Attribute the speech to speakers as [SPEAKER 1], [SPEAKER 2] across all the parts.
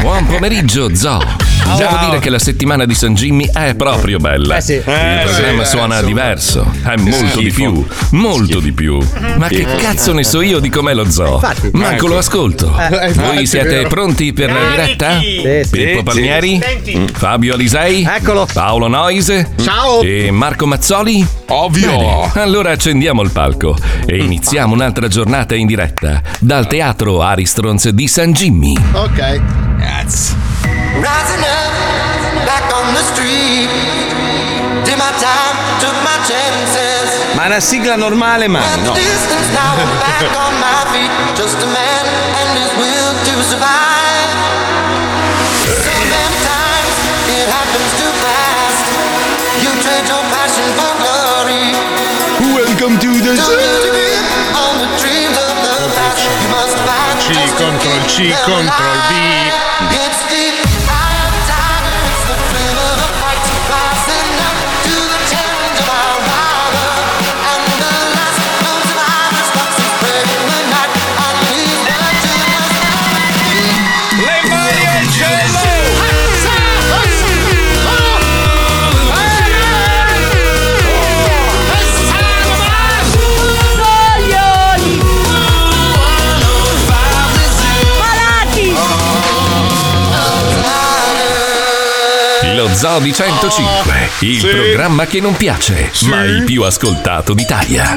[SPEAKER 1] Buon pomeriggio, Zoo. Devo dire che la settimana di San Jimmy è proprio bella.
[SPEAKER 2] Eh sì.
[SPEAKER 1] Il
[SPEAKER 2] Eh,
[SPEAKER 1] programma
[SPEAKER 2] sì,
[SPEAKER 1] suona
[SPEAKER 2] eh,
[SPEAKER 1] diverso, è molto di più, molto di più. Ma che
[SPEAKER 2] Schifo.
[SPEAKER 1] cazzo ne so io di com'è lo zoo?
[SPEAKER 2] Infatti.
[SPEAKER 1] Manco lo ascolto.
[SPEAKER 2] Eh, eh,
[SPEAKER 1] Voi
[SPEAKER 2] infatti,
[SPEAKER 1] siete
[SPEAKER 2] vero.
[SPEAKER 1] pronti per la diretta?
[SPEAKER 2] sì.
[SPEAKER 1] Pippo
[SPEAKER 2] Sì,
[SPEAKER 1] Palmieri,
[SPEAKER 2] sì. Mm.
[SPEAKER 1] Fabio Alisei,
[SPEAKER 2] Eccolo.
[SPEAKER 1] Paolo Noise mm.
[SPEAKER 2] Ciao.
[SPEAKER 1] e Marco Mazzoli? Ovvio. allora accendiamo il palco e iniziamo un'altra giornata in diretta dal teatro Aristrons di San Jimmy.
[SPEAKER 3] Ok.
[SPEAKER 1] Cazzo.
[SPEAKER 4] Rising up, back on the street. Did my time, took my chances.
[SPEAKER 5] Ma una sigla normale, ma no.
[SPEAKER 4] Distance now, I'm back on my feet. Just a man and his will to survive. Sometimes it happens too fast. You trade your passion for glory.
[SPEAKER 5] Welcome to the
[SPEAKER 4] On the dreams of the past, you must fight.
[SPEAKER 6] C, Ctrl C, Ctrl V.
[SPEAKER 4] It's the high tide, it's the thrill of a fight, rising up to the challenge of our wilder. And the last known survivor stops and spreading the night on these words to us. Le mani al cielo!
[SPEAKER 1] Lo Zoo di 105, il programma che non piace, ma il più ascoltato d'Italia.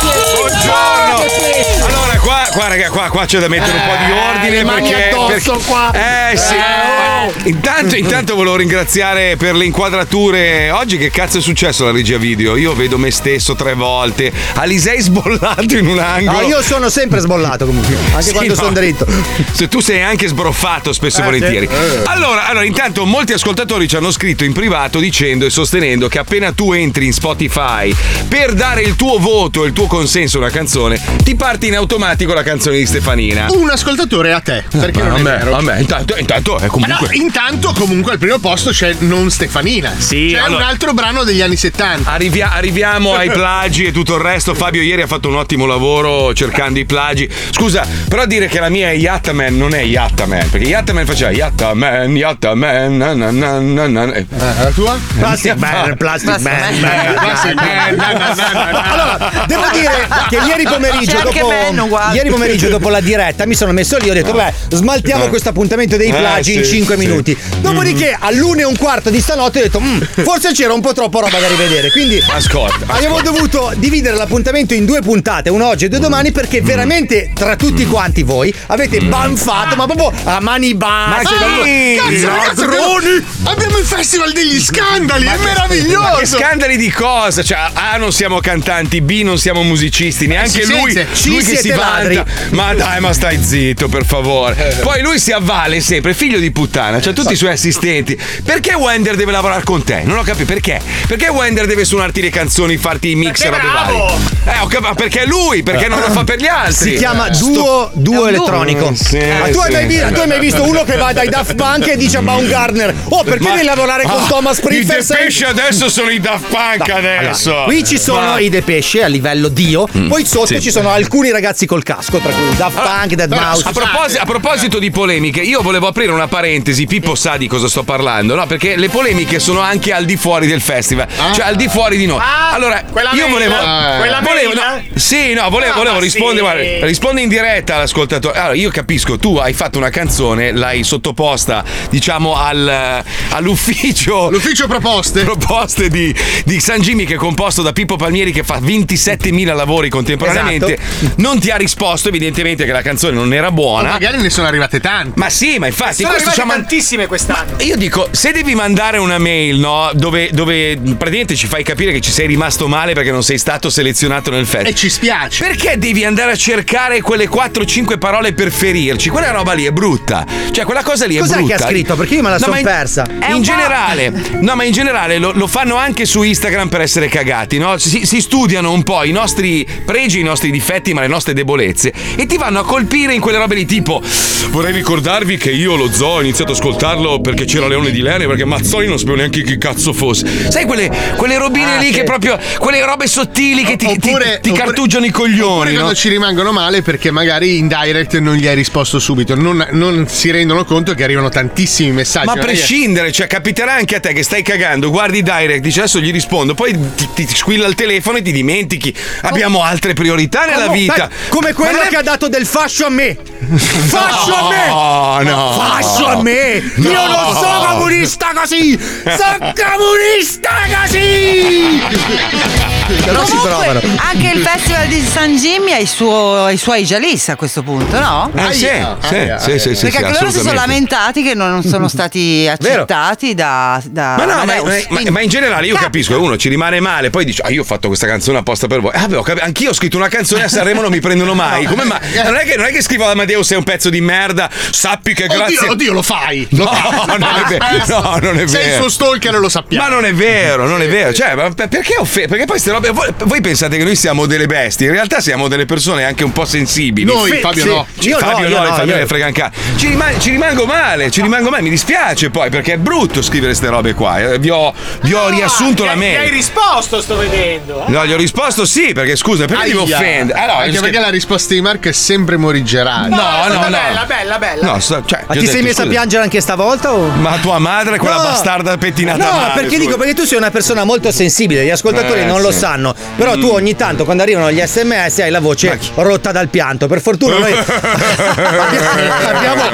[SPEAKER 5] Buongiorno! Allora, qua, qua, raga, qua, qua c'è da mettere un po' di ordine
[SPEAKER 3] rimani
[SPEAKER 5] perché.
[SPEAKER 3] addosso
[SPEAKER 5] perché-
[SPEAKER 3] qua.
[SPEAKER 5] Eh sì!
[SPEAKER 2] oh.
[SPEAKER 5] Intanto, intanto volevo ringraziare per le inquadrature. Oggi che cazzo è successo la regia video? Io vedo me stesso tre volte. Alisei sbollato in un angolo.
[SPEAKER 2] No, io sono sempre sbollato comunque, anche
[SPEAKER 5] Sì,
[SPEAKER 2] quando
[SPEAKER 5] no.
[SPEAKER 2] sono dritto.
[SPEAKER 5] Se tu sei anche sbroffato spesso e
[SPEAKER 2] Eh,
[SPEAKER 5] volentieri.
[SPEAKER 2] sì. Eh.
[SPEAKER 5] Allora, allora, intanto molti ascoltatori ci hanno scritto in privato dicendo e sostenendo che appena tu entri in Spotify per dare il tuo voto e il tuo consenso a una canzone, ti parte in automatico la canzone di Stefanina.
[SPEAKER 3] Un ascoltatore a te, perché
[SPEAKER 5] Ma
[SPEAKER 3] non è
[SPEAKER 5] vabbè,
[SPEAKER 3] vero.
[SPEAKER 5] vabbè, intanto, intanto
[SPEAKER 3] Ma
[SPEAKER 5] è
[SPEAKER 3] no,
[SPEAKER 5] comunque.
[SPEAKER 3] intanto comunque al primo posto c'è Non Stefanina.
[SPEAKER 5] Sì,
[SPEAKER 3] c'è
[SPEAKER 5] allora-
[SPEAKER 3] un altro brano degli anni 70.
[SPEAKER 5] Arrivia- arriviamo ai plagi e tutto il resto. Fabio ieri ha fatto un ottimo lavoro cercando i plagi. Scusa, però dire che la mia è Yattaman non è Yattaman, perché Yattaman faceva Yattaman, Yattaman, na na na na na. Eh,
[SPEAKER 3] La tua?
[SPEAKER 2] Plastic Man, Plastic Man, Man.
[SPEAKER 3] Plastic Man, na, na, na, na, na.
[SPEAKER 2] Allora, devo dire che ieri pomeriggio,
[SPEAKER 7] C'è anche
[SPEAKER 2] dopo,
[SPEAKER 7] me, non guarda.
[SPEAKER 2] ieri pomeriggio dopo la diretta mi sono messo lì e ho detto, beh, smaltiamo questo appuntamento dei
[SPEAKER 5] Eh,
[SPEAKER 2] plagi in
[SPEAKER 5] sì,
[SPEAKER 2] 5
[SPEAKER 5] sì. Mm.
[SPEAKER 2] minuti. Dopodiché all'una e un quarto di stanotte ho detto, "Mm, forse c'era un po' troppa roba da rivedere, quindi
[SPEAKER 5] Ascolta,
[SPEAKER 2] Abbiamo dovuto dividere l'appuntamento in due puntate, una oggi e due domani, perché
[SPEAKER 5] Mm.
[SPEAKER 2] veramente tra tutti quanti voi avete banfato, ma proprio a mani basse.
[SPEAKER 5] Ma sì!
[SPEAKER 3] Cazzo, ragazzi, abbiamo,
[SPEAKER 5] Ladroni!
[SPEAKER 3] abbiamo il festival degli scandali, è
[SPEAKER 5] Ma che
[SPEAKER 3] meraviglioso!
[SPEAKER 5] scandali di cosa? Cioè, A non siamo cantanti, B non siamo musicisti, neanche
[SPEAKER 3] si
[SPEAKER 5] lui,
[SPEAKER 3] sente.
[SPEAKER 2] Ci
[SPEAKER 5] lui che si
[SPEAKER 2] siete
[SPEAKER 5] vanta.
[SPEAKER 2] ladri. Eh,
[SPEAKER 5] Ma dai, ma stai zitto, per favore. Poi lui si avvale sempre, figlio di puttana, c'ha
[SPEAKER 2] esatto.
[SPEAKER 5] tutti i suoi assistenti. Perché Wender deve lavorare con te? Non ho capito perché. Perché Wender deve suonarti le canzoni, farti i mix e robe varie? Eh, ho capito, ma perché lui? Perché non lo fa per gli altri? Eh,
[SPEAKER 2] Si chiama duo, duo elettronico.
[SPEAKER 5] Mm, sì,
[SPEAKER 2] Ma tu, hai
[SPEAKER 5] sì.
[SPEAKER 2] mai vi- tu hai mai visto uno che va dai Daft Punk e dice a Baumgartner: Oh, perché devi lavorare con
[SPEAKER 5] Ah,
[SPEAKER 2] Thomas
[SPEAKER 5] I The
[SPEAKER 2] Prince?
[SPEAKER 5] Pesce adesso sono i Daft Punk adesso.
[SPEAKER 2] Qui ci sono
[SPEAKER 5] Ma- Mm.
[SPEAKER 2] i Depeche a livello Dio, poi sotto ci sono alcuni ragazzi col casco, tra cui Daft Punk, Dead Mouse.
[SPEAKER 5] A proposi- a proposito, di polemiche, io volevo aprire una parentesi, Pippo sa di cosa sto parlando, no? Perché le polemiche sono anche al di fuori del festival,
[SPEAKER 8] Ah.
[SPEAKER 2] Ah.
[SPEAKER 5] cioè al di fuori di noi. allora,
[SPEAKER 6] quella
[SPEAKER 5] io
[SPEAKER 6] mail?
[SPEAKER 5] volevo.
[SPEAKER 6] Ah. Quella
[SPEAKER 5] volevo no,
[SPEAKER 6] mail?
[SPEAKER 5] sì, no, volevo,
[SPEAKER 6] Ah,
[SPEAKER 5] volevo
[SPEAKER 6] ma
[SPEAKER 5] rispondere.
[SPEAKER 6] sì.
[SPEAKER 5] guarda, risponde in diretta all'ascoltatore. Allora, io capisco, tu hai fatto una canzone, l'hai sottoposta, diciamo, al- all'ufficio
[SPEAKER 3] L'ufficio proposte.
[SPEAKER 5] proposte di, di San Jimmy che è composto da Pippo Palmieri che fa 27.000 lavori contemporaneamente non ti ha risposto evidentemente che la canzone non era
[SPEAKER 3] Esatto. Ma
[SPEAKER 5] buona
[SPEAKER 3] Magari ne sono arrivate tante.
[SPEAKER 5] ma sì ma
[SPEAKER 9] Ah,
[SPEAKER 5] infatti
[SPEAKER 7] Sono
[SPEAKER 5] questo
[SPEAKER 7] arrivate
[SPEAKER 5] ci ha man-
[SPEAKER 7] tantissime quest'anno.
[SPEAKER 5] io dico, se devi mandare una mail, no? Dove, dove praticamente ci fai capire che ci sei rimasto male perché non sei stato selezionato nel
[SPEAKER 3] E
[SPEAKER 5] festival.
[SPEAKER 3] ci spiace.
[SPEAKER 5] Perché devi andare a cercare quelle 4-5 parole per ferirci? Quella roba lì è brutta. Cioè, quella cosa lì è
[SPEAKER 2] Cos'è che
[SPEAKER 5] brutta.
[SPEAKER 2] ha scritto? Perché io me la
[SPEAKER 5] No,
[SPEAKER 2] son
[SPEAKER 5] ma in-
[SPEAKER 2] persa.
[SPEAKER 5] In, generale, no, ma in generale lo, lo fanno anche su Instagram per essere cagati, no? Si, si studiano un po' i nostri pregi, i nostri difetti, ma le nostre debolezze. pezze e ti vanno a colpire in quelle robe lì tipo vorrei ricordarvi che io lo zoo ho iniziato a ascoltarlo perché c'era Leone di Lene perché Mazzoli non sapevo neanche chi cazzo fosse
[SPEAKER 2] Eh,
[SPEAKER 5] sai quelle, quelle robine
[SPEAKER 3] Ah,
[SPEAKER 5] lì
[SPEAKER 3] sì.
[SPEAKER 5] che proprio quelle robe sottili che ti, ti- ti cartuggiano i
[SPEAKER 3] Oppure
[SPEAKER 5] coglioni no?
[SPEAKER 3] quando ci rimangono male perché magari in direct non gli hai risposto subito. Non, non si rendono conto che arrivano tantissimi messaggi.
[SPEAKER 5] Ma a
[SPEAKER 3] Magari-
[SPEAKER 5] prescindere, cioè capiterà anche a te che stai cagando, guardi i direct, dici adesso gli rispondo, poi ti, ti- ti squilla il telefono e ti dimentichi. Abbiamo altre priorità nella
[SPEAKER 2] Oh. Come-
[SPEAKER 5] vita.
[SPEAKER 2] dai, Come
[SPEAKER 5] Ma
[SPEAKER 2] quello
[SPEAKER 5] non è-
[SPEAKER 2] che ha dato del fascio a me. Fascio a me!
[SPEAKER 5] No, no.
[SPEAKER 2] Fascio a me!
[SPEAKER 5] No.
[SPEAKER 2] Io non
[SPEAKER 5] Oh.
[SPEAKER 2] sono comunista così! Sono comunista così! Però si
[SPEAKER 7] Comunque,
[SPEAKER 2] trovano.
[SPEAKER 7] anche il Festival di San Jimmy ha i, suo- i suoi jalis a questo punto, no?
[SPEAKER 5] Eh, sì, sì, sì, sì, sì,
[SPEAKER 7] Perché anche loro si
[SPEAKER 5] sì,
[SPEAKER 7] sono
[SPEAKER 5] assolutamente.
[SPEAKER 7] lamentati che non sono stati accettati da, da
[SPEAKER 5] Ma no, ma,
[SPEAKER 7] Amadeus.
[SPEAKER 5] ma-
[SPEAKER 7] Quindi-
[SPEAKER 5] ma in generale io
[SPEAKER 7] Capita.
[SPEAKER 5] capisco, uno ci rimane male, poi dice, ah io ho fatto questa canzone apposta per voi. Ah, beh, ho capi- anch'io ho scritto una canzone a Sanremo, non mi prendono mai. Come ma-
[SPEAKER 3] Eh.
[SPEAKER 5] non, è che, non è che scrivo ad Amadeus sei un pezzo di merda, sappi che
[SPEAKER 3] Oddio,
[SPEAKER 5] grazie...
[SPEAKER 3] oddio, lo fai.
[SPEAKER 5] No,
[SPEAKER 3] Lo fai.
[SPEAKER 5] non è vero. No, non è
[SPEAKER 3] Sei il
[SPEAKER 5] vero.
[SPEAKER 3] suo stalker e lo sappiamo.
[SPEAKER 5] Ma non è vero, non è vero. Cioè, ma per- perché offe- Perché poi queste robe. Voi, voi pensate che noi siamo delle bestie, in realtà siamo delle persone anche un po' sensibili.
[SPEAKER 3] Noi,
[SPEAKER 5] Sì,
[SPEAKER 3] Fabio,
[SPEAKER 5] sì.
[SPEAKER 3] no.
[SPEAKER 5] Ci-
[SPEAKER 2] Io no,
[SPEAKER 5] Fabio
[SPEAKER 2] io
[SPEAKER 5] no,
[SPEAKER 2] no,
[SPEAKER 5] Fabio
[SPEAKER 2] io-
[SPEAKER 5] ne frega un cazzo. Ci, rima- ci rimango male, ci rimango male, mi dispiace poi, perché è brutto scrivere queste robe qua. Eh, Vi ho, vi ho riassunto la
[SPEAKER 9] Gli hai
[SPEAKER 5] mail.
[SPEAKER 9] risposto, sto vedendo.
[SPEAKER 5] No, gli ho risposto sì, perché scusa, perché devo
[SPEAKER 3] Aia.
[SPEAKER 5] offendere? Ah, no,
[SPEAKER 3] Anche
[SPEAKER 5] io
[SPEAKER 3] perché
[SPEAKER 5] scri-
[SPEAKER 3] la risposta di Marco è sempre morigerare.
[SPEAKER 5] Ah, No, no, no.
[SPEAKER 9] Bella, bella, bella.
[SPEAKER 5] No, sto- cioè,
[SPEAKER 2] Ma
[SPEAKER 5] gli ho
[SPEAKER 2] ti sei
[SPEAKER 5] detto,
[SPEAKER 2] messo a
[SPEAKER 5] scusa,
[SPEAKER 2] piangere anche stavolta o?
[SPEAKER 5] Ma tua madre, è quella
[SPEAKER 2] No.
[SPEAKER 5] bastarda pettinata
[SPEAKER 2] No,
[SPEAKER 5] male,
[SPEAKER 2] perché dico,
[SPEAKER 5] scusa.
[SPEAKER 2] perché tu sei una persona molto sensibile, gli ascoltatori
[SPEAKER 5] Eh,
[SPEAKER 2] non lo
[SPEAKER 5] sì. Mm.
[SPEAKER 2] sanno, però tu ogni tanto quando arrivano gli sms hai la voce rotta dal pianto, per fortuna noi abbiamo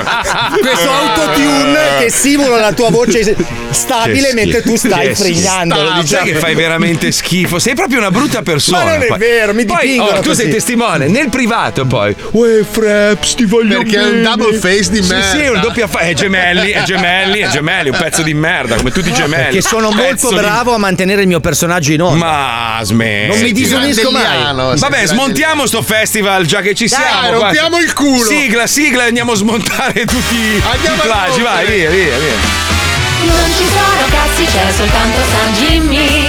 [SPEAKER 2] questo autotune che simula la tua voce
[SPEAKER 5] Che
[SPEAKER 2] stabile
[SPEAKER 5] schifo.
[SPEAKER 2] mentre tu stai
[SPEAKER 5] Che
[SPEAKER 2] frignando.
[SPEAKER 5] schifo.
[SPEAKER 2] diciamo.
[SPEAKER 5] Sai che fai veramente schifo. Sei proprio una brutta persona.
[SPEAKER 2] Ma non è
[SPEAKER 5] poi.
[SPEAKER 2] vero, mi
[SPEAKER 5] Poi,
[SPEAKER 2] dipingono
[SPEAKER 5] oh, tu sei
[SPEAKER 2] così.
[SPEAKER 5] testimone nel privato, poi. Uè, Fraps, ti voglio
[SPEAKER 3] Perché è un
[SPEAKER 5] bene."
[SPEAKER 3] double face di
[SPEAKER 5] Sì,
[SPEAKER 3] merda.
[SPEAKER 5] Sì, è un doppia fa- È gemelli, è gemelli, è gemelli, un pezzo di merda, come tutti i gemelli.
[SPEAKER 2] Che sono molto
[SPEAKER 5] Pezzo di-
[SPEAKER 2] bravo a mantenere il mio personaggio in onda.
[SPEAKER 5] Ma smetti.
[SPEAKER 2] Non mi disunisco mai.
[SPEAKER 3] Grandeliano, sì,
[SPEAKER 5] Vabbè,
[SPEAKER 3] Grandeliano.
[SPEAKER 5] smontiamo sto festival già che ci siamo. guarda.
[SPEAKER 3] rompiamo il culo.
[SPEAKER 5] Sigla, sigla, andiamo a smontare tutti i
[SPEAKER 3] Andiamo a
[SPEAKER 5] plagi. Vai,
[SPEAKER 3] rompere.
[SPEAKER 5] via, via, via.
[SPEAKER 10] Non ci sono cazzi, c'è soltanto San Jimmy.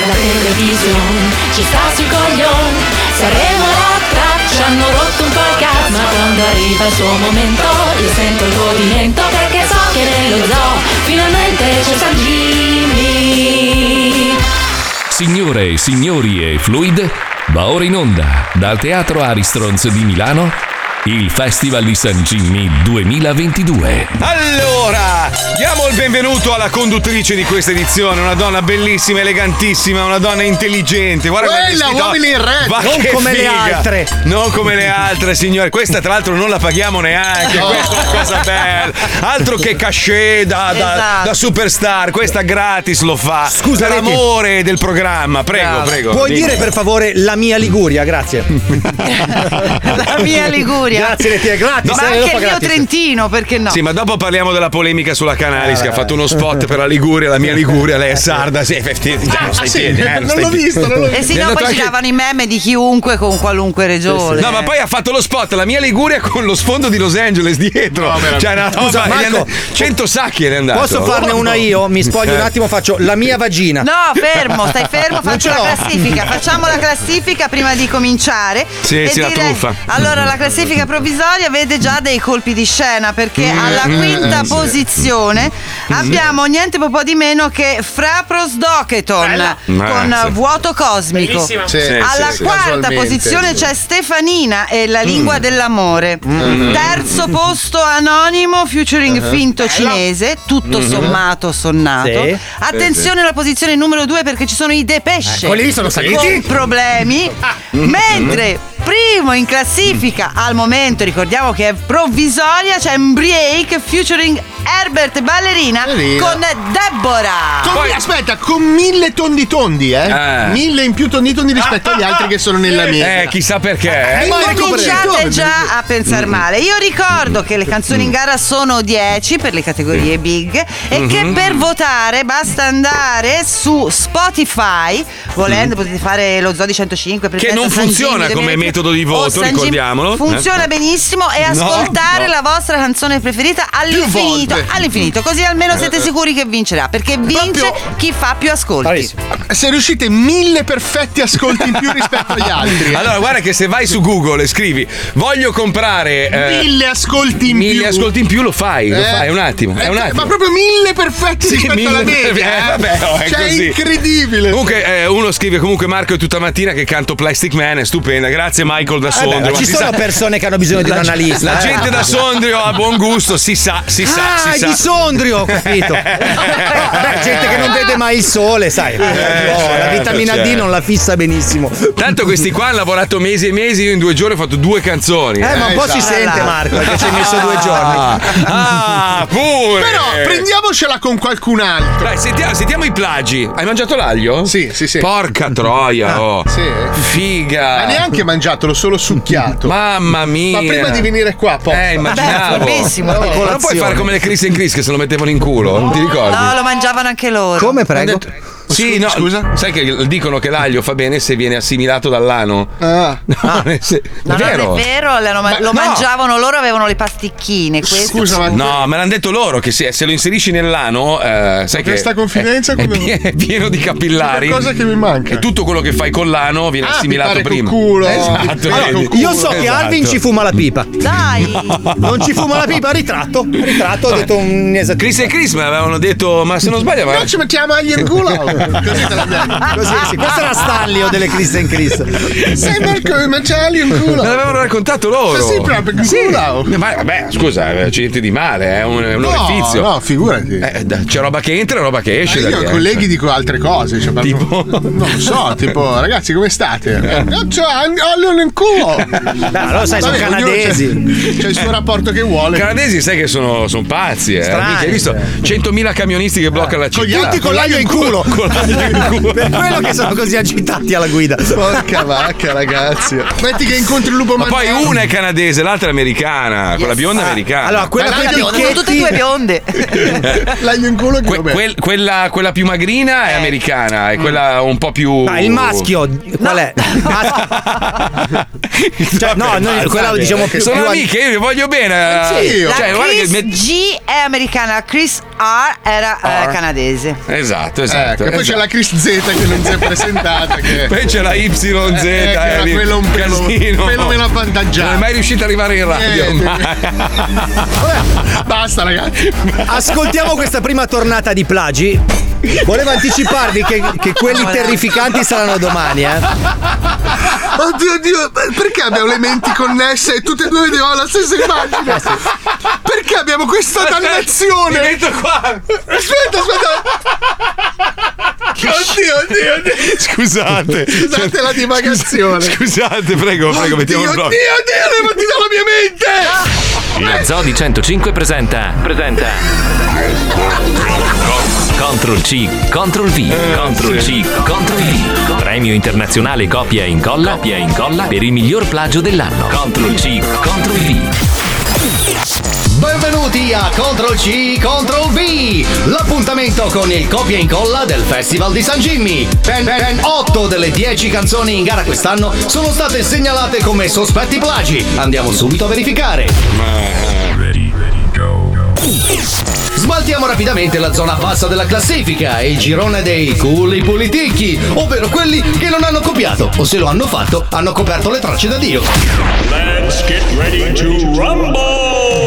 [SPEAKER 10] La televisione ci sta sui coglioni, saremo la traccia, ci hanno rotto un po' il cazzo, ma quando arriva il suo momento io sento il godimento perché so che nello zoo finalmente c'è San Jimmy.
[SPEAKER 1] Signore, signori e fluid, va ora in onda dal Teatro Aristrons di Milano il Festival di San Gimmi 2022.
[SPEAKER 5] Allora, diamo il benvenuto alla conduttrice di questa edizione, una donna bellissima, elegantissima, una donna intelligente. Guarda come è
[SPEAKER 3] Quella,
[SPEAKER 5] vestita.
[SPEAKER 3] uomini in red,
[SPEAKER 5] Ma
[SPEAKER 2] non
[SPEAKER 5] che
[SPEAKER 2] come le
[SPEAKER 5] figa.
[SPEAKER 2] altre.
[SPEAKER 5] Non come le altre, signore. Questa tra l'altro non la paghiamo neanche, Eh, questa è una cosa bella. Altro che cachet da, da-
[SPEAKER 7] Esatto.
[SPEAKER 5] da superstar, questa gratis lo fa.
[SPEAKER 2] Scusa,
[SPEAKER 5] per
[SPEAKER 2] Reti.
[SPEAKER 5] amore del programma. Prego, prego.
[SPEAKER 2] Puoi
[SPEAKER 5] Dimmi.
[SPEAKER 2] dire per favore la mia Liguria, grazie.
[SPEAKER 7] la mia Liguria.
[SPEAKER 2] Grazie, Lettia, gratis.
[SPEAKER 7] Ma
[SPEAKER 2] eh,
[SPEAKER 7] anche
[SPEAKER 2] lo
[SPEAKER 7] il
[SPEAKER 2] fa
[SPEAKER 7] mio
[SPEAKER 2] gratis.
[SPEAKER 7] Trentino, perché no?
[SPEAKER 5] Sì, ma dopo parliamo della polemica sulla Canalis che ha fatto
[SPEAKER 2] Eh.
[SPEAKER 5] uno spot per la Liguria, la mia Liguria, lei è sarda, sì, eh, ti-
[SPEAKER 2] Ah,
[SPEAKER 5] già non stai
[SPEAKER 3] Sì,
[SPEAKER 5] piedi, eh, non
[SPEAKER 3] non
[SPEAKER 5] stai
[SPEAKER 3] l'ho
[SPEAKER 5] piedi.
[SPEAKER 3] visto, non l'ho visto.
[SPEAKER 7] E Eh sì,
[SPEAKER 5] Mi è
[SPEAKER 7] no,
[SPEAKER 5] andato
[SPEAKER 7] poi ci
[SPEAKER 5] anche-
[SPEAKER 7] davano i meme di chiunque con qualunque regione.
[SPEAKER 5] No, ma poi ha fatto lo spot, la mia Liguria con lo sfondo di Los Angeles dietro. cioè, una roba,
[SPEAKER 2] Scusa,
[SPEAKER 5] gli è
[SPEAKER 2] Marco,
[SPEAKER 5] andato- 100 sacchi ne è andato. Eh.
[SPEAKER 2] Posso farne una io? Mi spoglio un attimo, faccio la mia vagina. Eh
[SPEAKER 7] No, fermo, stai fermo,
[SPEAKER 2] ce
[SPEAKER 7] faccio la
[SPEAKER 2] l'ho.
[SPEAKER 7] classifica. Facciamo la classifica prima di cominciare.
[SPEAKER 5] Sì, sì, la truffa.
[SPEAKER 7] Allora, la classifica provvisoria vede già dei colpi di scena perché alla quinta posizione abbiamo niente po' po' di meno che Frapros Doketon
[SPEAKER 9] Bella.
[SPEAKER 7] con
[SPEAKER 5] Grazie.
[SPEAKER 7] Vuoto Cosmico.
[SPEAKER 9] Bellissima.
[SPEAKER 3] Sì, sì,
[SPEAKER 7] Alla
[SPEAKER 3] sì,
[SPEAKER 7] quarta
[SPEAKER 3] casualmente,
[SPEAKER 7] posizione
[SPEAKER 3] sì.
[SPEAKER 7] c'è Stefanina e la lingua dell'amore. Terzo posto anonimo featuring finto cinese, tutto
[SPEAKER 11] Mm-hmm.
[SPEAKER 5] Mhm.
[SPEAKER 7] sommato sonnato.
[SPEAKER 2] Sì.
[SPEAKER 7] Attenzione alla posizione numero due perché ci sono i Depeche.
[SPEAKER 2] Quelli Ecco, lì sono
[SPEAKER 7] con
[SPEAKER 2] saliti. Mm.
[SPEAKER 7] problemi. Mentre primo in classifica al momento, ricordiamo che è provvisoria, c'è Break featuring Herbert Ballerina
[SPEAKER 3] Ballerina.
[SPEAKER 7] con Deborah.
[SPEAKER 3] Con- aspetta, con mille tondi tondi, eh?
[SPEAKER 5] Eh.
[SPEAKER 3] Mille in più tondi tondi rispetto agli altri che sono nella mia.
[SPEAKER 5] Eh, chissà perché. eh.
[SPEAKER 3] Ma ecco
[SPEAKER 7] Cominciate
[SPEAKER 3] perché.
[SPEAKER 7] già a pensare male. Io ricordo che le canzoni in gara sono 10 per le categorie big e che
[SPEAKER 5] Mhm.
[SPEAKER 7] per votare basta andare su Spotify. Volendo potete fare lo Zodi 105 per
[SPEAKER 5] Mhm. Che
[SPEAKER 7] testa
[SPEAKER 5] non
[SPEAKER 7] San
[SPEAKER 5] funziona
[SPEAKER 7] Gimmi,
[SPEAKER 5] come
[SPEAKER 7] Demetrio,
[SPEAKER 5] metodo di
[SPEAKER 7] o
[SPEAKER 5] voto,
[SPEAKER 7] San Gimmi.
[SPEAKER 5] ricordiamolo. eh.
[SPEAKER 7] Funziona benissimo e
[SPEAKER 5] No,
[SPEAKER 7] ascoltare
[SPEAKER 5] no.
[SPEAKER 7] la vostra canzone preferita
[SPEAKER 3] volte.
[SPEAKER 7] all'infinito, all'infinito, così
[SPEAKER 5] Eh,
[SPEAKER 7] almeno siete sicuri che vincerà, perché vince chi fa più ascolti.
[SPEAKER 12] Se riuscite mille perfetti ascolti in più rispetto agli altri. eh.
[SPEAKER 5] Ah. Allora, guarda che se vai su Google e scrivi voglio comprare eh,
[SPEAKER 12] Mille ascolti in
[SPEAKER 5] mille
[SPEAKER 12] più.
[SPEAKER 5] ascolti in più, lo fai, lo
[SPEAKER 12] Eh.
[SPEAKER 5] fai, un attimo, è un
[SPEAKER 12] Eh,
[SPEAKER 5] attimo.
[SPEAKER 12] Ma proprio mille perfetti
[SPEAKER 5] Sì,
[SPEAKER 12] rispetto alla
[SPEAKER 5] mille-
[SPEAKER 12] media.
[SPEAKER 5] eh, vabbè, oh, è
[SPEAKER 12] cioè,
[SPEAKER 5] così.
[SPEAKER 12] incredibile.
[SPEAKER 5] Comunque, eh, uno scrive comunque Marco è tutta mattina che canto Plastic Man, è stupenda. Grazie Michael da
[SPEAKER 13] Vabbè,
[SPEAKER 5] Sondrio.
[SPEAKER 13] Eh ma
[SPEAKER 5] ma
[SPEAKER 13] ci
[SPEAKER 5] si
[SPEAKER 13] sono
[SPEAKER 5] sa-
[SPEAKER 13] persone che hanno bisogno di un
[SPEAKER 5] la,
[SPEAKER 13] analista.
[SPEAKER 5] la
[SPEAKER 13] eh.
[SPEAKER 5] gente
[SPEAKER 2] Ah,
[SPEAKER 5] da Sondrio ha buon gusto, si sa, si sa,
[SPEAKER 13] Ah,
[SPEAKER 5] si
[SPEAKER 13] è
[SPEAKER 5] sa.
[SPEAKER 13] di Sondrio, ho capito. Beh, gente che non vede mai il sole, sai. Oh, la
[SPEAKER 5] Eh, certo,
[SPEAKER 13] vitamina D
[SPEAKER 5] certo.
[SPEAKER 13] non la fissa benissimo.
[SPEAKER 5] Tanto questi qua hanno lavorato mesi e mesi, io in due giorni ho fatto due canzoni.
[SPEAKER 13] Eh, ma un po' si
[SPEAKER 5] esatto.
[SPEAKER 13] sente, Marco, che ci hai messo due giorni.
[SPEAKER 5] Ah, ah, pure.
[SPEAKER 12] Però prendiamocela con qualcun altro.
[SPEAKER 5] Dai, sentiamo, sentiamo i plagi. Hai mangiato l'aglio?
[SPEAKER 12] Sì, sì, sì.
[SPEAKER 5] Porca troia, oh.
[SPEAKER 12] Sì. Ma
[SPEAKER 5] Figa.
[SPEAKER 12] neanche mangiatolo, solo succhiato.
[SPEAKER 5] Mamma mia.
[SPEAKER 12] Ma prima di venire qua, poi.
[SPEAKER 5] Eh, immaginavo.
[SPEAKER 7] formissimo.
[SPEAKER 12] eh.
[SPEAKER 5] Ma non puoi fare come le Chris and Chris che se lo mettevano in culo, non ti ricordi?
[SPEAKER 7] No, lo mangiavano anche loro.
[SPEAKER 13] Come prego?
[SPEAKER 5] Sì, no, scusa. Sai che dicono che l'aglio fa bene se viene assimilato dall'ano.
[SPEAKER 12] Ah.
[SPEAKER 5] No, nel sen-
[SPEAKER 7] No,
[SPEAKER 5] è
[SPEAKER 7] non
[SPEAKER 5] vero.
[SPEAKER 7] è vero, le hanno ma- lo
[SPEAKER 5] no.
[SPEAKER 7] mangiavano loro, avevano le pasticchine. Questo.
[SPEAKER 12] Scusa, ma
[SPEAKER 5] No, me l'hanno detto loro che se, se lo inserisci nell'ano, eh, sai che.
[SPEAKER 12] questa confidenza
[SPEAKER 5] è,
[SPEAKER 12] come-
[SPEAKER 5] pie- è pieno di capillari.
[SPEAKER 12] È una cosa che mi manca.
[SPEAKER 5] E tutto quello che fai con l'ano viene
[SPEAKER 12] Ah,
[SPEAKER 5] assimilato
[SPEAKER 12] pipare col
[SPEAKER 5] prima.
[SPEAKER 12] culo.
[SPEAKER 5] Esatto.
[SPEAKER 12] Allora,
[SPEAKER 5] vedi?
[SPEAKER 12] col
[SPEAKER 13] Io so che
[SPEAKER 5] Esatto.
[SPEAKER 13] Alvin ci fuma la pipa.
[SPEAKER 7] Dai,
[SPEAKER 13] Non ci fuma la pipa, ritratto. Ritratto, ho detto un esatto.
[SPEAKER 5] Chris e Chris mi avevano detto, ma se non sbaglio, ma.
[SPEAKER 12] Noi ci mettiamo agli in culo. Così te la diamo.
[SPEAKER 13] Così, sì. Questa è la Stanley o delle Chris and Chris.
[SPEAKER 12] Sei Marco e mangi ecco, agli in
[SPEAKER 5] Me
[SPEAKER 12] culo.
[SPEAKER 5] l'avevano raccontato loro.
[SPEAKER 12] Ma sì, proprio in culo.
[SPEAKER 5] Ma vabbè, scusa, è accidente di male, è un, è un
[SPEAKER 12] No,
[SPEAKER 5] orifizio.
[SPEAKER 12] no, figurati.
[SPEAKER 5] Eh, da- c'è roba che entra e roba che
[SPEAKER 12] Ma
[SPEAKER 5] esce. da
[SPEAKER 12] io ai
[SPEAKER 5] dietro.
[SPEAKER 12] colleghi dico altre cose, cioè, parlo-
[SPEAKER 5] Tipo?
[SPEAKER 12] non lo so, tipo ragazzi come state? Eh, Cioè, olio nel culo!
[SPEAKER 13] No, lo sai, sono
[SPEAKER 12] Vabbè, ognuno
[SPEAKER 13] canadesi.
[SPEAKER 12] C'è, c'è il suo rapporto che
[SPEAKER 5] I
[SPEAKER 12] vuole.
[SPEAKER 5] canadesi sai che sono, sono pazzi, eh.
[SPEAKER 13] Strani,
[SPEAKER 5] Minchia, hai visto? 100.000 camionisti che bloccano la città.
[SPEAKER 13] Tutti con l'aglio in culo.
[SPEAKER 5] Con l'aglio in culo.
[SPEAKER 13] Per quello che sono così agitati alla guida.
[SPEAKER 12] Porca vacca, ragazzi. Metti che incontri il lupo
[SPEAKER 5] Ma poi
[SPEAKER 12] mannaro.
[SPEAKER 5] una è canadese, l'altà è americana, quella bionda americana.
[SPEAKER 13] Ah, Allora, quella con i
[SPEAKER 7] sono tutte e due
[SPEAKER 13] picchetti.
[SPEAKER 7] bionde.
[SPEAKER 12] L'aglio in culo che
[SPEAKER 5] Que-
[SPEAKER 12] vabbè.
[SPEAKER 5] quel- quella, quella più magrina è americana e quella un po' più.
[SPEAKER 13] Ah, Eh. Mm. il maschio, qual è? Cioè, no, noi- quella diciamo più,
[SPEAKER 5] Sono
[SPEAKER 13] più Eh, ag-
[SPEAKER 5] amiche, io vi voglio bene.
[SPEAKER 12] Sì, io.
[SPEAKER 7] La
[SPEAKER 5] Cioè, guarda che
[SPEAKER 7] Chris
[SPEAKER 5] me-
[SPEAKER 7] G è americana, la Chris R era eh, canadese.
[SPEAKER 5] Esatto,
[SPEAKER 12] Ecco,
[SPEAKER 5] esatto.
[SPEAKER 12] e poi c'è
[SPEAKER 5] esatto.
[SPEAKER 12] la Chris Z che non si è presentata. Che...
[SPEAKER 5] Poi c'è la YZ, eh,
[SPEAKER 12] che era
[SPEAKER 5] lì,
[SPEAKER 12] quella un pelo,
[SPEAKER 5] casino.
[SPEAKER 12] pelo meno avvantaggiata.
[SPEAKER 5] Non è mai riuscita ad arrivare in radio.
[SPEAKER 12] Niente.
[SPEAKER 5] ma-
[SPEAKER 12] Eh, Basta, ragazzi.
[SPEAKER 13] Ascoltiamo questa prima tornata di plagi. Volevo anticiparvi che, che quelli terrificanti saranno domani, eh.
[SPEAKER 12] Oddio, oddio, perché abbiamo le menti connesse e tutte e due vediamo la stessa immagine? Perché abbiamo questa
[SPEAKER 5] Ah, Mi
[SPEAKER 12] dannazione?
[SPEAKER 5] metto qua.
[SPEAKER 12] Aspetta, aspetta. Oddio, oddio, oddio.
[SPEAKER 11] cioè,
[SPEAKER 5] Scusate.
[SPEAKER 12] Scusate
[SPEAKER 2] Cioè,
[SPEAKER 12] la divagazione.
[SPEAKER 5] Scusate, prego,
[SPEAKER 4] Oh,
[SPEAKER 5] prego,
[SPEAKER 12] oddio,
[SPEAKER 5] mettiamo il
[SPEAKER 12] oddio,
[SPEAKER 5] blocco.
[SPEAKER 12] oddio, le menti dalla mia mente.
[SPEAKER 1] Lo Zodi 105 presenta. Presenta. Control C, Control V, Control C, Control V. Premio internazionale copia e incolla, copia e incolla per il miglior plagio dell'anno. Control C, Control V.
[SPEAKER 2] Benvenuti a Control C, Control V, l'appuntamento con il copia e incolla del Festival di San Jimmy. Ben, ben 8 delle 10 canzoni in gara quest'anno sono state segnalate come sospetti plagi. Andiamo subito a verificare. Smaltiamo rapidamente la zona bassa della classifica e il girone dei culi puliticchi, ovvero quelli che non hanno copiato o se lo hanno fatto hanno coperto le tracce da Dio.
[SPEAKER 4] Let's get ready to rumble!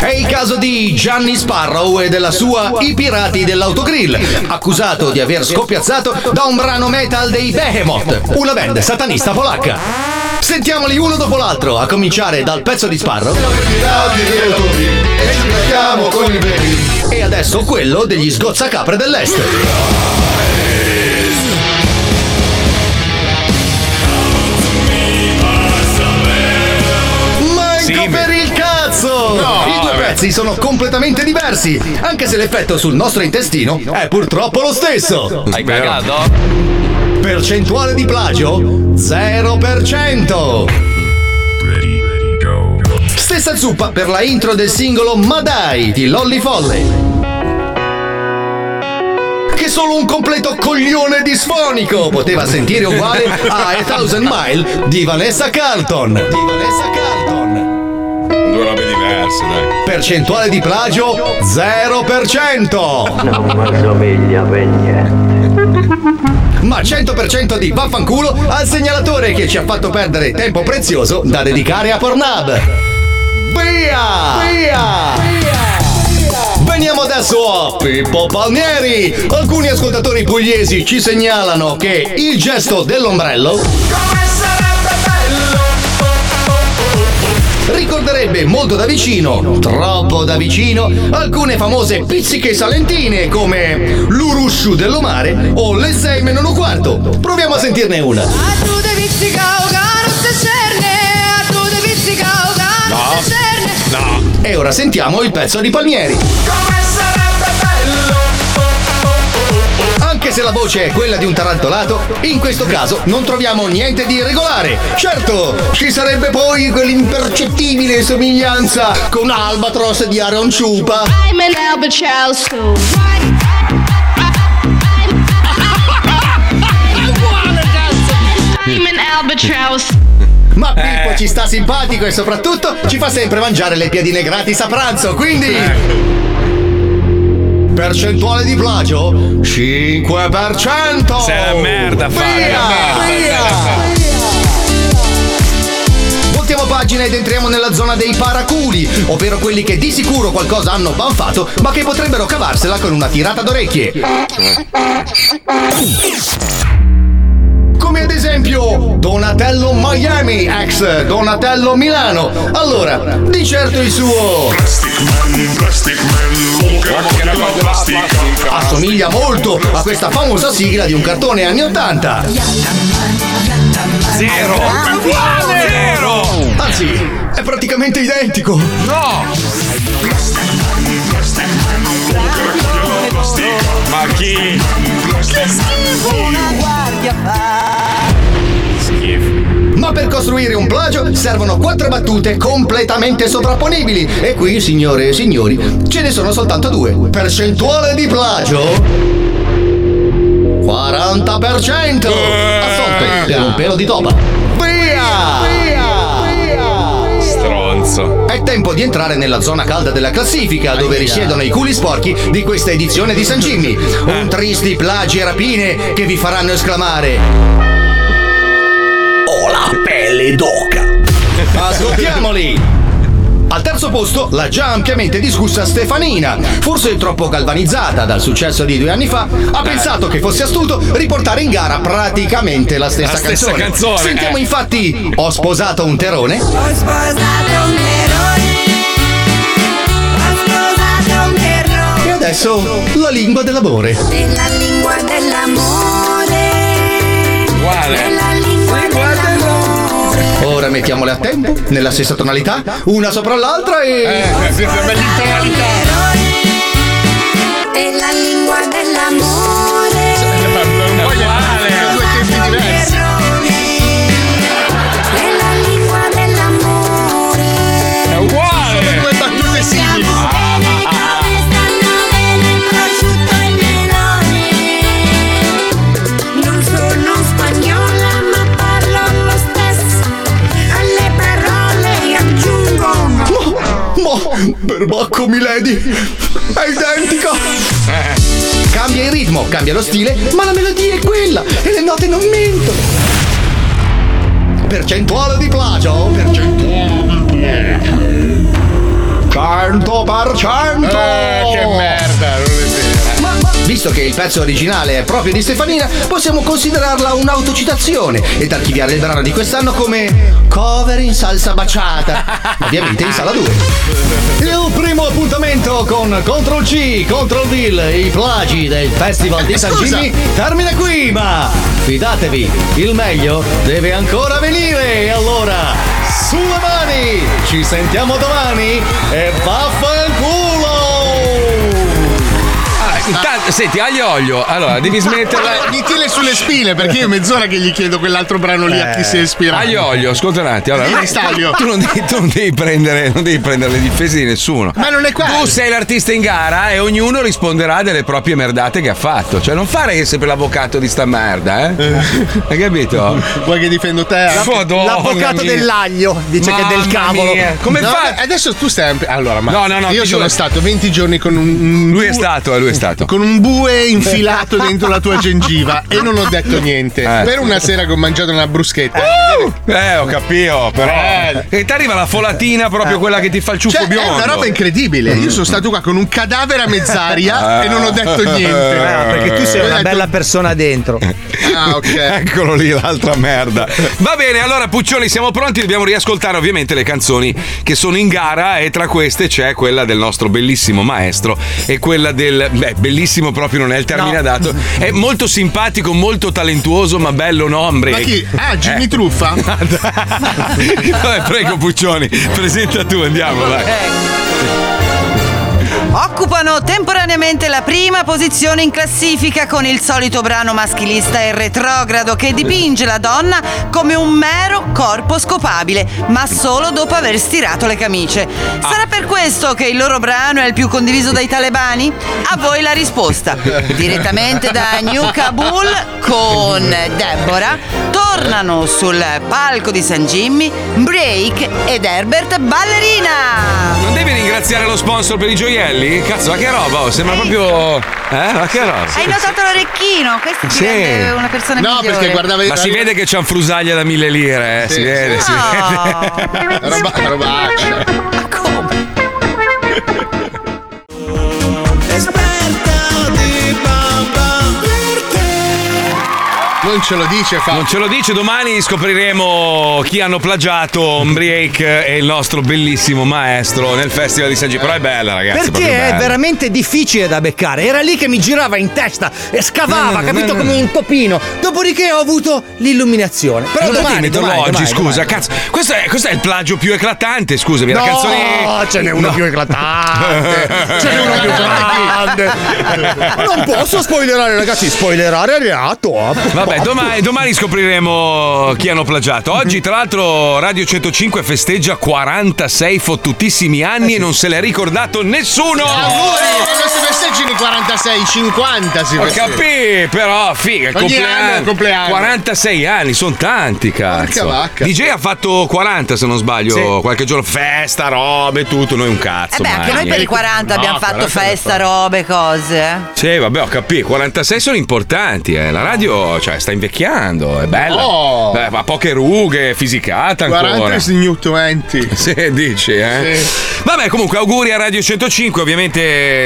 [SPEAKER 2] È il caso di Gianni Sparrow e della sua I pirati dell'autogrill, accusato di aver scopiazzato da un brano metal dei Behemoth, una band satanista polacca. Sentiamoli uno dopo l'altro, a cominciare dal pezzo di Sparrow. E adesso quello degli sgozzacapre dell'est. Manco
[SPEAKER 5] Sì,
[SPEAKER 2] per il cazzo! I due pezzi sono completamente diversi, anche se l'effetto sul nostro intestino è purtroppo lo stesso.
[SPEAKER 1] Hai
[SPEAKER 5] Spero.
[SPEAKER 1] cagato?
[SPEAKER 2] Percentuale di plagio 0%. Stessa zuppa per la intro del singolo Ma dai di Lolly Folle. Che solo un completo coglione disfonico poteva sentire uguale a A Thousand Mile di Vanessa Carlton. Di Vanessa Carlton.
[SPEAKER 7] due robe diverse, dai.
[SPEAKER 2] Percentuale di plagio 0%.
[SPEAKER 11] No, ma sveglia, veglia.
[SPEAKER 2] Ma 100% di vaffanculo al segnalatore che ci ha fatto perdere tempo prezioso da dedicare a Pornhub. Via! Via! Veniamo adesso a Pippo Palmieri. Alcuni ascoltatori pugliesi ci segnalano che il gesto dell'ombrello ricorderebbe molto da vicino, troppo da vicino, alcune famose pizziche salentine come l'urusciu dell'omare o le 6 meno un quarto. Proviamo a sentirne una.
[SPEAKER 7] No.
[SPEAKER 2] E ora sentiamo il pezzo di Palmieri. Anche se la voce è quella di un tarantolato, in questo caso non troviamo niente di irregolare. Certo, ci sarebbe poi quell'impercettibile somiglianza con Albatros di Aaron Ciupa.
[SPEAKER 4] I'm an Albert Chelso.
[SPEAKER 2] I'm an albatross. Ma Pippo ci sta simpatico e soprattutto ci fa sempre mangiare le piadine gratis a pranzo, quindi. Percentuale di plagio? 5%!
[SPEAKER 7] Sei una merda, Fabio,
[SPEAKER 2] Via!
[SPEAKER 7] merda,
[SPEAKER 2] Via! Voltiamo pagina ed entriamo nella zona dei paraculi, ovvero quelli che di sicuro qualcosa hanno banfato, ma che potrebbero cavarsela con una tirata d'orecchie. Come ad esempio Donatello Miami, ex Donatello Milano. Allora, di certo il suo. Assomiglia molto a questa famosa sigla di un cartone anni 80.
[SPEAKER 7] Zero! Zero!
[SPEAKER 2] Anzi, è praticamente identico.
[SPEAKER 7] No! Ma chi?
[SPEAKER 4] Che schifo una guardia
[SPEAKER 2] Ma per costruire un plagio servono quattro battute completamente sovrapponibili. E qui, signore e signori, ce ne sono soltanto due. Percentuale di plagio. 40%! Assolte per un pelo di toba. Via!
[SPEAKER 7] Stronzo.
[SPEAKER 2] È tempo di entrare nella zona calda della classifica, dove risiedono i culi sporchi di questa edizione di San Jimmy. Un tristi plagi e rapine che vi faranno esclamare: Ho la pelle d'oca! Ascoltiamoli! Al terzo posto la già ampiamente discussa Stefanina, forse troppo galvanizzata dal successo di due anni fa,
[SPEAKER 7] Eh.
[SPEAKER 2] ha pensato che fosse astuto riportare in gara praticamente la stessa,
[SPEAKER 7] La stessa canzone,
[SPEAKER 2] Sentiamo
[SPEAKER 7] eh.
[SPEAKER 2] infatti Ho sposato un terone. E adesso la lingua dell'amore.
[SPEAKER 4] Della lingua dell'amore.
[SPEAKER 7] Uguale.
[SPEAKER 4] Della lingua dell'amore.
[SPEAKER 2] Ora mettiamole a tempo, nella stessa tonalità, una sopra l'altra
[SPEAKER 12] Eh,
[SPEAKER 2] e.
[SPEAKER 5] Eh,
[SPEAKER 4] Della lingua dell'amore.
[SPEAKER 7] Uguale.
[SPEAKER 4] Della lingua dell'amore.
[SPEAKER 7] È uguale.
[SPEAKER 4] Due battute simili. Non sono spagnola ma parlo lo stesso. Alle parole aggiungo ma.
[SPEAKER 2] Ma perbacco Milady! È identica! Cambia il ritmo, cambia lo stile, ma la melodia è quella e le note non mentono! Percentuale di plagio! oh, Percentuale di plagio! 100%!
[SPEAKER 7] Eh, che merda, non è vero.
[SPEAKER 2] Ma- ma- Visto che il pezzo originale è proprio di Stefanina, possiamo considerarla un'autocitazione ed archiviare il brano di quest'anno come cover in salsa baciata. Ovviamente in sala 2. Il primo appuntamento con Ctrl C, Ctrl V, i plagi del Festival di San
[SPEAKER 14] Scusa.
[SPEAKER 2] Gimmi termina qui, ma fidatevi, il meglio deve ancora venire. E allora, sulle mani, ci sentiamo domani e vaffanculo!
[SPEAKER 7] Ah,
[SPEAKER 5] intanto, senti, aglio e olio. Allora, devi smetterla.
[SPEAKER 3] Mi tira sulle spine perché io è mezz'ora che gli chiedo quell'altro brano lì
[SPEAKER 2] Eh.
[SPEAKER 3] a chi
[SPEAKER 12] Eh.
[SPEAKER 3] si è ispirato.
[SPEAKER 5] Aglio e olio, ascolta un attimo. Allora,
[SPEAKER 3] Dimmi, Staglio.
[SPEAKER 5] tu, non devi, tu non devi prendere, non devi prendere le difese di nessuno.
[SPEAKER 3] Ma non è qua.
[SPEAKER 5] Tu sei l'artista in gara e ognuno risponderà delle proprie merdate che ha fatto. Cioè, non fare sempre l'avvocato di sta merda, eh? Hai capito?
[SPEAKER 3] Vuoi che difendo te?
[SPEAKER 2] L'avvocato dell'aglio dice che è del cavolo.
[SPEAKER 3] Come
[SPEAKER 2] No,
[SPEAKER 3] fai? eh, Adesso tu stai. Allora, ma
[SPEAKER 5] No, no, no,
[SPEAKER 3] io
[SPEAKER 5] ti
[SPEAKER 3] sono
[SPEAKER 5] giuro.
[SPEAKER 3] stato 20 giorni con un. Lui
[SPEAKER 5] è stato, eh, lui è stato.
[SPEAKER 3] Con un bue infilato dentro la tua gengiva e non ho detto niente.
[SPEAKER 5] Eh.
[SPEAKER 3] Per una sera che ho mangiato una bruschetta. Eh.
[SPEAKER 5] Eh, ho capito, però. Eh, E ti arriva la folatina,
[SPEAKER 2] Eh.
[SPEAKER 5] proprio quella che ti fa il ciuffo
[SPEAKER 3] Cioè,
[SPEAKER 5] biondo.
[SPEAKER 3] È una roba incredibile. Io sono stato qua con un cadavere a
[SPEAKER 12] Ah.
[SPEAKER 3] mezz'aria e non ho detto niente.
[SPEAKER 5] Eh.
[SPEAKER 2] Ah, perché tu sei
[SPEAKER 3] Ho
[SPEAKER 2] una
[SPEAKER 3] detto-
[SPEAKER 2] bella persona dentro.
[SPEAKER 3] Ah, ok.
[SPEAKER 5] Eccolo lì l'altra merda. Va bene, allora Puccioni, siamo pronti. Dobbiamo riascoltare ovviamente le canzoni che sono in gara e tra queste c'è quella del nostro bellissimo maestro e quella del... Beh, bellissimo proprio non è il termine adatto. È molto simpatico, molto talentuoso, ma bello nombre.
[SPEAKER 3] Ma chi? Ah,
[SPEAKER 5] Eh.
[SPEAKER 3] Jimmy Truffa?
[SPEAKER 5] Ah, Vabbè, prego Puccioni, presenta tu, andiamo,
[SPEAKER 3] Eh,
[SPEAKER 5] vai.
[SPEAKER 7] Occupano temporaneamente la prima posizione in classifica con il solito brano maschilista e retrogrado che dipinge la donna come un mero corpo scopabile, ma solo dopo aver stirato le camicie. Sarà per questo che il loro brano è il più condiviso dai talebani? A voi la risposta. Direttamente da New Kabul con Deborah tornano sul palco di San Jimmy Break ed Herbert Ballerina.
[SPEAKER 5] Non devi ringraziare lo sponsor per i gioielli? Cazzo, ma che roba, oh, sembra proprio... Eh, ma che roba.
[SPEAKER 7] Hai notato l'orecchino? Questo ti rende una persona migliore.
[SPEAKER 5] Ma si vede che c'è un frusaglia da mille lire, eh.
[SPEAKER 3] Sì.
[SPEAKER 5] si vede, si vede.
[SPEAKER 3] roba, robaccia. Non ce lo dice Fabio.
[SPEAKER 5] Non ce lo dice, domani scopriremo chi hanno plagiato Break e il nostro bellissimo maestro nel Festival di San Gino. Però è bella, ragazzi.
[SPEAKER 2] Perché
[SPEAKER 5] proprio
[SPEAKER 2] è
[SPEAKER 5] bella.
[SPEAKER 2] veramente difficile da beccare. Era lì che mi girava in testa e scavava,
[SPEAKER 5] Mm,
[SPEAKER 2] capito?
[SPEAKER 5] mm,
[SPEAKER 2] Come un topino. Dopodiché ho avuto l'illuminazione. Però
[SPEAKER 5] Non
[SPEAKER 2] domani,
[SPEAKER 5] dimmi tu
[SPEAKER 2] domani,
[SPEAKER 5] oggi,
[SPEAKER 2] domani,
[SPEAKER 5] scusa, cazzo. Questo è, questo è il plagio più eclatante, scusami.
[SPEAKER 2] No,
[SPEAKER 5] la canzone.
[SPEAKER 2] ce n'è uno più
[SPEAKER 5] Eh.
[SPEAKER 2] eclatante. Ce n'è uno più grande. Non posso spoilerare, ragazzi. Spoilerare è reato.
[SPEAKER 5] Vabbè,
[SPEAKER 3] Boh.
[SPEAKER 5] domani, domani scopriremo chi hanno plagiato. Oggi,
[SPEAKER 3] Mhm.
[SPEAKER 5] tra l'altro, Radio 105 festeggia 46 fottutissimi anni e non se l'è ricordato nessuno.
[SPEAKER 3] Eh Auguri! Non si festeggiano i 46, 50 si
[SPEAKER 5] Ho
[SPEAKER 3] festeggia.
[SPEAKER 5] capito, però figa, il
[SPEAKER 3] Ogni
[SPEAKER 5] compleanno,
[SPEAKER 3] anno, compleanno.
[SPEAKER 5] 46 anni, sono tanti, cazzo.
[SPEAKER 3] Porca vacca.
[SPEAKER 5] DJ ha fatto 40 se non sbaglio, qualche giorno festa, robe, tutto, noi un cazzo.
[SPEAKER 7] Eh beh, anche noi per i 40 abbiamo fatto festa, robe, cose. eh.
[SPEAKER 5] Sì, vabbè, ho capito. 46 sono importanti, eh. La radio, cioè, sta invecchiando, è bella.
[SPEAKER 3] Oh.
[SPEAKER 5] Beh, ha poche rughe, è fisicata ancora.
[SPEAKER 3] 40 is new 20.
[SPEAKER 5] Sì, dici, eh? Vabbè, comunque, auguri a Radio 105. Ovviamente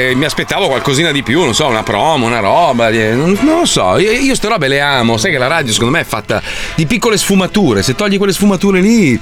[SPEAKER 5] eh, mi aspettavo qualcosina di più, non so, una promo, una roba. eh, Non, non lo so. Io, io ste robe le amo. Sai che la radio, secondo me, è fatta di piccole sfumature. Se togli quelle sfumature lì.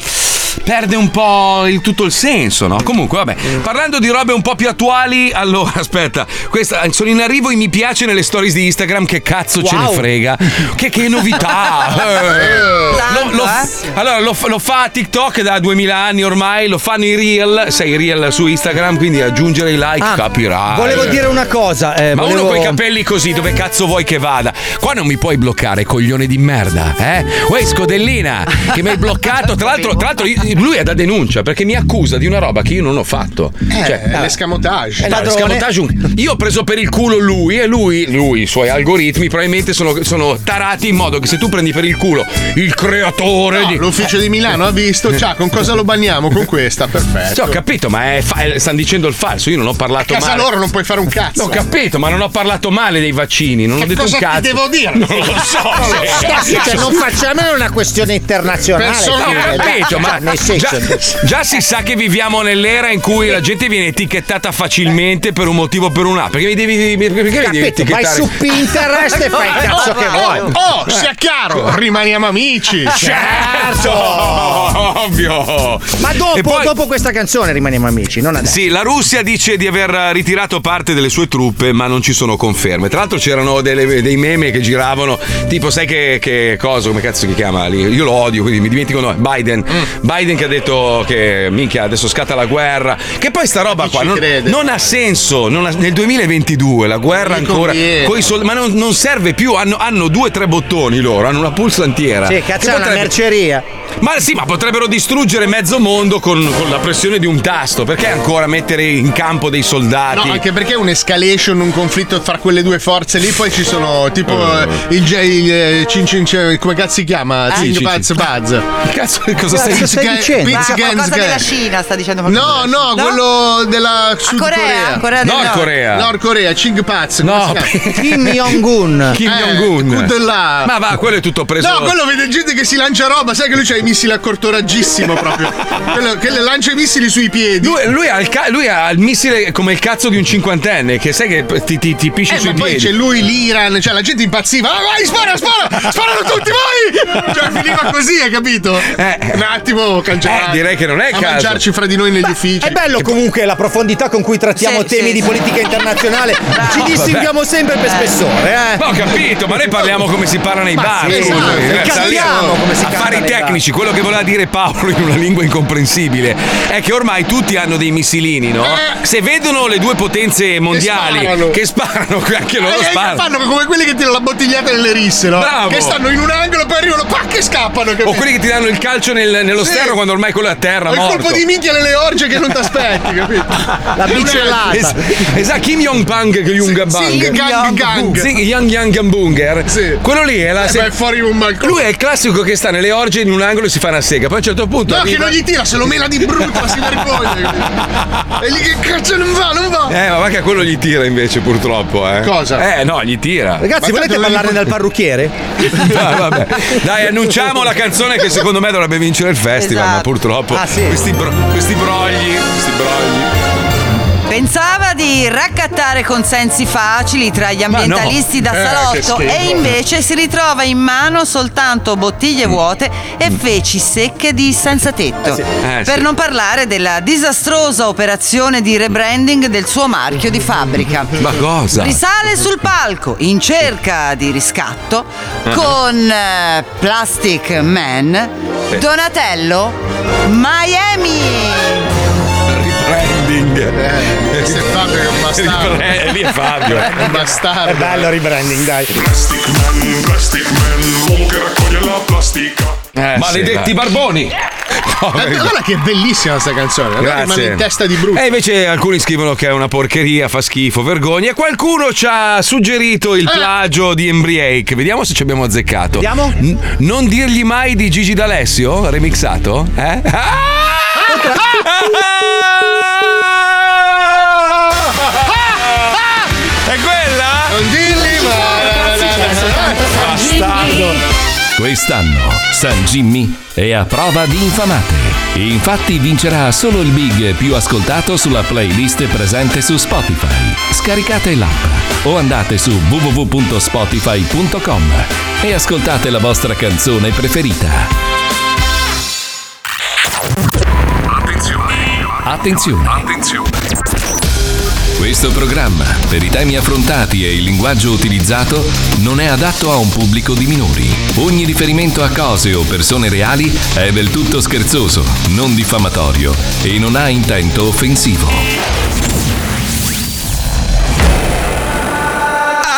[SPEAKER 5] Perde un po' il, tutto il senso, no? Comunque, vabbè. Parlando di robe un po' più attuali, allora aspetta, questa, sono in arrivo i mi piace nelle stories di Instagram. Che cazzo ce ne
[SPEAKER 15] Wow.
[SPEAKER 5] frega? Che, che novità! Eh. Lo- lo-
[SPEAKER 2] eh.
[SPEAKER 5] allora lo, fa- lo fa TikTok da 2000 anni ormai, lo fanno i reel, sei i reel su Instagram, quindi aggiungere i like
[SPEAKER 2] Ah,
[SPEAKER 5] capirai.
[SPEAKER 2] Volevo dire una cosa. eh,
[SPEAKER 5] Ma
[SPEAKER 2] volevo-
[SPEAKER 5] uno con i capelli così, dove cazzo vuoi che vada? Qua non mi puoi bloccare, coglione di merda, eh? Uè, scodellina, che mi hai bloccato. Tra l'altro, tra l'altro, lui è da denuncia perché mi accusa di una roba che io non ho fatto.
[SPEAKER 3] Eh,
[SPEAKER 5] Cioè,
[SPEAKER 3] l'escamotage.
[SPEAKER 5] eh, no, scamotage un- Io ho preso per il culo lui e lui, lui, i suoi algoritmi probabilmente sono, sono tarati in modo che se tu prendi per il culo il creatore
[SPEAKER 3] No,
[SPEAKER 5] di...
[SPEAKER 3] l'ufficio di Milano ha visto, ciao, con cosa lo banniamo? Con questa, perfetto.
[SPEAKER 5] Cioè, ho capito, ma è fa- è- stanno dicendo il falso. Io non ho parlato
[SPEAKER 3] A casa
[SPEAKER 5] male.
[SPEAKER 3] loro non puoi fare un cazzo.
[SPEAKER 5] Ho capito, ma non ho parlato male dei vaccini. Non ho detto
[SPEAKER 3] cosa
[SPEAKER 5] un
[SPEAKER 3] ti
[SPEAKER 5] cazzo.
[SPEAKER 3] devo dire?
[SPEAKER 5] Non lo so.
[SPEAKER 3] Non lo
[SPEAKER 5] se-
[SPEAKER 2] Ragazzi, cioè, non facciamone una questione internazionale.
[SPEAKER 5] No,
[SPEAKER 2] cioè,
[SPEAKER 5] ho capito,
[SPEAKER 2] cioè,
[SPEAKER 5] ma
[SPEAKER 2] nel
[SPEAKER 5] già,
[SPEAKER 2] senso-
[SPEAKER 5] già si sa che viviamo nell'era in cui la gente viene etichettata facilmente per un motivo o per un altro. Perché mi devi, perché mi devi
[SPEAKER 2] Capito, vai
[SPEAKER 5] etichettare?
[SPEAKER 2] su Pinterest e fai il cazzo che vuoi. Cioè.
[SPEAKER 3] Oh, sia chiaro, rimaniamo amici.
[SPEAKER 5] Certo! Ovvio!
[SPEAKER 2] Ma dopo,
[SPEAKER 5] E poi-
[SPEAKER 2] dopo questa canzone rimaniamo amici, non adesso.
[SPEAKER 5] Sì, la Russia dice di aver eh, ritirato parte delle sue truppe, ma non ci sono conferme. Tra l'altro c'erano delle- dei meme che
[SPEAKER 2] Mm.
[SPEAKER 5] giravano, tipo, sai che, che cosa, come cazzo si chiama lì? Io lo odio, quindi mi dimentico no, Biden. Biden Biden che ha detto che minchia adesso scatta la guerra. Che poi sta roba qua non, non ha senso. non ha- nel 2022 la guerra
[SPEAKER 12] Non
[SPEAKER 5] ancora.
[SPEAKER 12] conviene.
[SPEAKER 5] coi sol- ma non, non serve più. Hanno, hanno due o tre bottoni loro, hanno una pulsantiera.
[SPEAKER 2] Sì, cazzo,
[SPEAKER 5] Che
[SPEAKER 2] è una
[SPEAKER 5] potrebbe-
[SPEAKER 2] merceria.
[SPEAKER 5] Ma sì, ma potrebbero distruggere mezzo mondo con, con la pressione di un tasto. Perché ancora mettere in campo dei
[SPEAKER 12] No,
[SPEAKER 5] soldati?
[SPEAKER 12] anche perché è un'escalation, un conflitto fra quelle due forze lì, poi ci sono tipo eh, il, J- il eh, Cin Cin Cin- come cazzo si chiama?
[SPEAKER 7] Eh?
[SPEAKER 12] Zing
[SPEAKER 7] Cin
[SPEAKER 12] Buzz Buzz.
[SPEAKER 5] Cazzo,
[SPEAKER 7] Cosa
[SPEAKER 12] Pizzica-
[SPEAKER 7] Ma
[SPEAKER 12] Pizzica-
[SPEAKER 7] qualcosa
[SPEAKER 12] Pizzica-
[SPEAKER 7] della Cina sta dicendo
[SPEAKER 12] No,
[SPEAKER 7] qualcosa.
[SPEAKER 12] no, quello della Sud
[SPEAKER 7] Corea,
[SPEAKER 12] Corea.
[SPEAKER 7] Corea del Nord Nord. Corea.
[SPEAKER 12] Nord Corea, Ching Paz. come
[SPEAKER 5] No,
[SPEAKER 12] si chiama?
[SPEAKER 2] Kim Jong-un.
[SPEAKER 5] Kim
[SPEAKER 12] Eh,
[SPEAKER 5] Jong-un.
[SPEAKER 12] tutto là.
[SPEAKER 5] Ma va, quello è tutto preso.
[SPEAKER 12] No, quello vede gente che si lancia roba, sai che lui c'ha i missili a corto raggissimo proprio. Ah, quello che le lancia i missili sui piedi.
[SPEAKER 5] Lui, lui ha il ca- lui ha il missile come il cazzo di un cinquantenne, che sai che ti, ti, ti pisci
[SPEAKER 12] Eh,
[SPEAKER 5] sui
[SPEAKER 12] ma poi
[SPEAKER 5] piedi.
[SPEAKER 12] c'è lui l'Iran, cioè la gente impazziva. Ah, vai, spara, spara! Sparano tutti voi! Cioè finiva così, hai capito? Un attimo cancellare.
[SPEAKER 5] Eh, direi che non è il
[SPEAKER 12] a
[SPEAKER 5] caso.
[SPEAKER 12] mangiarci fra di noi negli uffici.
[SPEAKER 2] È bello comunque la profondità con cui trattiamo
[SPEAKER 12] Sì,
[SPEAKER 2] temi
[SPEAKER 12] sì,
[SPEAKER 2] di
[SPEAKER 12] sì.
[SPEAKER 2] politica internazionale. Ci
[SPEAKER 5] No,
[SPEAKER 2] distinguiamo
[SPEAKER 5] vabbè.
[SPEAKER 2] sempre per spessore, eh.
[SPEAKER 5] Ma ho capito, ma noi parliamo come si parla nei
[SPEAKER 2] Ma
[SPEAKER 5] bar.
[SPEAKER 2] sì,
[SPEAKER 5] scusa,
[SPEAKER 2] esatto,
[SPEAKER 5] ragazzi,
[SPEAKER 2] cantiamo
[SPEAKER 5] lì-
[SPEAKER 2] come si canta
[SPEAKER 5] Affari
[SPEAKER 2] nei bar.
[SPEAKER 5] tecnici, quello che voleva dire Paolo in una lingua incomprensibile è che ormai tutti hanno dei missilini, no? Se vedono le due potenze mondiali
[SPEAKER 12] Eh. sparano.
[SPEAKER 5] che sparano, anche loro
[SPEAKER 12] Eh, eh,
[SPEAKER 5] sparano.
[SPEAKER 12] fanno come quelli che tirano la bottigliata nelle risse, no?
[SPEAKER 5] Bravo.
[SPEAKER 12] Che stanno in un angolo, poi arrivano, pac, e scappano. capito?
[SPEAKER 5] O quelli che ti danno il calcio nel- nello
[SPEAKER 12] Sì.
[SPEAKER 5] sterno quando ormai quello è a terra,
[SPEAKER 12] O il
[SPEAKER 5] morto.
[SPEAKER 12] colpo di minchia nelle orge che non ti aspetti, capito?
[SPEAKER 5] La
[SPEAKER 12] bicellata.
[SPEAKER 5] Esatto, Kim Jong Pang Jung Bang.
[SPEAKER 12] Sing Gang Gang.
[SPEAKER 5] Sing Yang Yang Bunger. Quello lì è la.
[SPEAKER 12] Eh, ma è fuori un malcone.
[SPEAKER 5] Lui è il classico che sta nelle orge in un angolo e si fa una sega. Poi a un certo punto.
[SPEAKER 12] No, che
[SPEAKER 5] arriva-
[SPEAKER 12] non gli tira, se lo mela di brutto, ma si vergogna. capito? E lì che cazzo non va, non va.
[SPEAKER 5] Eh, ma va che a quello gli tira invece, purtroppo. Eh.
[SPEAKER 12] Cosa?
[SPEAKER 5] Eh, no, gli tira.
[SPEAKER 2] Ragazzi, volete parlarne dal parrucchiere?
[SPEAKER 5] Ah, vabbè. Dai, annunciamo la canzone che secondo me dovrebbe vincere il festival, ma
[SPEAKER 7] Esatto.
[SPEAKER 5] purtroppo questi, bro- questi brogli, questi brogli.
[SPEAKER 7] Pensava di raccattare consensi facili tra gli ambientalisti da
[SPEAKER 5] no. Eh, che
[SPEAKER 7] salotto
[SPEAKER 5] schifo.
[SPEAKER 7] e invece si ritrova in mano soltanto bottiglie vuote e feci secche di senza tetto.
[SPEAKER 5] Eh sì. Eh
[SPEAKER 7] per
[SPEAKER 5] sì.
[SPEAKER 7] non parlare della disastrosa operazione di rebranding del suo marchio di fabbrica.
[SPEAKER 5] Ma cosa?
[SPEAKER 7] Risale sul palco in cerca di riscatto
[SPEAKER 5] Ah.
[SPEAKER 7] con eh, Plastic Man
[SPEAKER 5] Sì.
[SPEAKER 7] Donatello Miami.
[SPEAKER 5] Branding.
[SPEAKER 12] Eh, se Fabio è un bastardo.
[SPEAKER 5] Eh, Eh, lì è Fabio.
[SPEAKER 12] È un bastardo. È bello
[SPEAKER 2] rebranding, dai.
[SPEAKER 16] Plastic Man, Plastic Man, uomo che raccoglie la plastica.
[SPEAKER 5] Maledetti barboni.
[SPEAKER 12] Eh, guarda che è bellissima questa canzone,
[SPEAKER 5] Grazie.
[SPEAKER 12] rimane in testa di brutto.
[SPEAKER 5] E invece alcuni scrivono che è una porcheria, fa schifo, vergogna. E qualcuno ci ha suggerito
[SPEAKER 7] Ah.
[SPEAKER 5] il plagio di Embriake. Vediamo se ci abbiamo azzeccato.
[SPEAKER 2] Vediamo?
[SPEAKER 5] N- non dirgli mai di Gigi D'Alessio, remixato? Eh? Ah! È quella?
[SPEAKER 12] Non dirgli
[SPEAKER 1] Quest'anno San Jimmy è a prova di infamate. Infatti vincerà solo il big più ascoltato sulla playlist presente su Spotify. Scaricate l'app o andate su www.spotify.com e ascoltate la vostra canzone preferita. Attenzione! Attenzione! Questo programma, per i temi affrontati e il linguaggio utilizzato, non è adatto a un pubblico di minori. Ogni riferimento a cose o persone reali è del tutto scherzoso, non diffamatorio e non ha intento offensivo.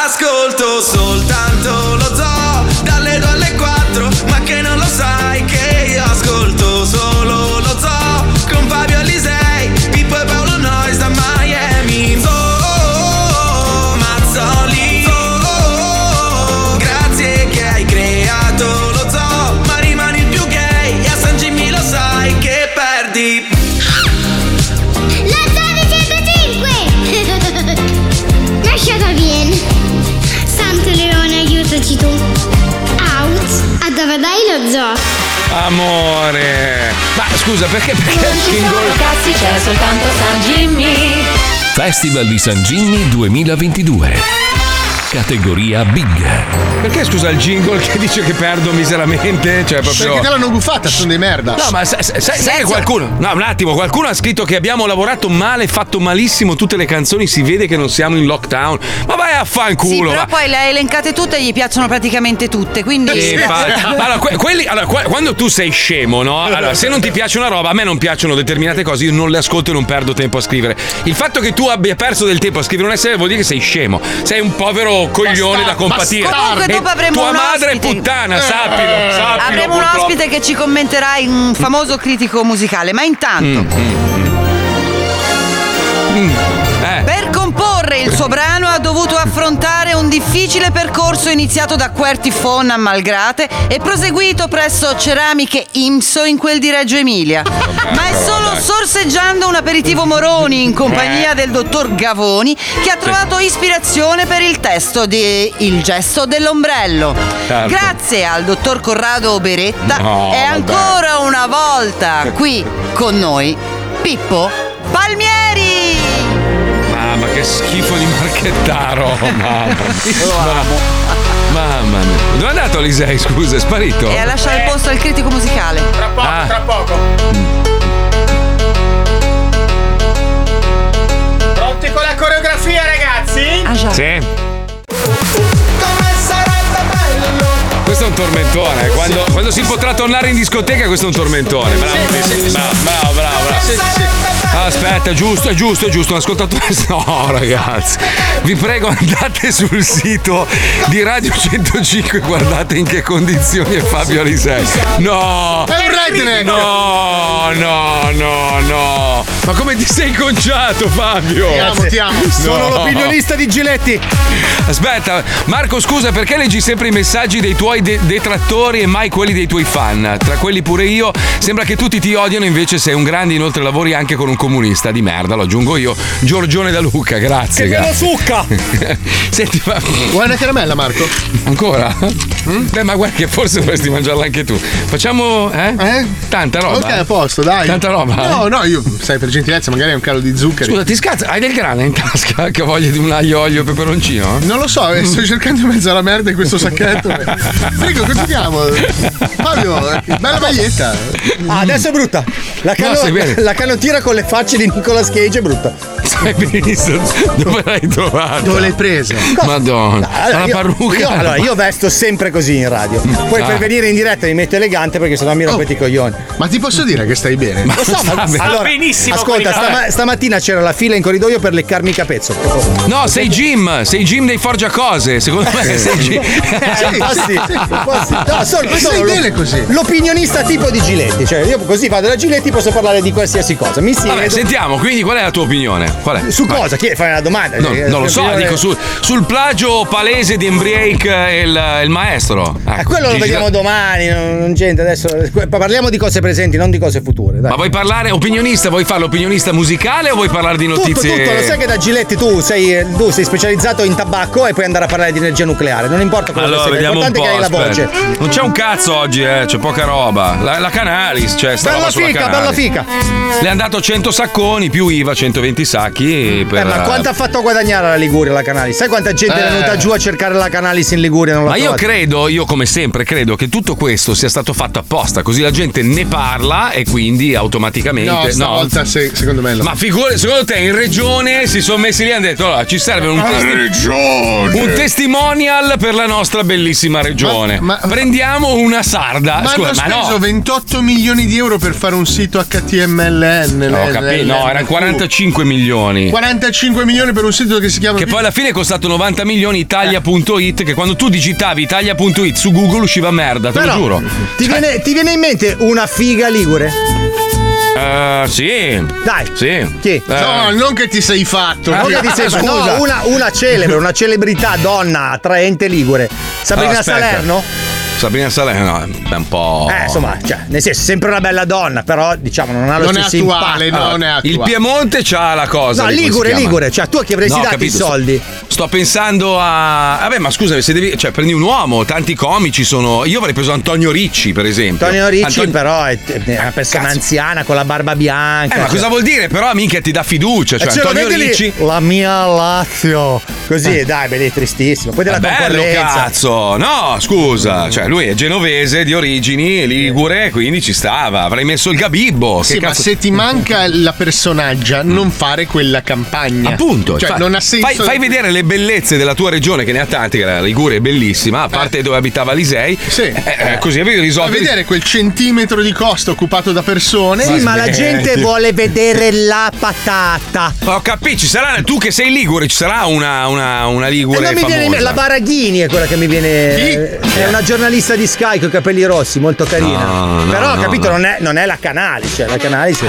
[SPEAKER 11] Ascolto soltanto lo zoo dalle 2 alle 4, ma che non lo sai che io ascolto solo lo zoo con Fabio Alisei, Pippo e Paolo Nois da Miami. Zoo, Mazzoli, zoo, grazie che hai creato lo zoo, ma rimani il più gay e a San Jimmy lo sai che perdi.
[SPEAKER 4] La zona 105! Lasciata bien! Santo Leone, aiutaci tu! Out! A dove dai lo zoo!
[SPEAKER 5] Amore! Ma scusa, perché? Perché
[SPEAKER 17] Non ci sono cazzi, c'è soltanto San Jimmy.
[SPEAKER 1] Festival di San Gimmi 2022. categoria Big.
[SPEAKER 5] Perché scusa il jingle che dice che perdo miseramente? Cioè, proprio.
[SPEAKER 3] Perché te l'hanno guffata, sono dei merda.
[SPEAKER 5] No, ma sa- sa- sai, sai che qualcuno. No, un attimo, qualcuno ha scritto che abbiamo lavorato male, fatto malissimo tutte le canzoni, si vede che non siamo in lockdown. Ma vai a
[SPEAKER 7] Sì,
[SPEAKER 5] fanculo.
[SPEAKER 7] però
[SPEAKER 5] va.
[SPEAKER 7] poi le hai elencate tutte e gli piacciono praticamente tutte, quindi...
[SPEAKER 5] Sì, infatti. Ma allora, que- quelli- allora, qua- quando tu sei scemo, no? Allora, se non ti piace una roba, a me non piacciono determinate cose, io non le ascolto e non perdo tempo a scrivere. Il fatto che tu abbia perso del tempo a scrivere un essere vuol dire che sei scemo. Sei un povero coglione da compatire.
[SPEAKER 7] Comunque
[SPEAKER 5] E
[SPEAKER 7] dopo avremo
[SPEAKER 5] tua
[SPEAKER 7] un
[SPEAKER 5] madre è
[SPEAKER 7] ospite. Eh,
[SPEAKER 5] puttana, sappilo. sappilo
[SPEAKER 7] Avremo un
[SPEAKER 5] purtroppo.
[SPEAKER 7] ospite che ci commenterà in un famoso critico musicale, ma
[SPEAKER 4] Mm,
[SPEAKER 7] intanto...
[SPEAKER 5] Mm. Eh.
[SPEAKER 7] Per comporre il suo brano ha dovuto affrontare un difficile percorso iniziato da Quertifon a Malgrate e proseguito presso Ceramiche Imso in quel di Reggio Emilia. Ma è
[SPEAKER 4] però,
[SPEAKER 7] solo
[SPEAKER 4] dai. Eh.
[SPEAKER 7] sorseggiando un aperitivo Moroni in compagnia del dottor Gavoni che ha trovato ispirazione per il testo di Il gesto dell'ombrello.
[SPEAKER 4] Certo.
[SPEAKER 7] Grazie al dottor Corrado Beretta
[SPEAKER 4] No,
[SPEAKER 7] è
[SPEAKER 4] vabbè.
[SPEAKER 7] ancora una volta qui con noi Pippo Palmieri.
[SPEAKER 5] Mamma, che schifo di marchettaro. Mamma. Mamma mia. Dove è andato Lisei? Scusa, è sparito?
[SPEAKER 7] E Eh, a lasciare il posto al critico musicale.
[SPEAKER 4] Ah.
[SPEAKER 7] Tra poco, tra poco.
[SPEAKER 9] Pronti con la coreografia, ragazzi?
[SPEAKER 7] Ah, già.
[SPEAKER 5] Sì. Questo è un tormentone. eh. Quando, quando si potrà tornare in discoteca, questo è un tormentone. Bravo, bravo, bravo, bravo. bravo. Aspetta, è giusto, è giusto, è giusto. Un ascoltatore. No, ragazzi. Vi prego, andate sul sito di Radio 105 e guardate in che condizioni è Fabio Alisei. No!
[SPEAKER 3] È un redneck.
[SPEAKER 5] No, no, no, no. Ma come ti sei conciato, Fabio?
[SPEAKER 2] Ti amo, ti amo. Sono
[SPEAKER 5] No.
[SPEAKER 2] l'opinionista di Giletti.
[SPEAKER 5] Aspetta, Marco, scusa, perché leggi sempre i messaggi dei tuoi de- detrattori e mai quelli dei tuoi fan? Tra quelli pure io, sembra che tutti ti odiano, invece sei un grande, inoltre lavori anche con un comunista di merda, lo aggiungo io, Giorgione da Luca, grazie.
[SPEAKER 3] Che me lo
[SPEAKER 5] grazie. Senti, ma...
[SPEAKER 3] Vuoi una caramella, Marco? Mm?
[SPEAKER 5] Ancora? Beh, ma guarda che forse dovresti mangiarla anche tu. Facciamo, eh? Tanta roba. eh.
[SPEAKER 3] Ok, a posto, dai.
[SPEAKER 5] Tanta roba.
[SPEAKER 3] No, no, io, sai, per gentilezza, magari è un calo di zuccheri.
[SPEAKER 5] Scusa, ti scazza, hai del grano in tasca che ho voglia di un aglio, olio e peperoncino?
[SPEAKER 3] Non lo so, eh, sto cercando in mezzo alla merda in questo sacchetto. Prego, continuiamo. Fabio, eh, bella maglietta.
[SPEAKER 2] Ah, adesso è brutta. La,
[SPEAKER 3] No,
[SPEAKER 2] cano-
[SPEAKER 3] stai bene.
[SPEAKER 2] la canottiera con le facce di Nicolas Cage è brutta.
[SPEAKER 5] Sai benissimo dove l'hai trovata.
[SPEAKER 2] Dove l'hai
[SPEAKER 3] presa?
[SPEAKER 5] Madonna.
[SPEAKER 2] Allora,
[SPEAKER 5] la
[SPEAKER 2] io-
[SPEAKER 5] parrucca.
[SPEAKER 2] io- allora, io vesto sempre così in radio. Poi
[SPEAKER 5] Ah.
[SPEAKER 2] per venire in diretta mi metto elegante perché sennò mi rompete i coglioni.
[SPEAKER 3] Oh. Ma ti posso dire che stai bene?
[SPEAKER 2] Lo so, ma
[SPEAKER 5] Sta
[SPEAKER 2] allora,
[SPEAKER 5] benissimo
[SPEAKER 2] Ascolta,
[SPEAKER 5] con i-
[SPEAKER 2] stama- stamattina c'era la fila in corridoio per leccarmi i capezzo.
[SPEAKER 5] No, sei Jim, sei Jim dei Forgia Cose, secondo
[SPEAKER 2] Eh,
[SPEAKER 5] me sei Jim.
[SPEAKER 2] un po' sì, un po' sì. No, sono-
[SPEAKER 3] Ma
[SPEAKER 2] sono
[SPEAKER 3] stai
[SPEAKER 2] l'op-
[SPEAKER 3] bene così?
[SPEAKER 2] L'opinionista tipo di Giletti, cioè io così vado da Giletti posso parlare di qualsiasi cosa. Mi siedo.
[SPEAKER 5] Vabbè, sentiamo, quindi qual è la tua opinione? Qual è?
[SPEAKER 2] Su cosa? Chi è? Fai una domanda.
[SPEAKER 5] No,
[SPEAKER 2] Eh,
[SPEAKER 5] non lo so,
[SPEAKER 2] opinione-
[SPEAKER 5] dico su- sul plagio palese di Embriake e il, il maestro.
[SPEAKER 2] Eh,
[SPEAKER 5] Ecco,
[SPEAKER 2] quello lo
[SPEAKER 5] Gigi
[SPEAKER 2] vediamo
[SPEAKER 5] Da-
[SPEAKER 2] domani, non, non c'entra adesso. que- Parliamo di cose presenti, non di cose future. Dai.
[SPEAKER 5] Ma vuoi parlare opinionista? Vuoi fare l'opinionista musicale o vuoi parlare di
[SPEAKER 2] Tutto,
[SPEAKER 5] notizie?
[SPEAKER 2] tutto, lo sai che da Giletti tu sei, tu sei specializzato in tabacco e puoi andare a parlare di energia nucleare, non importa quello
[SPEAKER 5] Allora,
[SPEAKER 2] che sei,
[SPEAKER 5] vediamo un po'.
[SPEAKER 2] l'importante è che hai la voce.
[SPEAKER 5] aspetta. Non c'è un cazzo oggi, eh, c'è poca roba. La, la Canalis, cioè, sta
[SPEAKER 2] Bella
[SPEAKER 5] roba sulla
[SPEAKER 2] fica, bella
[SPEAKER 5] Canalis.
[SPEAKER 2] fica.
[SPEAKER 5] Le hanno dato 100 sacconi più IVA 120 sacchi per
[SPEAKER 2] Eh, ma quanto ha fatto guadagnare la Liguria la Canalis? Sai quanta gente
[SPEAKER 5] Eh.
[SPEAKER 2] è venuta giù a cercare la Canalis in Liguria? e Non l'ha
[SPEAKER 5] Ma io
[SPEAKER 2] trovata?
[SPEAKER 5] credo, io come sempre credo che tutto questo sia stato fatto apposta, così la gente ne parla e quindi automaticamente
[SPEAKER 3] No, stavolta se- secondo me no.
[SPEAKER 5] Ma figura, secondo te in regione si sono messi lì e hanno detto allora ci serve un,
[SPEAKER 3] Ah, regione!
[SPEAKER 5] un testimonial per la nostra bellissima regione.
[SPEAKER 3] Ma-
[SPEAKER 5] Prendiamo una sarda.
[SPEAKER 3] Ma
[SPEAKER 5] Scusa,
[SPEAKER 3] hanno
[SPEAKER 5] ma
[SPEAKER 3] speso
[SPEAKER 5] no.
[SPEAKER 3] 28 milioni di euro per fare un sito HTMLN.
[SPEAKER 2] Eh,
[SPEAKER 5] No, ho capito, no, erano 45 milioni.
[SPEAKER 3] 45 milioni per un sito che si chiama
[SPEAKER 5] Che poi alla fine è costato 90 milioni Italia.it che quando tu digitavi Italia.it su Google usciva merda, te
[SPEAKER 2] Però,
[SPEAKER 5] lo giuro.
[SPEAKER 2] Ti, viene, ti viene in mente una figa Ligure?
[SPEAKER 5] Ah, Eh, sì.
[SPEAKER 2] Dai.
[SPEAKER 5] Sì. Eh,
[SPEAKER 2] Chi?
[SPEAKER 3] No, non che ti sei fatto.
[SPEAKER 5] Ah,
[SPEAKER 2] Non che ti sei-
[SPEAKER 3] Scusa.
[SPEAKER 2] no, una, una celebre, una celebrità donna attraente Ligure. Sabrina
[SPEAKER 5] Allora, aspetta. Oh.
[SPEAKER 2] Salerno?
[SPEAKER 5] Sabrina Salerno, no, è un po'.
[SPEAKER 2] Eh, insomma, cioè, nel senso, sempre una bella donna, però diciamo non ha lo
[SPEAKER 3] Non è
[SPEAKER 2] stesso
[SPEAKER 3] attuale,
[SPEAKER 2] impatto.
[SPEAKER 3] no, non è attuale.
[SPEAKER 5] Il Piemonte c'ha la cosa.
[SPEAKER 2] No,
[SPEAKER 5] lì, come si
[SPEAKER 2] Ligure,
[SPEAKER 5] chiama?
[SPEAKER 2] Ligure, cioè tu a chi avresti
[SPEAKER 5] No, ho
[SPEAKER 2] dato i
[SPEAKER 5] capito,
[SPEAKER 2] soldi?
[SPEAKER 5] sto- Sto pensando a. Vabbè, ma scusa, se devi. Cioè, prendi un uomo, tanti comici sono. Io avrei preso Antonio Ricci, per esempio.
[SPEAKER 2] Antonio Ricci,
[SPEAKER 5] Antonio-
[SPEAKER 2] però, è è una persona anziana con la barba bianca.
[SPEAKER 5] Eh, ma cosa
[SPEAKER 2] Cioè-
[SPEAKER 5] vuol dire? Però, minchia, ti dà fiducia.
[SPEAKER 12] Eh,
[SPEAKER 5] Cioè,
[SPEAKER 2] E ce lo
[SPEAKER 5] Antonio
[SPEAKER 2] metti lì,
[SPEAKER 5] Ricci.
[SPEAKER 2] La mia Lazio. Così,
[SPEAKER 5] Eh.
[SPEAKER 2] dai, beh, lì è tristissimo. Poi della
[SPEAKER 5] Bello
[SPEAKER 2] concorrenza.
[SPEAKER 5] cazzo, no scusa, cioè lui è genovese di origini, ligure, quindi ci stava, avrei messo il Gabibbo.
[SPEAKER 12] Sì,
[SPEAKER 5] Oh, che
[SPEAKER 12] ma
[SPEAKER 5] cazzo-
[SPEAKER 12] se ti manca la personaggia, non fare quella campagna.
[SPEAKER 5] Appunto,
[SPEAKER 12] Cioè,
[SPEAKER 5] infatti,
[SPEAKER 12] non ha senso.
[SPEAKER 5] fai, fai vedere le bellezze della tua regione, che ne ha tante, che la Liguria è bellissima, a parte dove abitava Lisei. eh, eh, così avevi
[SPEAKER 12] Eh. Fai
[SPEAKER 5] risolto.
[SPEAKER 12] vedere quel centimetro di costa occupato da persone.
[SPEAKER 5] Sì, Ma ma la smetti. gente vuole
[SPEAKER 2] vedere la patata.
[SPEAKER 5] Ho capito, ci sarà, tu che sei Ligure, ci sarà una, una, una
[SPEAKER 2] E
[SPEAKER 12] Eh,
[SPEAKER 5] Ligure
[SPEAKER 2] Eh, non mi
[SPEAKER 5] famosa.
[SPEAKER 2] viene in me- la Baraghini è quella che mi viene. È una giornalista di Sky con i capelli rossi, molto carina.
[SPEAKER 5] No, no,
[SPEAKER 2] Però ho
[SPEAKER 5] no,
[SPEAKER 2] capito,
[SPEAKER 5] no.
[SPEAKER 2] Non, è, non è la Canali, cioè la Canali sì,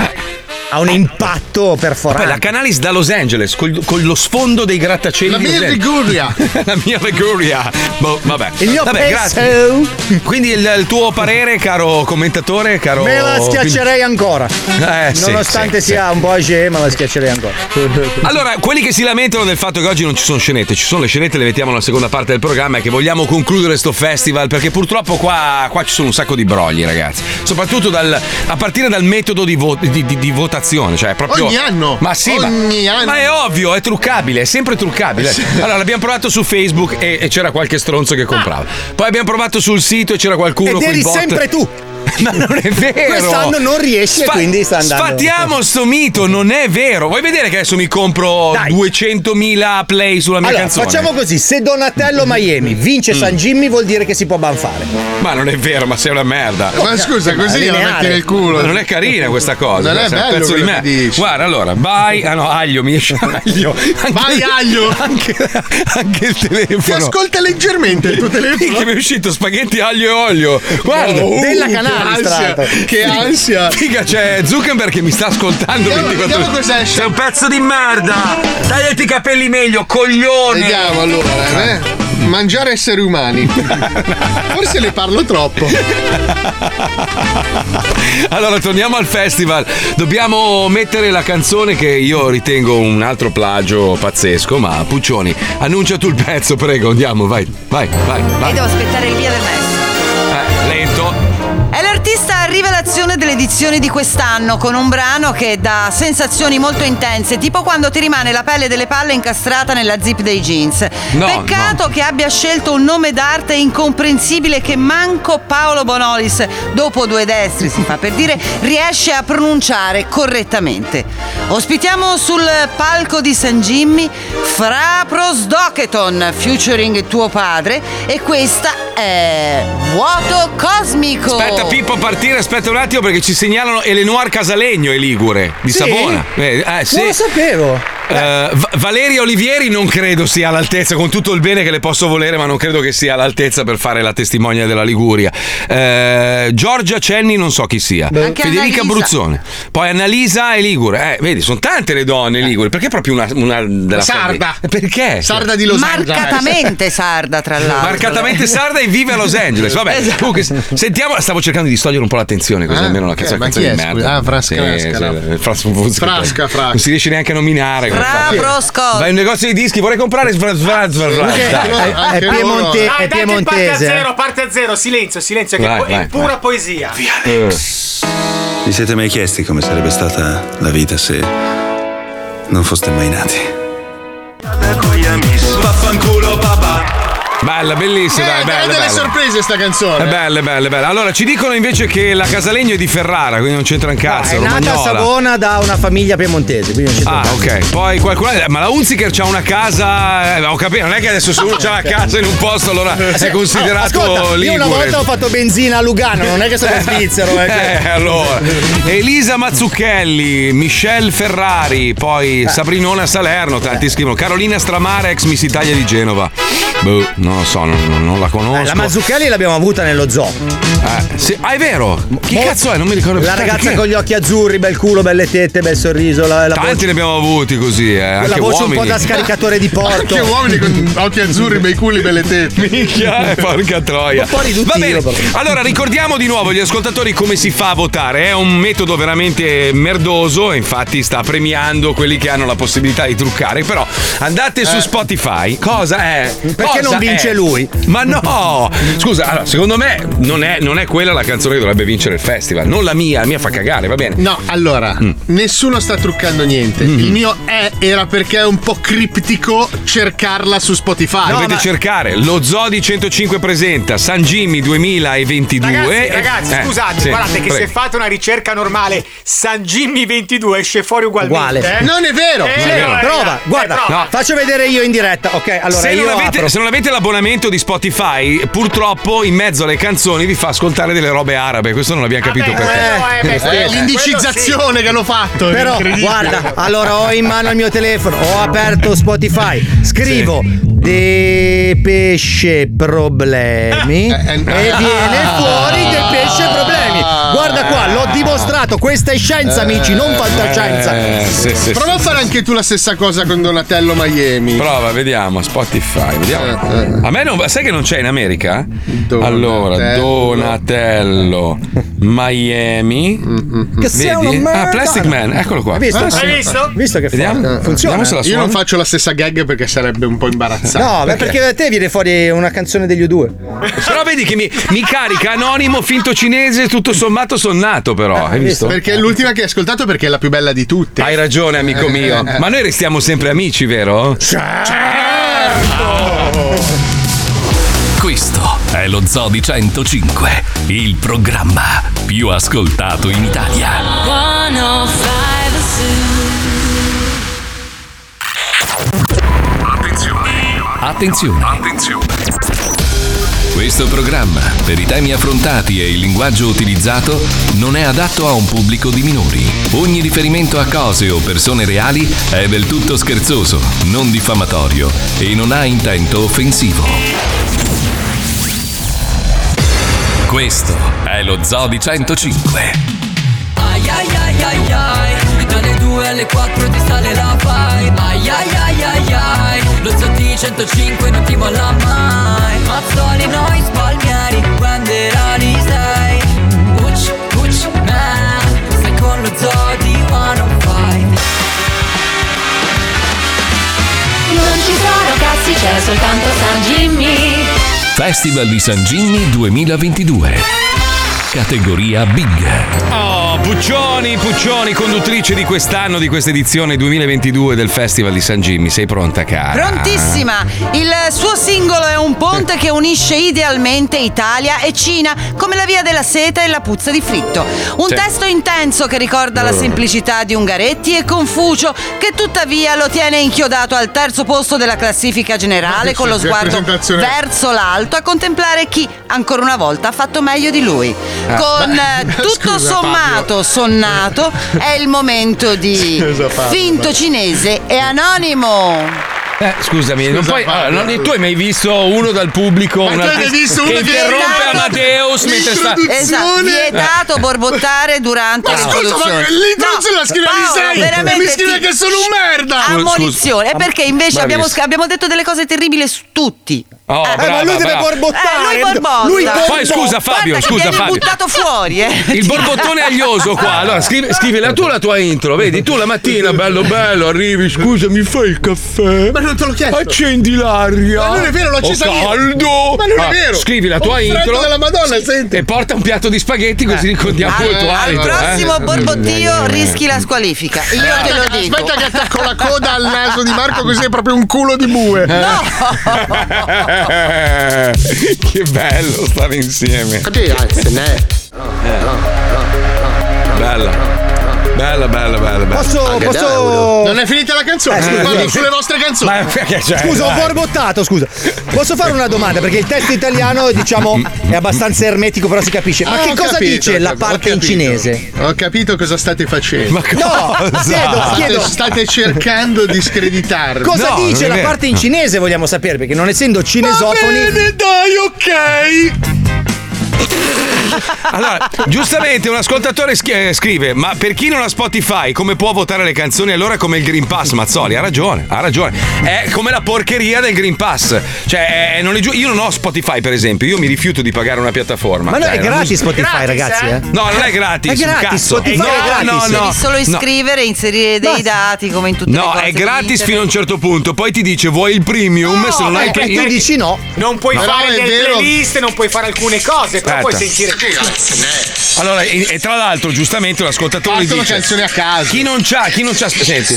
[SPEAKER 2] ha un impatto
[SPEAKER 5] Poi la
[SPEAKER 2] perforante.
[SPEAKER 5] Canalis da Los Angeles col- con lo sfondo dei grattacieli.
[SPEAKER 2] La
[SPEAKER 5] di
[SPEAKER 2] mia
[SPEAKER 5] Los Angeles.
[SPEAKER 2] Liguria.
[SPEAKER 5] la mia Liguria. Boh, vabbè.
[SPEAKER 2] Il mio
[SPEAKER 5] vabbè,
[SPEAKER 2] peso.
[SPEAKER 5] grazie. Quindi il, il tuo parere, caro commentatore, caro.
[SPEAKER 2] Me la schiaccerei ancora.
[SPEAKER 5] Eh, sì,
[SPEAKER 2] Nonostante
[SPEAKER 5] sì,
[SPEAKER 2] sia un po' agé, ma la schiaccerei ancora.
[SPEAKER 5] Allora, quelli che si lamentano del fatto che oggi non ci sono scenette, ci sono le scenette, le mettiamo nella seconda parte del programma, è che vogliamo concludere sto festival, perché purtroppo qua, qua ci sono un sacco di brogli, ragazzi. Soprattutto dal, a partire dal metodo di, vo- di- di- di votazione, cioè proprio...
[SPEAKER 12] Ogni anno.
[SPEAKER 5] Ma sì, ma-
[SPEAKER 12] Ogni anno.
[SPEAKER 5] ma è ovvio, è truccabile, è sempre truccabile.
[SPEAKER 12] Sì.
[SPEAKER 5] Allora, l'abbiamo provato su Facebook e, e c'era qualche stronzo che comprava. Poi abbiamo provato sul sito e c'era qualcuno...
[SPEAKER 2] Ed
[SPEAKER 5] coi
[SPEAKER 2] eri
[SPEAKER 5] bot.
[SPEAKER 2] sempre tu.
[SPEAKER 5] Ma non è vero.
[SPEAKER 2] Quest'anno non riesci e
[SPEAKER 5] Sfa-
[SPEAKER 2] quindi sta andando.
[SPEAKER 5] Sfatiamo sto mito, non è vero. Vuoi vedere che adesso mi compro 200.000 play sulla mia
[SPEAKER 2] Allora,
[SPEAKER 5] canzone? Mm.
[SPEAKER 2] facciamo così: se Donatello Miami vince San Jimmy, vuol dire che si può banfare.
[SPEAKER 9] Eh,
[SPEAKER 5] Ma non è vero, ma sei una merda.
[SPEAKER 2] Ma scusa, Ma così è la lineare. metti nel culo.
[SPEAKER 5] Ma Non è carina questa cosa.
[SPEAKER 2] Non
[SPEAKER 5] cioè,
[SPEAKER 2] è
[SPEAKER 5] sei un
[SPEAKER 2] bello
[SPEAKER 5] pezzo di
[SPEAKER 2] quello
[SPEAKER 5] me. Guarda, allora, vai. Ah no, aglio, mi esce aglio.
[SPEAKER 12] Vai, aglio.
[SPEAKER 5] Anche, anche il telefono.
[SPEAKER 12] Ti ascolta leggermente il tuo telefono.
[SPEAKER 5] Minchia, mi è uscito spaghetti, aglio e olio. Guarda,
[SPEAKER 12] Oh, della
[SPEAKER 2] uh,
[SPEAKER 5] che
[SPEAKER 12] Canalis, tra
[SPEAKER 5] ansia,
[SPEAKER 12] l'altro. Che
[SPEAKER 5] Figa-
[SPEAKER 12] ansia.
[SPEAKER 5] Figa, c'è Zuckerberg che mi sta ascoltando.
[SPEAKER 12] Vediamo-
[SPEAKER 5] 24
[SPEAKER 12] vediamo cos'è.
[SPEAKER 5] Sei un pezzo di merda. Tagliati i capelli meglio, coglione.
[SPEAKER 12] Vediamo allora, eh. Mangiare esseri umani. Forse ne parlo troppo.
[SPEAKER 5] Allora, torniamo al festival. Dobbiamo mettere la canzone che io ritengo un altro plagio pazzesco. Ma Puccioni, annuncia tu il pezzo, prego. Andiamo, vai, vai, vai. vai.
[SPEAKER 7] E devo aspettare il via del maestro.
[SPEAKER 5] Eh, lento.
[SPEAKER 7] È l'artista rivelazione delle edizioni di quest'anno con un brano che dà sensazioni molto intense, tipo quando ti rimane la pelle delle palle incastrata nella zip dei jeans.
[SPEAKER 4] No,
[SPEAKER 7] Peccato che abbia scelto un nome d'arte incomprensibile che manco Paolo Bonolis, dopo due destri si fa per dire, riesce a pronunciare correttamente. Ospitiamo sul palco di San Jimmy Fra Prosdocheton, featuring tuo padre, e questa è Vuoto
[SPEAKER 2] Ecco.
[SPEAKER 7] Cosmico.
[SPEAKER 5] Aspetta Pippo a partire, aspetta un attimo perché ci segnalano Elenoir Casalegno e Ligure di
[SPEAKER 2] Sì?
[SPEAKER 5] Savona. Eh, eh, sì.
[SPEAKER 2] Non lo sapevo.
[SPEAKER 5] Eh, Va- Valeria Olivieri non credo sia all'altezza, con tutto il bene che le posso volere, ma non credo che sia all'altezza per fare la testimonia della Liguria. Eh, Giorgia Cenni, non so chi sia.
[SPEAKER 7] Beh. Anche
[SPEAKER 5] Federica
[SPEAKER 7] Annalisa.
[SPEAKER 5] Bruzzone. Poi Annalisa e Ligure. Eh, vedi, sono tante le donne Ligure. Perché proprio una, una della
[SPEAKER 12] Sarda.
[SPEAKER 5] famiglia? Perché?
[SPEAKER 12] Sarda di Los Angeles.
[SPEAKER 7] Marcatamente sarda, tra l'altro.
[SPEAKER 5] Marcatamente sarda e vive a Los Angeles. Vabbè,
[SPEAKER 12] Esatto.
[SPEAKER 5] comunque, sentiamo. Stavo cercando di distogliere un po' l'attenzione, così
[SPEAKER 12] Ah,
[SPEAKER 5] almeno la
[SPEAKER 12] ok,
[SPEAKER 5] canzone,
[SPEAKER 12] ma
[SPEAKER 5] canzone
[SPEAKER 12] chi
[SPEAKER 5] di
[SPEAKER 12] è, scusa?
[SPEAKER 5] merda.
[SPEAKER 12] Ah, Frasca,
[SPEAKER 5] sì,
[SPEAKER 12] Frasca, no.
[SPEAKER 5] sì, Frasca,
[SPEAKER 12] Frasca, Frasca.
[SPEAKER 5] Non si riesce neanche a nominare. come fa.
[SPEAKER 7] Frasca.
[SPEAKER 5] Vai in un negozio di dischi, vorrei comprare. Fra- fra- fra- fra-
[SPEAKER 2] Anche-
[SPEAKER 5] dai.
[SPEAKER 2] eh, Anche è Piemonte- loro.
[SPEAKER 9] Dai,
[SPEAKER 2] è
[SPEAKER 9] dai, che parte a
[SPEAKER 2] piemontese.
[SPEAKER 9] zero, parte a zero, silenzio, silenzio, che
[SPEAKER 18] Vai,
[SPEAKER 9] po- è
[SPEAKER 18] vai,
[SPEAKER 9] pura poesia.
[SPEAKER 18] Vi siete mai chiesti come sarebbe stata la vita se non foste mai nati?
[SPEAKER 15] Vaffanculo papà.
[SPEAKER 5] Bella, bellissima,
[SPEAKER 12] Eh,
[SPEAKER 5] dai,
[SPEAKER 12] ha
[SPEAKER 5] bella,
[SPEAKER 12] delle
[SPEAKER 5] bella.
[SPEAKER 12] sorprese sta
[SPEAKER 5] È
[SPEAKER 12] canzone.
[SPEAKER 5] bella, è bella, è bella. Allora, ci dicono invece che la Casalegno è di Ferrara, quindi non c'entra un cazzo.
[SPEAKER 2] È nata a
[SPEAKER 5] romagnola.
[SPEAKER 2] Savona da una famiglia piemontese. Quindi non c'entra
[SPEAKER 5] Ah,
[SPEAKER 2] niente.
[SPEAKER 5] ok. Poi qualcuno. Ma la Unziker c'ha una casa. eh, ho capito, non è che adesso se uno c'ha la casa in un posto, allora è
[SPEAKER 2] Ah, Eh,
[SPEAKER 5] considerato
[SPEAKER 2] oh, ascolta, Io
[SPEAKER 5] Ligure.
[SPEAKER 2] una volta ho fatto benzina a Lugano, non è che sono svizzero. eh, che-
[SPEAKER 5] Eh, allora. Elisa Mazzucchelli, Michelle
[SPEAKER 2] Eh.
[SPEAKER 5] Ferrari, poi Sabrinona Salerno, tanti scrivono. Carolina Stramare, ex Miss Italia di Genova. Boh, non lo so, non, non la conosco.
[SPEAKER 2] Eh, La Mazzucchelli l'abbiamo avuta nello zoo.
[SPEAKER 5] Eh, sì, ah, è vero. Chi
[SPEAKER 2] Mo-
[SPEAKER 5] cazzo è? Non mi ricordo
[SPEAKER 2] La
[SPEAKER 5] più.
[SPEAKER 2] ragazza
[SPEAKER 5] Chi è?
[SPEAKER 2] con gli occhi azzurri, bel culo, belle tette, bel sorriso. La, la
[SPEAKER 5] Tanti
[SPEAKER 2] voce,
[SPEAKER 5] ne abbiamo avuti così, eh.
[SPEAKER 2] quella
[SPEAKER 5] Anche
[SPEAKER 2] voce
[SPEAKER 5] uomini.
[SPEAKER 2] un po' da scaricatore di porto.
[SPEAKER 5] Ecco.
[SPEAKER 12] Anche uomini con occhi azzurri, bei culi, belle tette.
[SPEAKER 5] Minchia, eh, porca troia.
[SPEAKER 12] Un po' riduttivo,
[SPEAKER 5] Va bene.
[SPEAKER 12] però.
[SPEAKER 5] Allora, ricordiamo di nuovo agli ascoltatori come si fa a votare. eh? È un metodo veramente merdoso, e infatti sta premiando quelli che hanno la possibilità di truccare. Però andate
[SPEAKER 12] Eh.
[SPEAKER 5] su Spotify. Cosa è?
[SPEAKER 2] Perché
[SPEAKER 5] Cosa
[SPEAKER 2] non vince
[SPEAKER 5] è?
[SPEAKER 2] lui?
[SPEAKER 5] Ma no! Scusa, allora, secondo me non è, non è quella la canzone che dovrebbe vincere il festival. Non la mia, la mia fa cagare, va bene. Mm.
[SPEAKER 12] No, allora, nessuno sta truccando niente. Il mio è era perché è un po' criptico cercarla su Spotify.
[SPEAKER 5] Dovete cercare lo Zodi 105 presenta San Jimmy 2022.
[SPEAKER 9] Ragazzi,
[SPEAKER 5] Eh,
[SPEAKER 9] ragazzi,
[SPEAKER 5] eh,
[SPEAKER 9] scusate,
[SPEAKER 5] sì,
[SPEAKER 9] guardate che
[SPEAKER 5] prego.
[SPEAKER 9] se fate una ricerca normale San Jimmy 22 esce fuori ugualmente.
[SPEAKER 2] Uguale.
[SPEAKER 9] eh.
[SPEAKER 2] Non è vero,
[SPEAKER 9] Eh,
[SPEAKER 2] non è vero.
[SPEAKER 9] raga,
[SPEAKER 2] Prova,
[SPEAKER 9] eh,
[SPEAKER 2] guarda,
[SPEAKER 9] prova.
[SPEAKER 2] faccio vedere io in diretta. Ok, allora
[SPEAKER 5] se,
[SPEAKER 2] io
[SPEAKER 5] non avete,
[SPEAKER 2] apro.
[SPEAKER 5] se non avete l'abbonamento di Spotify, purtroppo in mezzo alle canzoni vi fa ascoltare delle robe arabe. Questo non l'abbiamo capito perché.
[SPEAKER 12] Ah, Eh, l'indicizzazione che hanno fatto. è
[SPEAKER 2] Però
[SPEAKER 12] incredibile.
[SPEAKER 2] guarda, allora ho in mano il mio telefono, ho aperto Spotify, scrivo De pesce
[SPEAKER 12] Eh,
[SPEAKER 2] problemi e viene fuori De pesce problemi. Guarda qua, l'ho dimostrato, questa è scienza amici, non fantascienza.
[SPEAKER 5] Eh, sì, sì,
[SPEAKER 12] Prova a
[SPEAKER 5] sì.
[SPEAKER 12] fare anche tu la stessa cosa con Donatello Miami.
[SPEAKER 5] Prova, vediamo. Spotify,
[SPEAKER 12] Eh,
[SPEAKER 5] vediamo. A me non. Sai che non c'è in America? Allora, Donatello, Miami.
[SPEAKER 12] Mm, Che sei una
[SPEAKER 5] Vedi? Ah,
[SPEAKER 2] Eh,
[SPEAKER 12] merda.
[SPEAKER 5] Plastic Man, eccolo qua.
[SPEAKER 12] Hai visto?
[SPEAKER 5] Ah, sì.
[SPEAKER 12] Hai visto?
[SPEAKER 2] Visto che
[SPEAKER 5] Vediamo.
[SPEAKER 2] funziona?
[SPEAKER 5] Vediamo se la
[SPEAKER 12] Io
[SPEAKER 5] suona.
[SPEAKER 12] non faccio la stessa gag perché sarebbe un po' imbarazzante.
[SPEAKER 2] No, beh, perché da te viene fuori una canzone degli U2.
[SPEAKER 5] Però vedi che mi, mi carica anonimo, finto cinese, tutto sommato sonnato, però. Hai visto?
[SPEAKER 12] Eh, Perché è l'ultima che hai ascoltato perché è la più bella di tutte.
[SPEAKER 5] Hai ragione, amico
[SPEAKER 12] Eh,
[SPEAKER 5] mio.
[SPEAKER 12] eh, eh.
[SPEAKER 5] Ma noi restiamo sempre amici, vero?
[SPEAKER 1] Questo è lo Zodi 105, il programma più ascoltato in Italia.
[SPEAKER 4] oh 105
[SPEAKER 1] Attenzione. Questo programma, per i temi affrontati e il linguaggio utilizzato, non è adatto a un pubblico di minori. Ogni riferimento a cose o persone reali è del tutto scherzoso, non diffamatorio e non ha intento offensivo. Questo è lo Zodi 105.
[SPEAKER 4] Ai ai ai ai ai Dalle 2 alle 4 ti sale la vibe Ai ai ai ai ai Lo Zotti 105 non ti molla mai Mazzoli noi spalmieri Quando erani sei Ucci ucci me Sei con lo Zotti 105
[SPEAKER 10] Non ci sono cazzi, c'è soltanto San Jimmy.
[SPEAKER 1] Festival di San Gimmi 2022. Categoria Big.
[SPEAKER 5] Oh, Puccioni, Puccioni, conduttrice di quest'anno, di questa edizione 2022 del Festival di San Jimmy. Sei pronta, cara?
[SPEAKER 7] Prontissima! Il suo singolo è un ponte che unisce idealmente Italia e Cina, come la via della seta e la puzza di fritto. Un
[SPEAKER 4] Sì.
[SPEAKER 7] testo intenso che ricorda la
[SPEAKER 4] Eh.
[SPEAKER 7] semplicità di Ungaretti e Confucio, che tuttavia lo tiene inchiodato al terzo posto della classifica generale, con lo
[SPEAKER 4] Sì,
[SPEAKER 7] sguardo
[SPEAKER 4] presentazione.
[SPEAKER 7] verso l'alto a contemplare chi, ancora una volta, ha fatto meglio di lui.
[SPEAKER 4] Ah.
[SPEAKER 7] Con
[SPEAKER 4] Beh,
[SPEAKER 7] eh, tutto
[SPEAKER 4] scusa,
[SPEAKER 7] sommato, sonnato, è il momento di
[SPEAKER 5] Scusa, Fabio.
[SPEAKER 7] finto cinese e anonimo.
[SPEAKER 5] Eh, scusami, non puoi-
[SPEAKER 7] Fabio.
[SPEAKER 5] allora, non- tu hai mai visto uno dal pubblico
[SPEAKER 7] Ma
[SPEAKER 5] un
[SPEAKER 7] tu hai
[SPEAKER 5] artista
[SPEAKER 7] visto uno
[SPEAKER 5] che
[SPEAKER 7] che-
[SPEAKER 5] interrompe
[SPEAKER 7] Vietato-
[SPEAKER 5] Amadeus mentre sta.
[SPEAKER 7] Esatto, vietato borbottare durante
[SPEAKER 5] Ma
[SPEAKER 7] le
[SPEAKER 5] scusa, ma
[SPEAKER 7] introduzioni.
[SPEAKER 12] l'introduzione la scrive
[SPEAKER 7] Paolo,
[SPEAKER 12] Alisei,
[SPEAKER 7] veramente
[SPEAKER 12] e mi scrive
[SPEAKER 7] ti-
[SPEAKER 12] che sono un merda!
[SPEAKER 5] Scusa,
[SPEAKER 7] Ammonizione, è
[SPEAKER 5] scusa.
[SPEAKER 7] perché invece abbiamo,
[SPEAKER 5] Bravissimo.
[SPEAKER 7] abbiamo detto delle cose terribili su tutti. Eh,
[SPEAKER 5] Oh, brava, brava.
[SPEAKER 7] Eh, lui borbotta.
[SPEAKER 5] Poi scusa
[SPEAKER 7] Guarda
[SPEAKER 5] Fabio,
[SPEAKER 7] che
[SPEAKER 5] scusa
[SPEAKER 7] viene
[SPEAKER 5] Fabio.
[SPEAKER 7] buttato fuori, eh.
[SPEAKER 5] Il borbottone aglioso qua. Allora, scrivi, scrivi la tua la tua intro, vedi? Tu la mattina, bello bello, arrivi, scusa, mi fai il caffè? Ma non te l'ho chiesto. Accendi l'aria.
[SPEAKER 12] Ma non è vero, l'ho accesa
[SPEAKER 5] Ho
[SPEAKER 12] io.
[SPEAKER 5] caldo.
[SPEAKER 12] Ma non è
[SPEAKER 5] Ah,
[SPEAKER 12] vero.
[SPEAKER 5] Scrivi la
[SPEAKER 12] Ho
[SPEAKER 5] tua
[SPEAKER 12] un freddo
[SPEAKER 5] intro.
[SPEAKER 12] della Madonna, senti. Eh.
[SPEAKER 5] E porta un piatto di spaghetti così ricordiamo
[SPEAKER 12] Al-
[SPEAKER 5] il tuo eh.
[SPEAKER 12] al
[SPEAKER 5] alito.
[SPEAKER 7] prossimo
[SPEAKER 5] eh,
[SPEAKER 7] borbottio rischi la squalifica. Io te lo dico.
[SPEAKER 12] Aspetta che attacco la coda al naso di Marco così è proprio un culo di bue.
[SPEAKER 5] che bello stare insieme.
[SPEAKER 12] Capì? Ah, se n'è.
[SPEAKER 5] Bella. Bella, bella, bella. bella.
[SPEAKER 2] Posso- posso-
[SPEAKER 12] Non è finita la canzone?
[SPEAKER 2] Eh, scusa,
[SPEAKER 12] Vado
[SPEAKER 2] sì.
[SPEAKER 12] sulle vostre canzoni.
[SPEAKER 5] Ma perché c'è?
[SPEAKER 2] Scusa, ho
[SPEAKER 5] Dai.
[SPEAKER 2] borbottato, scusa. Posso fare una domanda? Perché il testo italiano, diciamo, è abbastanza ermetico, però si capisce. Ma
[SPEAKER 12] Ah,
[SPEAKER 2] che
[SPEAKER 12] ho
[SPEAKER 2] cosa
[SPEAKER 12] capito,
[SPEAKER 2] dice
[SPEAKER 12] ho
[SPEAKER 2] la
[SPEAKER 12] capito,
[SPEAKER 2] parte
[SPEAKER 12] ho
[SPEAKER 2] in
[SPEAKER 12] capito.
[SPEAKER 2] cinese?
[SPEAKER 12] Ho capito cosa state facendo.
[SPEAKER 2] Ma No, cosa? chiedo,
[SPEAKER 12] State-
[SPEAKER 2] chiedo.
[SPEAKER 12] State cercando di screditarmi.
[SPEAKER 2] Cosa dice la parte in cinese? Vogliamo sapere, perché non essendo cinesofoni.
[SPEAKER 5] dai, ok. Allora, giustamente un ascoltatore schi- eh, scrive: Ma per chi non ha Spotify, come può votare le canzoni? Allora è come il Green Pass, Mazzoli. Ha ragione, ha ragione. È come la porcheria del Green Pass. Cioè, eh, non è giu- io non ho Spotify, per esempio. Io mi rifiuto di pagare una piattaforma.
[SPEAKER 2] Ma no,
[SPEAKER 5] Cioè,
[SPEAKER 2] è
[SPEAKER 5] la
[SPEAKER 2] gratis
[SPEAKER 5] musica-
[SPEAKER 2] Spotify, ragazzi. Eh?
[SPEAKER 5] No, non è gratis.
[SPEAKER 2] È gratis,
[SPEAKER 5] cazzo. Eh,
[SPEAKER 2] Spotify
[SPEAKER 5] no,
[SPEAKER 2] è
[SPEAKER 5] No,
[SPEAKER 2] gratis.
[SPEAKER 5] no,
[SPEAKER 7] Devi solo
[SPEAKER 5] no.
[SPEAKER 7] iscrivere e inserire dei dati come in tutte le
[SPEAKER 5] No,
[SPEAKER 7] cose
[SPEAKER 5] è
[SPEAKER 7] di
[SPEAKER 5] gratis
[SPEAKER 7] internet.
[SPEAKER 5] fino a un certo punto, poi ti dice vuoi il premium? se non hai
[SPEAKER 2] eh,
[SPEAKER 5] il pre- io-
[SPEAKER 2] no.
[SPEAKER 9] Non puoi
[SPEAKER 5] No,
[SPEAKER 9] fare
[SPEAKER 5] è
[SPEAKER 9] delle
[SPEAKER 5] vero.
[SPEAKER 9] playlist, non puoi fare alcune cose, però puoi
[SPEAKER 5] Aspetta.
[SPEAKER 9] sentire
[SPEAKER 5] Allora, e, e tra l'altro, giustamente l'ascoltatore
[SPEAKER 9] Partono
[SPEAKER 5] dice:
[SPEAKER 9] canzoni
[SPEAKER 12] a caso.
[SPEAKER 5] Chi non c'ha, chi non c'ha. Senti.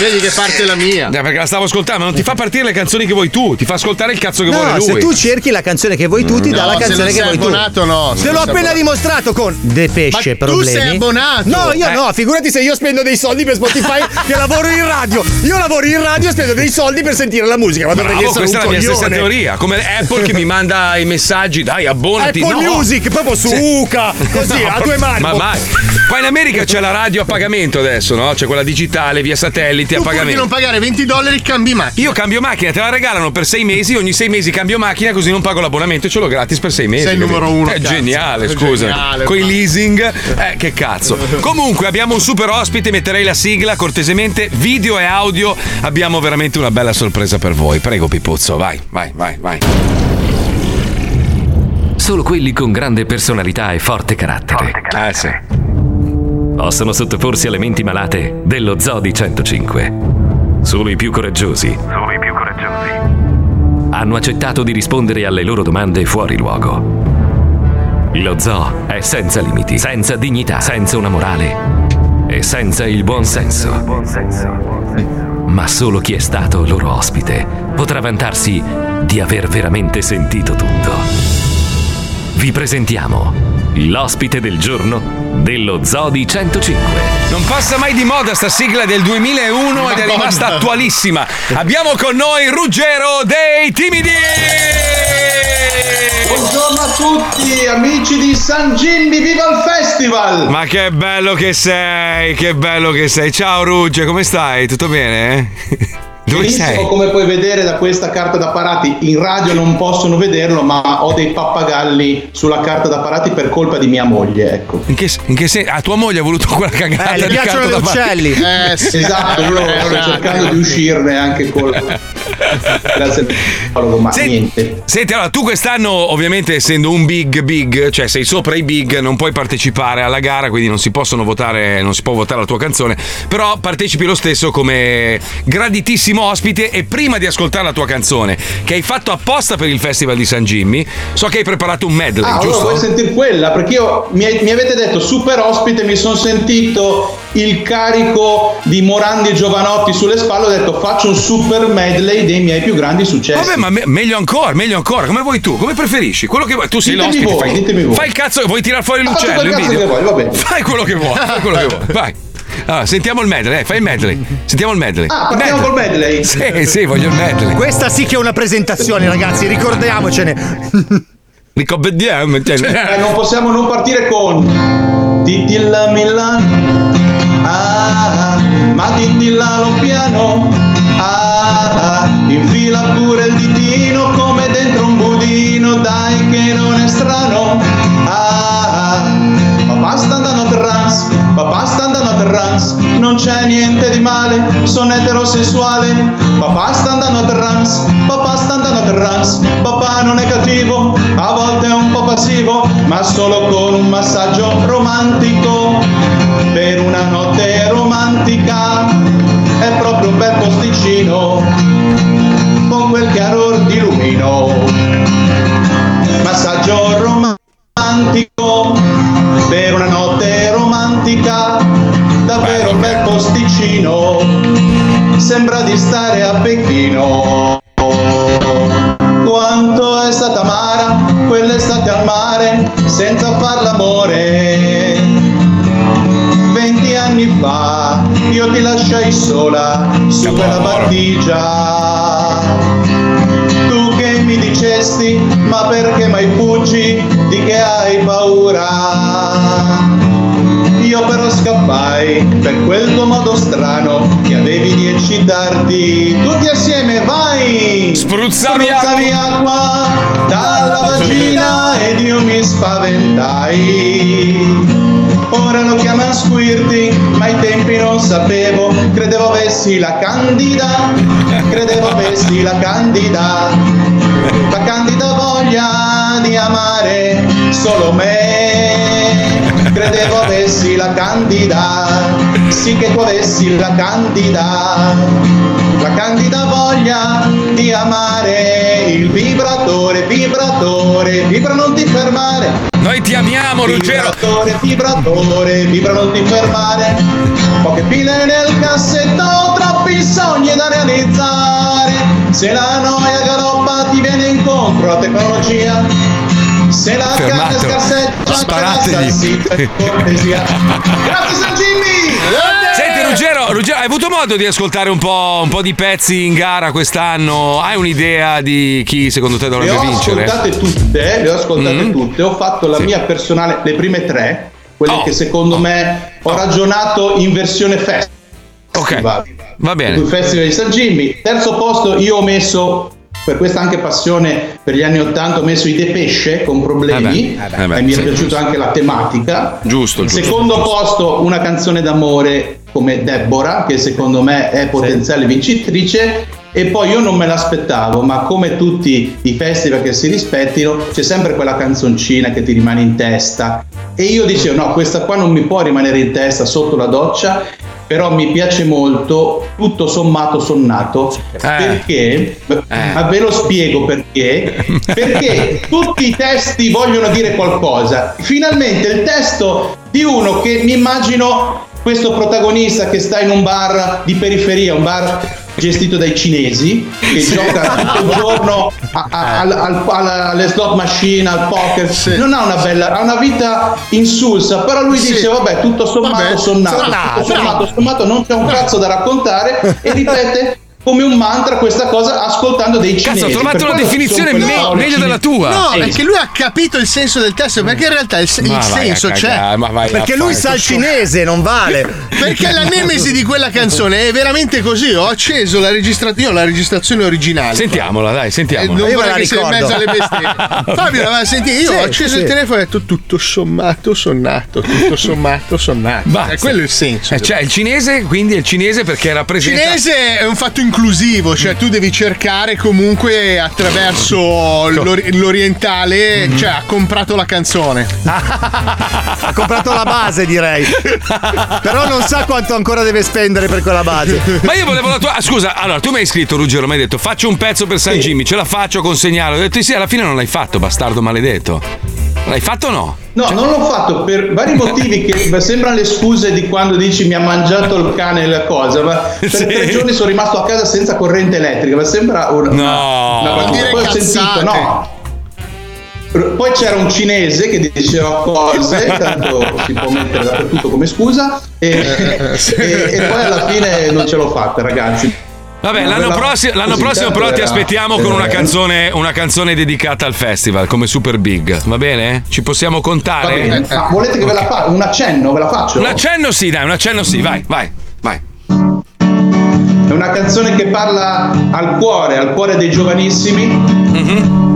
[SPEAKER 12] Vedi che parte la mia.
[SPEAKER 5] Eh, perché la stavo ascoltando, ma non ti fa partire le canzoni che vuoi tu, ti fa ascoltare il cazzo che vuole
[SPEAKER 2] No,
[SPEAKER 5] lui.
[SPEAKER 2] se tu cerchi la canzone che vuoi tu, ti dà
[SPEAKER 5] No,
[SPEAKER 2] la
[SPEAKER 5] se
[SPEAKER 2] canzone
[SPEAKER 5] non
[SPEAKER 2] che
[SPEAKER 5] sei
[SPEAKER 2] vuoi
[SPEAKER 5] abbonato,
[SPEAKER 2] tu.
[SPEAKER 5] no, se non
[SPEAKER 2] Te l'ho
[SPEAKER 5] sei
[SPEAKER 2] appena
[SPEAKER 5] abbonato.
[SPEAKER 2] dimostrato con De Pesce,
[SPEAKER 12] Ma tu
[SPEAKER 2] problemi.
[SPEAKER 12] sei abbonato.
[SPEAKER 2] No, io
[SPEAKER 12] Eh.
[SPEAKER 2] no, figurati se io spendo dei soldi per Spotify che lavoro in radio. Io lavoro in radio e spendo dei soldi per sentire la musica. Ma dovrei
[SPEAKER 5] Bravo,
[SPEAKER 2] essere
[SPEAKER 5] oh, questa è
[SPEAKER 2] un
[SPEAKER 5] la mia stessa
[SPEAKER 2] coglione.
[SPEAKER 5] teoria. Come Apple che mi manda i messaggi, dai, abbonati.
[SPEAKER 2] Apple
[SPEAKER 5] no.
[SPEAKER 2] Music, proprio su Uca, così, a due mani.
[SPEAKER 5] Ma mai. Poi in America c'è la radio a pagamento adesso, no? C'è quella digitale via satellite a
[SPEAKER 12] Tu pur di
[SPEAKER 5] pagamento.
[SPEAKER 12] non pagare 20 dollari cambi macchina.
[SPEAKER 5] Io cambio macchina, te la regalano per sei mesi, ogni sei mesi cambio macchina così non pago l'abbonamento e ce l'ho gratis per sei mesi.
[SPEAKER 12] Sei il
[SPEAKER 5] capito?
[SPEAKER 12] numero uno,
[SPEAKER 5] È
[SPEAKER 12] cazzo.
[SPEAKER 5] geniale,
[SPEAKER 12] È
[SPEAKER 5] scusa.
[SPEAKER 12] geniale,
[SPEAKER 5] Con i
[SPEAKER 12] guarda.
[SPEAKER 5] leasing, eh, che cazzo. Comunque abbiamo un super ospite, metterei la sigla cortesemente, video e audio. Abbiamo veramente una bella sorpresa per voi. Prego Pipuzzo, vai, vai, vai, vai.
[SPEAKER 19] Solo quelli con grande personalità e forte carattere. Possono sottoporsi alle menti malate dello Zodi 105. Solo i più coraggiosi. Solo i più coraggiosi. Hanno accettato di rispondere alle loro domande fuori luogo. Lo zoo è senza limiti, senza dignità, senza una morale e senza il buon senso. Ma solo chi è stato loro ospite potrà vantarsi di aver veramente sentito tutto. Vi presentiamo l'ospite del giorno dello Zodi 105.
[SPEAKER 5] Non passa mai di moda sta sigla del 2001 ed è
[SPEAKER 19] Madonna.
[SPEAKER 5] rimasta attualissima. Abbiamo con noi Ruggero dei Timidi.
[SPEAKER 20] Buongiorno a tutti, amici di San Gimbi, viva il festival!
[SPEAKER 5] Ma che bello che sei, che bello che sei. Ciao Rugge, come stai? Tutto bene? Dove
[SPEAKER 20] Benissimo,
[SPEAKER 5] sei?
[SPEAKER 20] come puoi vedere da questa carta da parati, in radio non possono vederlo, ma ho dei pappagalli sulla carta da parati per colpa di mia moglie, ecco.
[SPEAKER 5] In che, in che senso? Ah, tua moglie ha voluto quella cagata. di canto da parte.
[SPEAKER 20] Eh, sì. Esatto, io
[SPEAKER 5] Eh,
[SPEAKER 20] sto
[SPEAKER 5] esatto.
[SPEAKER 20] cercando di uscirne anche col... Grazie psicologo, ma
[SPEAKER 5] Senti-
[SPEAKER 20] niente.
[SPEAKER 5] Senti, allora tu quest'anno, ovviamente, essendo un big big, cioè sei sopra i big, non puoi partecipare alla gara, quindi non si possono votare, non si può votare la tua canzone. Però partecipi lo stesso come graditissimo ospite e prima di ascoltare la tua canzone, che hai fatto apposta per il Festival di San Jimmy, so che hai preparato un medley,
[SPEAKER 20] Ah, allora
[SPEAKER 5] giusto?
[SPEAKER 20] vuoi sentire quella? Perché io mi, mi avete detto super ospite, mi sono sentito il carico di Morandi e Giovanotti sulle spalle, ho detto faccio un super medley dei miei più grandi successi.
[SPEAKER 5] Vabbè, ma me- meglio ancora, meglio ancora. Come vuoi tu? Come preferisci? Quello che vuoi. Tu sei
[SPEAKER 20] Ditemi
[SPEAKER 5] l'ospite.
[SPEAKER 20] voi,
[SPEAKER 5] fai,
[SPEAKER 20] ditemi voi. Ah,
[SPEAKER 5] fai il cazzo che vuoi tirar fuori
[SPEAKER 20] Faccio
[SPEAKER 5] l'uccello.
[SPEAKER 20] quel
[SPEAKER 5] in
[SPEAKER 20] cazzo
[SPEAKER 5] video.
[SPEAKER 20] che vuoi, va bene.
[SPEAKER 5] Fai quello che vuoi.
[SPEAKER 12] Ah.
[SPEAKER 5] Fai quello che vuoi. Vai. Allora, sentiamo il medley, eh, fai il medley. Sentiamo il medley.
[SPEAKER 20] Ah, partiamo col medley.
[SPEAKER 5] Sì, sì, voglio il medley.
[SPEAKER 2] Questa sì che è una presentazione, ragazzi, ricordiamocene.
[SPEAKER 5] Ricopediamo.
[SPEAKER 12] cioè,
[SPEAKER 20] Eh, non possiamo non partire con Didi la Milano ah, ah, ma Didi la piano ah, ah, infila pure il ditino come dentro un budino dai che non è strano ah, ah, papà sta andando a trans papà sta andando a trans non c'è niente di male sono eterosessuale papà sta andando a trans papà sta andando a trans papà non è cattivo a volte è un po' passivo ma solo con un massaggio romantico per una notte romantica è proprio un bel posticino con quel chiaror di lumino massaggio romantico per una notte romantica davvero un bel posticino sembra di stare a Pechino quanto è stata amara quell'estate al mare senza far l'amore 20 anni fa io ti lasciai sola su quella battigia. Tu che mi dicesti, ma perché mai fuggi? Di che hai paura? Io però scappai per quel tuo modo strano che avevi di eccitarti. Tutti assieme vai! Spruzzavi, acqua dalla vagina ed io mi spaventai. Ora lo chiamano squirti, ma ai tempi non sapevo. Credevo avessi la candida, credevo avessi la candida, la candida voglia di amare solo me. Credevo avessi la candida, sì che tu avessi la candida, la candida voglia di amare il vibratore, vibratore, vibra non ti fermare.
[SPEAKER 5] Noi ti amiamo, Ruggero!
[SPEAKER 20] Vibratore, vibratore, vibra non ti fermare. Poche pile nel cassetto, troppi sogni da realizzare. Se la noia galoppa ti viene incontro la tecnologia. Se la carne
[SPEAKER 5] Fermato.
[SPEAKER 20] scarseggia,
[SPEAKER 5] Sparategli.
[SPEAKER 20] cortesia. Grazie San Jimmy!
[SPEAKER 5] Senti Ruggero, Ruggero, hai avuto modo di ascoltare un po', un po' di pezzi in gara quest'anno? Hai un'idea di chi secondo te
[SPEAKER 20] Le
[SPEAKER 5] dovrebbe
[SPEAKER 20] ho
[SPEAKER 5] vincere? Mm-hmm.
[SPEAKER 20] ascoltate tutte, eh, le ho ascoltate tutte, ho fatto la mia personale, le prime tre, quelle che secondo me ho ragionato in versione festival. Ok,
[SPEAKER 5] va bene.
[SPEAKER 20] Il Festival di San Jimmy. Terzo posto io ho messo, per questa anche passione per gli anni Ottanta, ho messo i De Pesce con problemi,
[SPEAKER 5] Eh beh, eh beh,
[SPEAKER 20] e mi
[SPEAKER 5] sì,
[SPEAKER 20] è piaciuta
[SPEAKER 5] giusto.
[SPEAKER 20] anche la tematica.
[SPEAKER 5] Giusto,
[SPEAKER 20] Il
[SPEAKER 5] giusto.
[SPEAKER 20] secondo posto una canzone d'amore come Deborah, che secondo me è potenziale vincitrice. E poi io non me l'aspettavo, ma come tutti i festival che si rispettino, c'è sempre quella canzoncina che ti rimane in testa. E io dicevo: no, questa qua non mi può rimanere in testa sotto la doccia, però mi piace molto, tutto sommato sonnato. Perché? Ma ve lo spiego perché. Perché tutti i testi vogliono dire qualcosa. Finalmente il testo di uno che mi immagino questo protagonista che sta in un bar di periferia, un bar gestito dai cinesi, che gioca tutto il giorno a- a- al- al- alla- alle slot machine, al poker, non ha una bella, ha una vita insulsa, però lui
[SPEAKER 12] Sì.
[SPEAKER 20] dice vabbè tutto sommato
[SPEAKER 12] Vabbè,
[SPEAKER 20] sonnato,
[SPEAKER 12] sonnato,
[SPEAKER 20] tutto sommato,
[SPEAKER 12] bravo.
[SPEAKER 20] sommato non c'è un cazzo da raccontare e ripete come un mantra questa cosa ascoltando dei cinesi. Per quello che sono quelle Eh. parole cinesi.
[SPEAKER 12] No,
[SPEAKER 20] Sì.
[SPEAKER 12] perché lui ha capito il senso del testo, perché in realtà il, se-
[SPEAKER 5] Ma
[SPEAKER 12] il
[SPEAKER 5] vai a
[SPEAKER 12] senso
[SPEAKER 5] cagare,
[SPEAKER 12] c'è.
[SPEAKER 5] ma vai a Perché lui fare sa il tutto.
[SPEAKER 2] cinese, non vale.
[SPEAKER 12] perché la nemesi di quella canzone è veramente così. Ho acceso la registrazione, io ho la registrazione originale.
[SPEAKER 5] Sentiamola, dai,
[SPEAKER 12] Eh,
[SPEAKER 5] sentiamola.
[SPEAKER 12] non vorrei che sia in mezzo alle bestie. Fabio l'aveva sentito, io
[SPEAKER 5] Sì,
[SPEAKER 12] ho acceso
[SPEAKER 5] sì.
[SPEAKER 12] il telefono e ho detto tutto sommato sonnato, tutto sommato sonnato.
[SPEAKER 5] Basta.
[SPEAKER 12] Eh, quello è il senso.
[SPEAKER 5] Eh, cioè, il cinese, quindi è il cinese perché
[SPEAKER 12] Il
[SPEAKER 5] rappresenta.
[SPEAKER 12] cinese è un fatto inclusivo, cioè tu devi cercare comunque attraverso l'ori- l'orientale,
[SPEAKER 5] Mm-hmm.
[SPEAKER 12] cioè ha comprato la canzone.
[SPEAKER 2] ha comprato la base, direi. Però non sa quanto ancora deve spendere per quella base.
[SPEAKER 5] Ma io volevo la tua. ah, Scusa, allora tu mi hai scritto, Ruggero, mi hai detto faccio un pezzo per San Jimmy, ce la faccio a consegnarlo. Ho detto sì, alla fine non l'hai fatto, bastardo maledetto. L'hai fatto o no?
[SPEAKER 20] No, non l'ho fatto per vari motivi che beh, sembrano le scuse di quando dici mi ha mangiato il cane la cosa, ma per
[SPEAKER 5] Sì.
[SPEAKER 20] tre giorni sono rimasto a casa senza corrente elettrica, ma sembra una... No, una,
[SPEAKER 12] Non dire
[SPEAKER 20] poi ho sentito,
[SPEAKER 12] cazzate.
[SPEAKER 20] no. Poi c'era un cinese che diceva cose, tanto si può mettere dappertutto come scusa,
[SPEAKER 5] Eh,
[SPEAKER 20] e, e- e poi alla fine non ce l'ho fatta, ragazzi.
[SPEAKER 5] Vabbè,
[SPEAKER 20] Una
[SPEAKER 5] l'anno,
[SPEAKER 20] bella-
[SPEAKER 5] prossimo, l'anno
[SPEAKER 20] così,
[SPEAKER 5] prossimo
[SPEAKER 20] tanto
[SPEAKER 5] però ti
[SPEAKER 20] era-
[SPEAKER 5] aspettiamo con una
[SPEAKER 20] eh,
[SPEAKER 5] canzone, una canzone dedicata al festival, come Super Big, va bene? Ci possiamo
[SPEAKER 20] va
[SPEAKER 5] contare?
[SPEAKER 20] bene. Ah, volete che ve la faccia? Un accenno ve la faccio?
[SPEAKER 5] Un accenno sì, dai, un accenno sì, vai, vai, vai.
[SPEAKER 20] È una canzone che parla al cuore, al cuore dei giovanissimi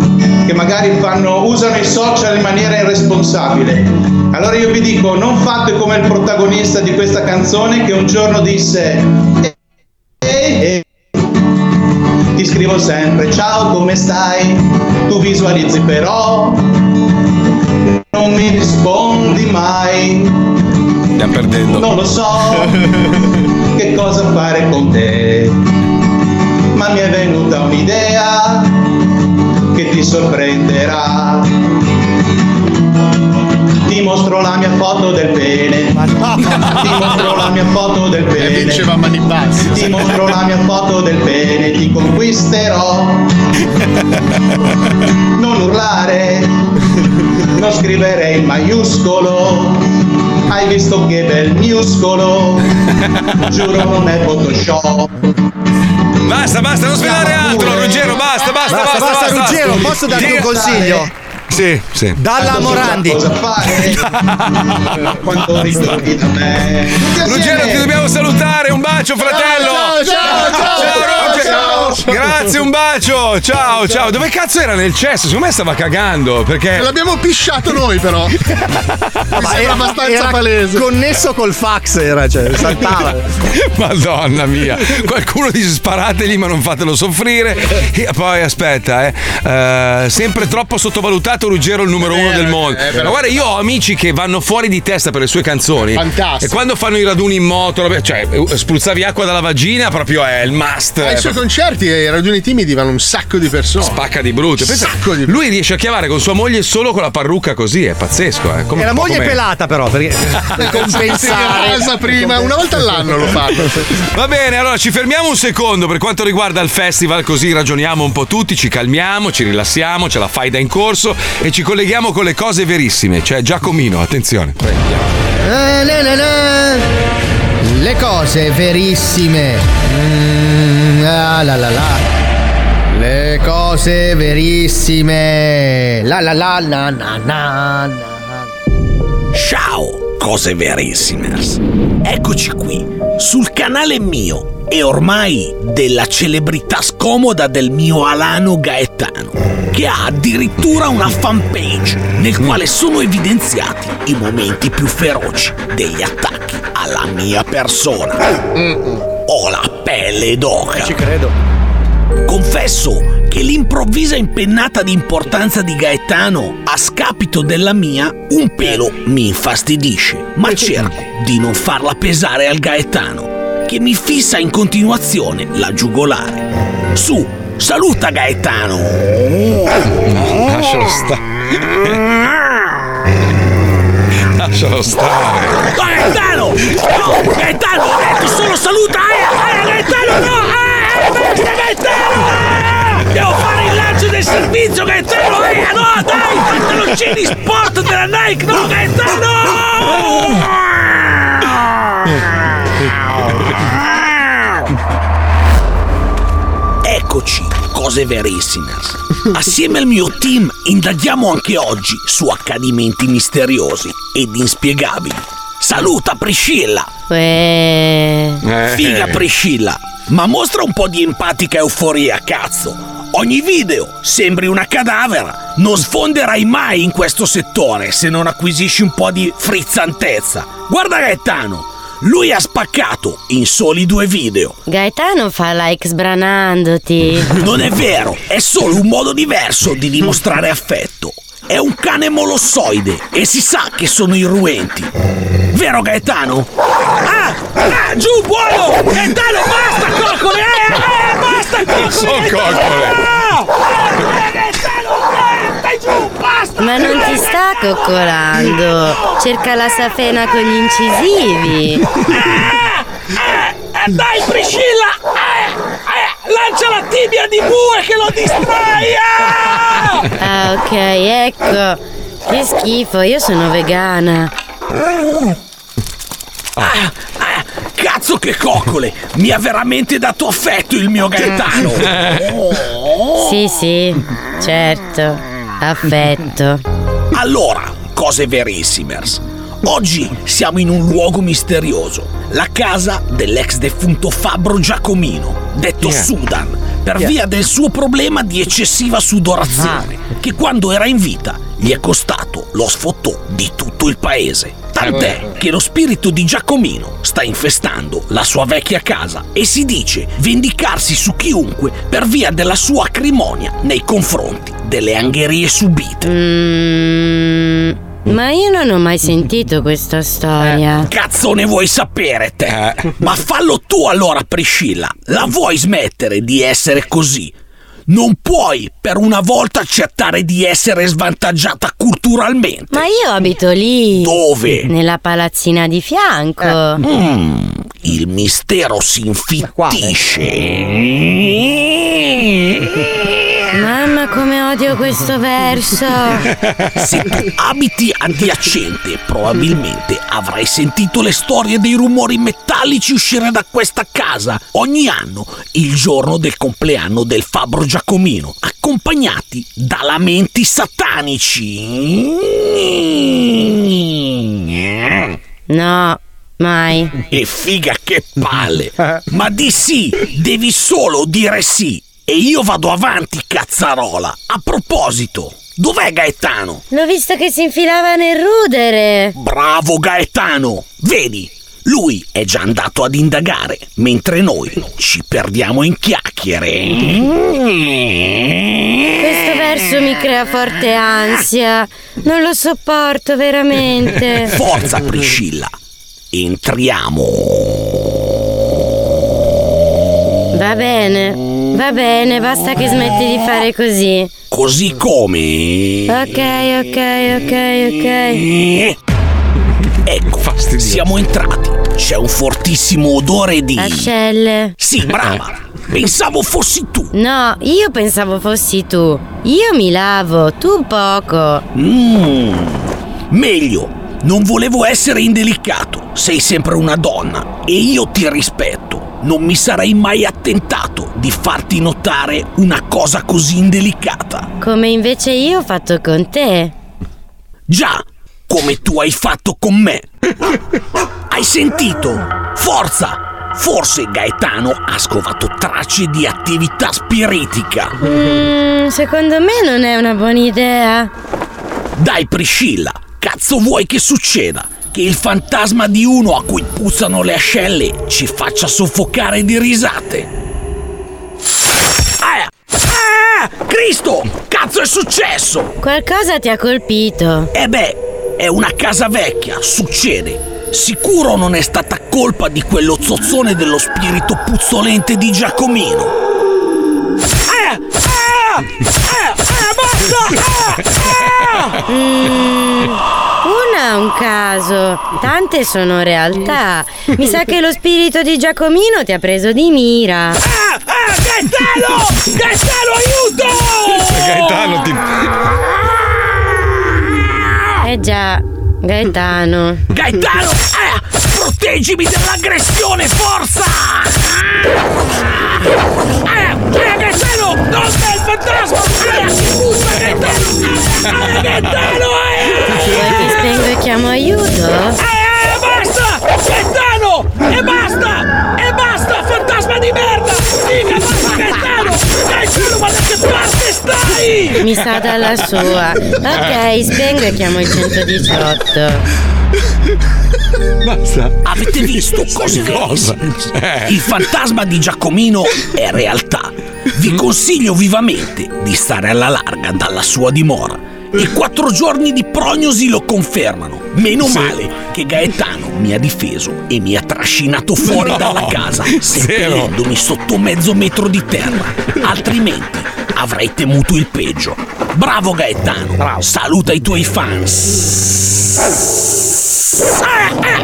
[SPEAKER 20] che magari fanno- usano i social in maniera irresponsabile. Allora io vi dico, non fate come il protagonista di questa canzone che un giorno disse "Eh, eh, ti scrivo sempre ciao come stai, tu visualizzi però non mi rispondi mai.
[SPEAKER 5] Stiamo perdendo.
[SPEAKER 20] Non lo so. che cosa fare con te. Ma mi è venuta un'idea che ti sorprenderà. Ti mostro la mia foto del pene. Ti mostro la mia foto del pene. E vinceva
[SPEAKER 12] mani basse.
[SPEAKER 20] Ti mostro la mia foto del pene, ti conquisterò. Non urlare, non scrivere in maiuscolo. Hai visto che bel muscolo? Giuro non è Photoshop.
[SPEAKER 5] Basta, basta, non svelare altro, Ruggero, basta, basta, basta.
[SPEAKER 2] Basta, basta, Ruggero, posso darti un
[SPEAKER 5] Gira-
[SPEAKER 2] consiglio?
[SPEAKER 5] Sì, sì.
[SPEAKER 2] Dalla Morandi.
[SPEAKER 20] Quanto ritorni da me.
[SPEAKER 5] Ruggero, ti dobbiamo salutare. Un bacio, fratello.
[SPEAKER 4] Ciao, ciao, ciao.
[SPEAKER 5] ciao, Ruggero.
[SPEAKER 4] Ciao, ciao.
[SPEAKER 5] Grazie, un bacio. Ciao, ciao. Dove cazzo era nel cesso? Secondo me stava cagando. Perché.
[SPEAKER 12] L'abbiamo pisciato noi, però. Mi sembra
[SPEAKER 2] era-
[SPEAKER 12] abbastanza
[SPEAKER 2] era
[SPEAKER 12] palese.
[SPEAKER 2] Connesso col fax era, cioè, saltava.
[SPEAKER 5] Madonna mia, qualcuno dice sparategli ma non fatelo soffrire. E poi aspetta, eh. Eh, sempre troppo sottovalutato Ruggero il numero uno del mondo.
[SPEAKER 12] è vero.
[SPEAKER 5] Ma guarda, io ho amici che vanno fuori di testa per le sue canzoni.
[SPEAKER 12] Fantastico.
[SPEAKER 5] E quando fanno i raduni in moto, robe- cioè eh, spruzzavi acqua dalla vagina proprio è il must.
[SPEAKER 12] Ai
[SPEAKER 5] eh,
[SPEAKER 12] suoi
[SPEAKER 5] proprio.
[SPEAKER 12] concerti e ai raduni timidi vanno un sacco di persone.
[SPEAKER 5] Spacca di brutto. Cioè, Pensa- lui riesce a chiamare con sua moglie solo con la parrucca così, è pazzesco. Eh. Come-
[SPEAKER 2] E la
[SPEAKER 5] un po'
[SPEAKER 2] moglie è
[SPEAKER 5] come-
[SPEAKER 2] pelata però, perché per compensare.
[SPEAKER 12] Sì, casa prima, una volta all'anno lo fanno.
[SPEAKER 5] Va bene, allora ci fermiamo un secondo per quanto riguarda il festival, così ragioniamo un po' tutti, ci calmiamo, ci rilassiamo, c'è la faida in corso e ci colleghiamo con le cose verissime. Cioè Giacomino, attenzione.
[SPEAKER 21] Eh, na, na, na. Le cose verissime. Mm, ah, la, la, la. Le cose verissime. La la la la na na na.
[SPEAKER 8] Ciao, cose verissimers. Eccoci qui, sul canale mio e ormai della celebrità scomoda del mio Alano Gaetano, che ha addirittura una fanpage nel quale sono evidenziati i momenti più feroci degli attacchi alla mia persona. Ho la pelle d'oca. Ci credo. Confesso che l'improvvisa impennata di importanza di Gaetano a scapito della mia un pelo mi infastidisce, ma cerco di non farla pesare al Gaetano, che mi fissa in continuazione la giugolare. Su, saluta Gaetano!
[SPEAKER 5] Lascialo stare. Lascialo stare.
[SPEAKER 8] Gaetano! No, Gaetano, ho detto solo saluta! Eh, eh, Gaetano, no! Eh, eh, Gaetano! eh! Devo fare il lancio del servizio, Gaetano! Eh, no, dai! Pantaloncini sport della Nike, no, Gaetano! Eccoci, cose verissime. Assieme al mio team indaghiamo anche oggi su accadimenti misteriosi ed inspiegabili. Saluta Priscilla!
[SPEAKER 22] Eh.
[SPEAKER 8] Figa Priscilla, ma mostra un po' di empatica euforia, cazzo! Ogni video sembri una cadavera! Non sfonderai mai in questo settore se non acquisisci un po' di frizzantezza! Guarda Gaetano! Lui ha spaccato in soli due video!
[SPEAKER 22] Gaetano fa like sbranandoti.
[SPEAKER 8] Non è vero, è solo un modo diverso di dimostrare affetto. È un cane molossoide e si sa che sono irruenti. Vero Gaetano? Ah, ah giù, buono! Gaetano, basta coccole! Eh, eh, basta coccole!
[SPEAKER 4] Sono
[SPEAKER 8] Gaetano,
[SPEAKER 4] coccole.
[SPEAKER 8] no! Eh, eh, Gaetano, eh, stai giù, basta!
[SPEAKER 22] Ma non ti sta coccolando. Cerca la safena con gli incisivi.
[SPEAKER 8] Eh, dai Priscilla! Eh, eh, lancia la tibia di bue che lo distrai!
[SPEAKER 22] Ah, ok, ecco. Che schifo, io sono vegana.
[SPEAKER 8] Ah, Cazzo che coccole! Mi ha veramente dato affetto il mio Gaetano!
[SPEAKER 22] Sì, sì, certo. Affetto.
[SPEAKER 8] Allora, cose verissimers. Oggi siamo in un luogo misterioso, la casa dell'ex defunto Fabbro Giacomino, detto
[SPEAKER 23] Yeah.
[SPEAKER 8] Sudan, per
[SPEAKER 23] Yeah.
[SPEAKER 8] via del suo problema di eccessiva sudorazione, che quando era in vita gli è costato lo sfottò di tutto il paese. Tant'è che lo spirito di Giacomino sta infestando la sua vecchia casa e si dice vendicarsi su chiunque per via della sua acrimonia nei confronti delle angherie subite.
[SPEAKER 22] Mm, ma io non ho mai sentito questa storia.
[SPEAKER 8] Cazzo ne vuoi sapere te? Ma fallo tu allora Priscilla, la vuoi smettere di essere così? Non puoi per una volta accettare di essere svantaggiata culturalmente.
[SPEAKER 22] Ma io abito lì.
[SPEAKER 8] Dove?
[SPEAKER 22] Nella palazzina di fianco.
[SPEAKER 8] Mm, il mistero si infittisce.
[SPEAKER 22] Mamma come odio questo verso.
[SPEAKER 8] Se tu abiti adiacente, probabilmente avrai sentito le storie dei rumori metallici uscire da questa casa ogni anno, il giorno del compleanno del fabbro Giacomino, accompagnati da lamenti satanici.
[SPEAKER 22] No, mai.
[SPEAKER 8] E figa che palle! Ma di sì, devi solo dire sì. E io vado avanti, cazzarola. A proposito, dov'è Gaetano?
[SPEAKER 22] L'ho visto che si infilava nel rudere.
[SPEAKER 8] Bravo Gaetano! Vedi, lui è già andato ad indagare, mentre noi ci perdiamo in chiacchiere.
[SPEAKER 22] Questo verso mi crea forte ansia. Non lo sopporto veramente.
[SPEAKER 8] Forza Priscilla, entriamo.
[SPEAKER 22] Va bene, va bene, basta che smetti di fare così.
[SPEAKER 8] Così come...
[SPEAKER 22] Ok, ok, ok, ok.
[SPEAKER 8] Ecco, siamo entrati. C'è un fortissimo odore di...
[SPEAKER 22] Ascelle.
[SPEAKER 8] Sì, brava. Pensavo fossi tu.
[SPEAKER 22] No, io pensavo fossi tu. Io mi lavo, tu poco.
[SPEAKER 8] Mmm. Meglio. Non volevo essere indelicato. Sei sempre una donna e io ti rispetto. Non mi sarei mai attentato di farti notare una cosa così indelicata.
[SPEAKER 22] Come invece io ho fatto con te.
[SPEAKER 8] Già, come tu hai fatto con me. Hai sentito? Forza! Forse Gaetano ha scovato tracce di attività spiritica.
[SPEAKER 22] Mm, secondo me non è una buona idea.
[SPEAKER 8] Dai Priscilla, cazzo vuoi che succeda? Che il fantasma di uno a cui puzzano le ascelle ci faccia soffocare di risate. Ah! Ah! Cristo! Cazzo è successo?
[SPEAKER 22] Qualcosa ti ha colpito.
[SPEAKER 8] Eh beh, è una casa vecchia, succede. Sicuro non è stata colpa di quello zozzone dello spirito puzzolente di Giacomino.
[SPEAKER 4] eh,
[SPEAKER 8] eh,
[SPEAKER 22] Mm, una è un caso, tante sono realtà. Mi sa che lo spirito di Giacomino ti ha preso di mira.
[SPEAKER 8] Gaetano! Gaetano, aiuto!
[SPEAKER 5] Gaetano ti.
[SPEAKER 22] Eh già, Gaetano.
[SPEAKER 8] Gaetano! ah, proteggimi dall'aggressione, forza! Ah, ah, Gaetano! Non sei il fantasma! Ah, si butta, Gaetano! Ah, Gaetano! eh!
[SPEAKER 22] Vuoi che spengo e chiamo aiuto?
[SPEAKER 8] Ah, basta! Gaetano! Oh, E basta! E basta, fantasma di merda! Dica, basta, Gaetano! Gaetano, ma da che parte stai?
[SPEAKER 22] Mi sa dalla sua. Ok, spengo e chiamo il 118.
[SPEAKER 5] Basta.
[SPEAKER 8] Avete visto Cioè. cose
[SPEAKER 5] Cosa?
[SPEAKER 8] verissime? Il fantasma di Giacomino è realtà. Vi consiglio vivamente di stare alla larga dalla sua dimora. I quattro giorni di prognosi lo confermano. Meno male che Gaetano mi ha difeso e mi ha trascinato fuori
[SPEAKER 5] No,
[SPEAKER 8] dalla casa,
[SPEAKER 5] zero.
[SPEAKER 8] seppellendomi sotto mezzo metro di terra. Altrimenti avrei temuto il peggio. Bravo Gaetano, saluta i tuoi fans. Eh,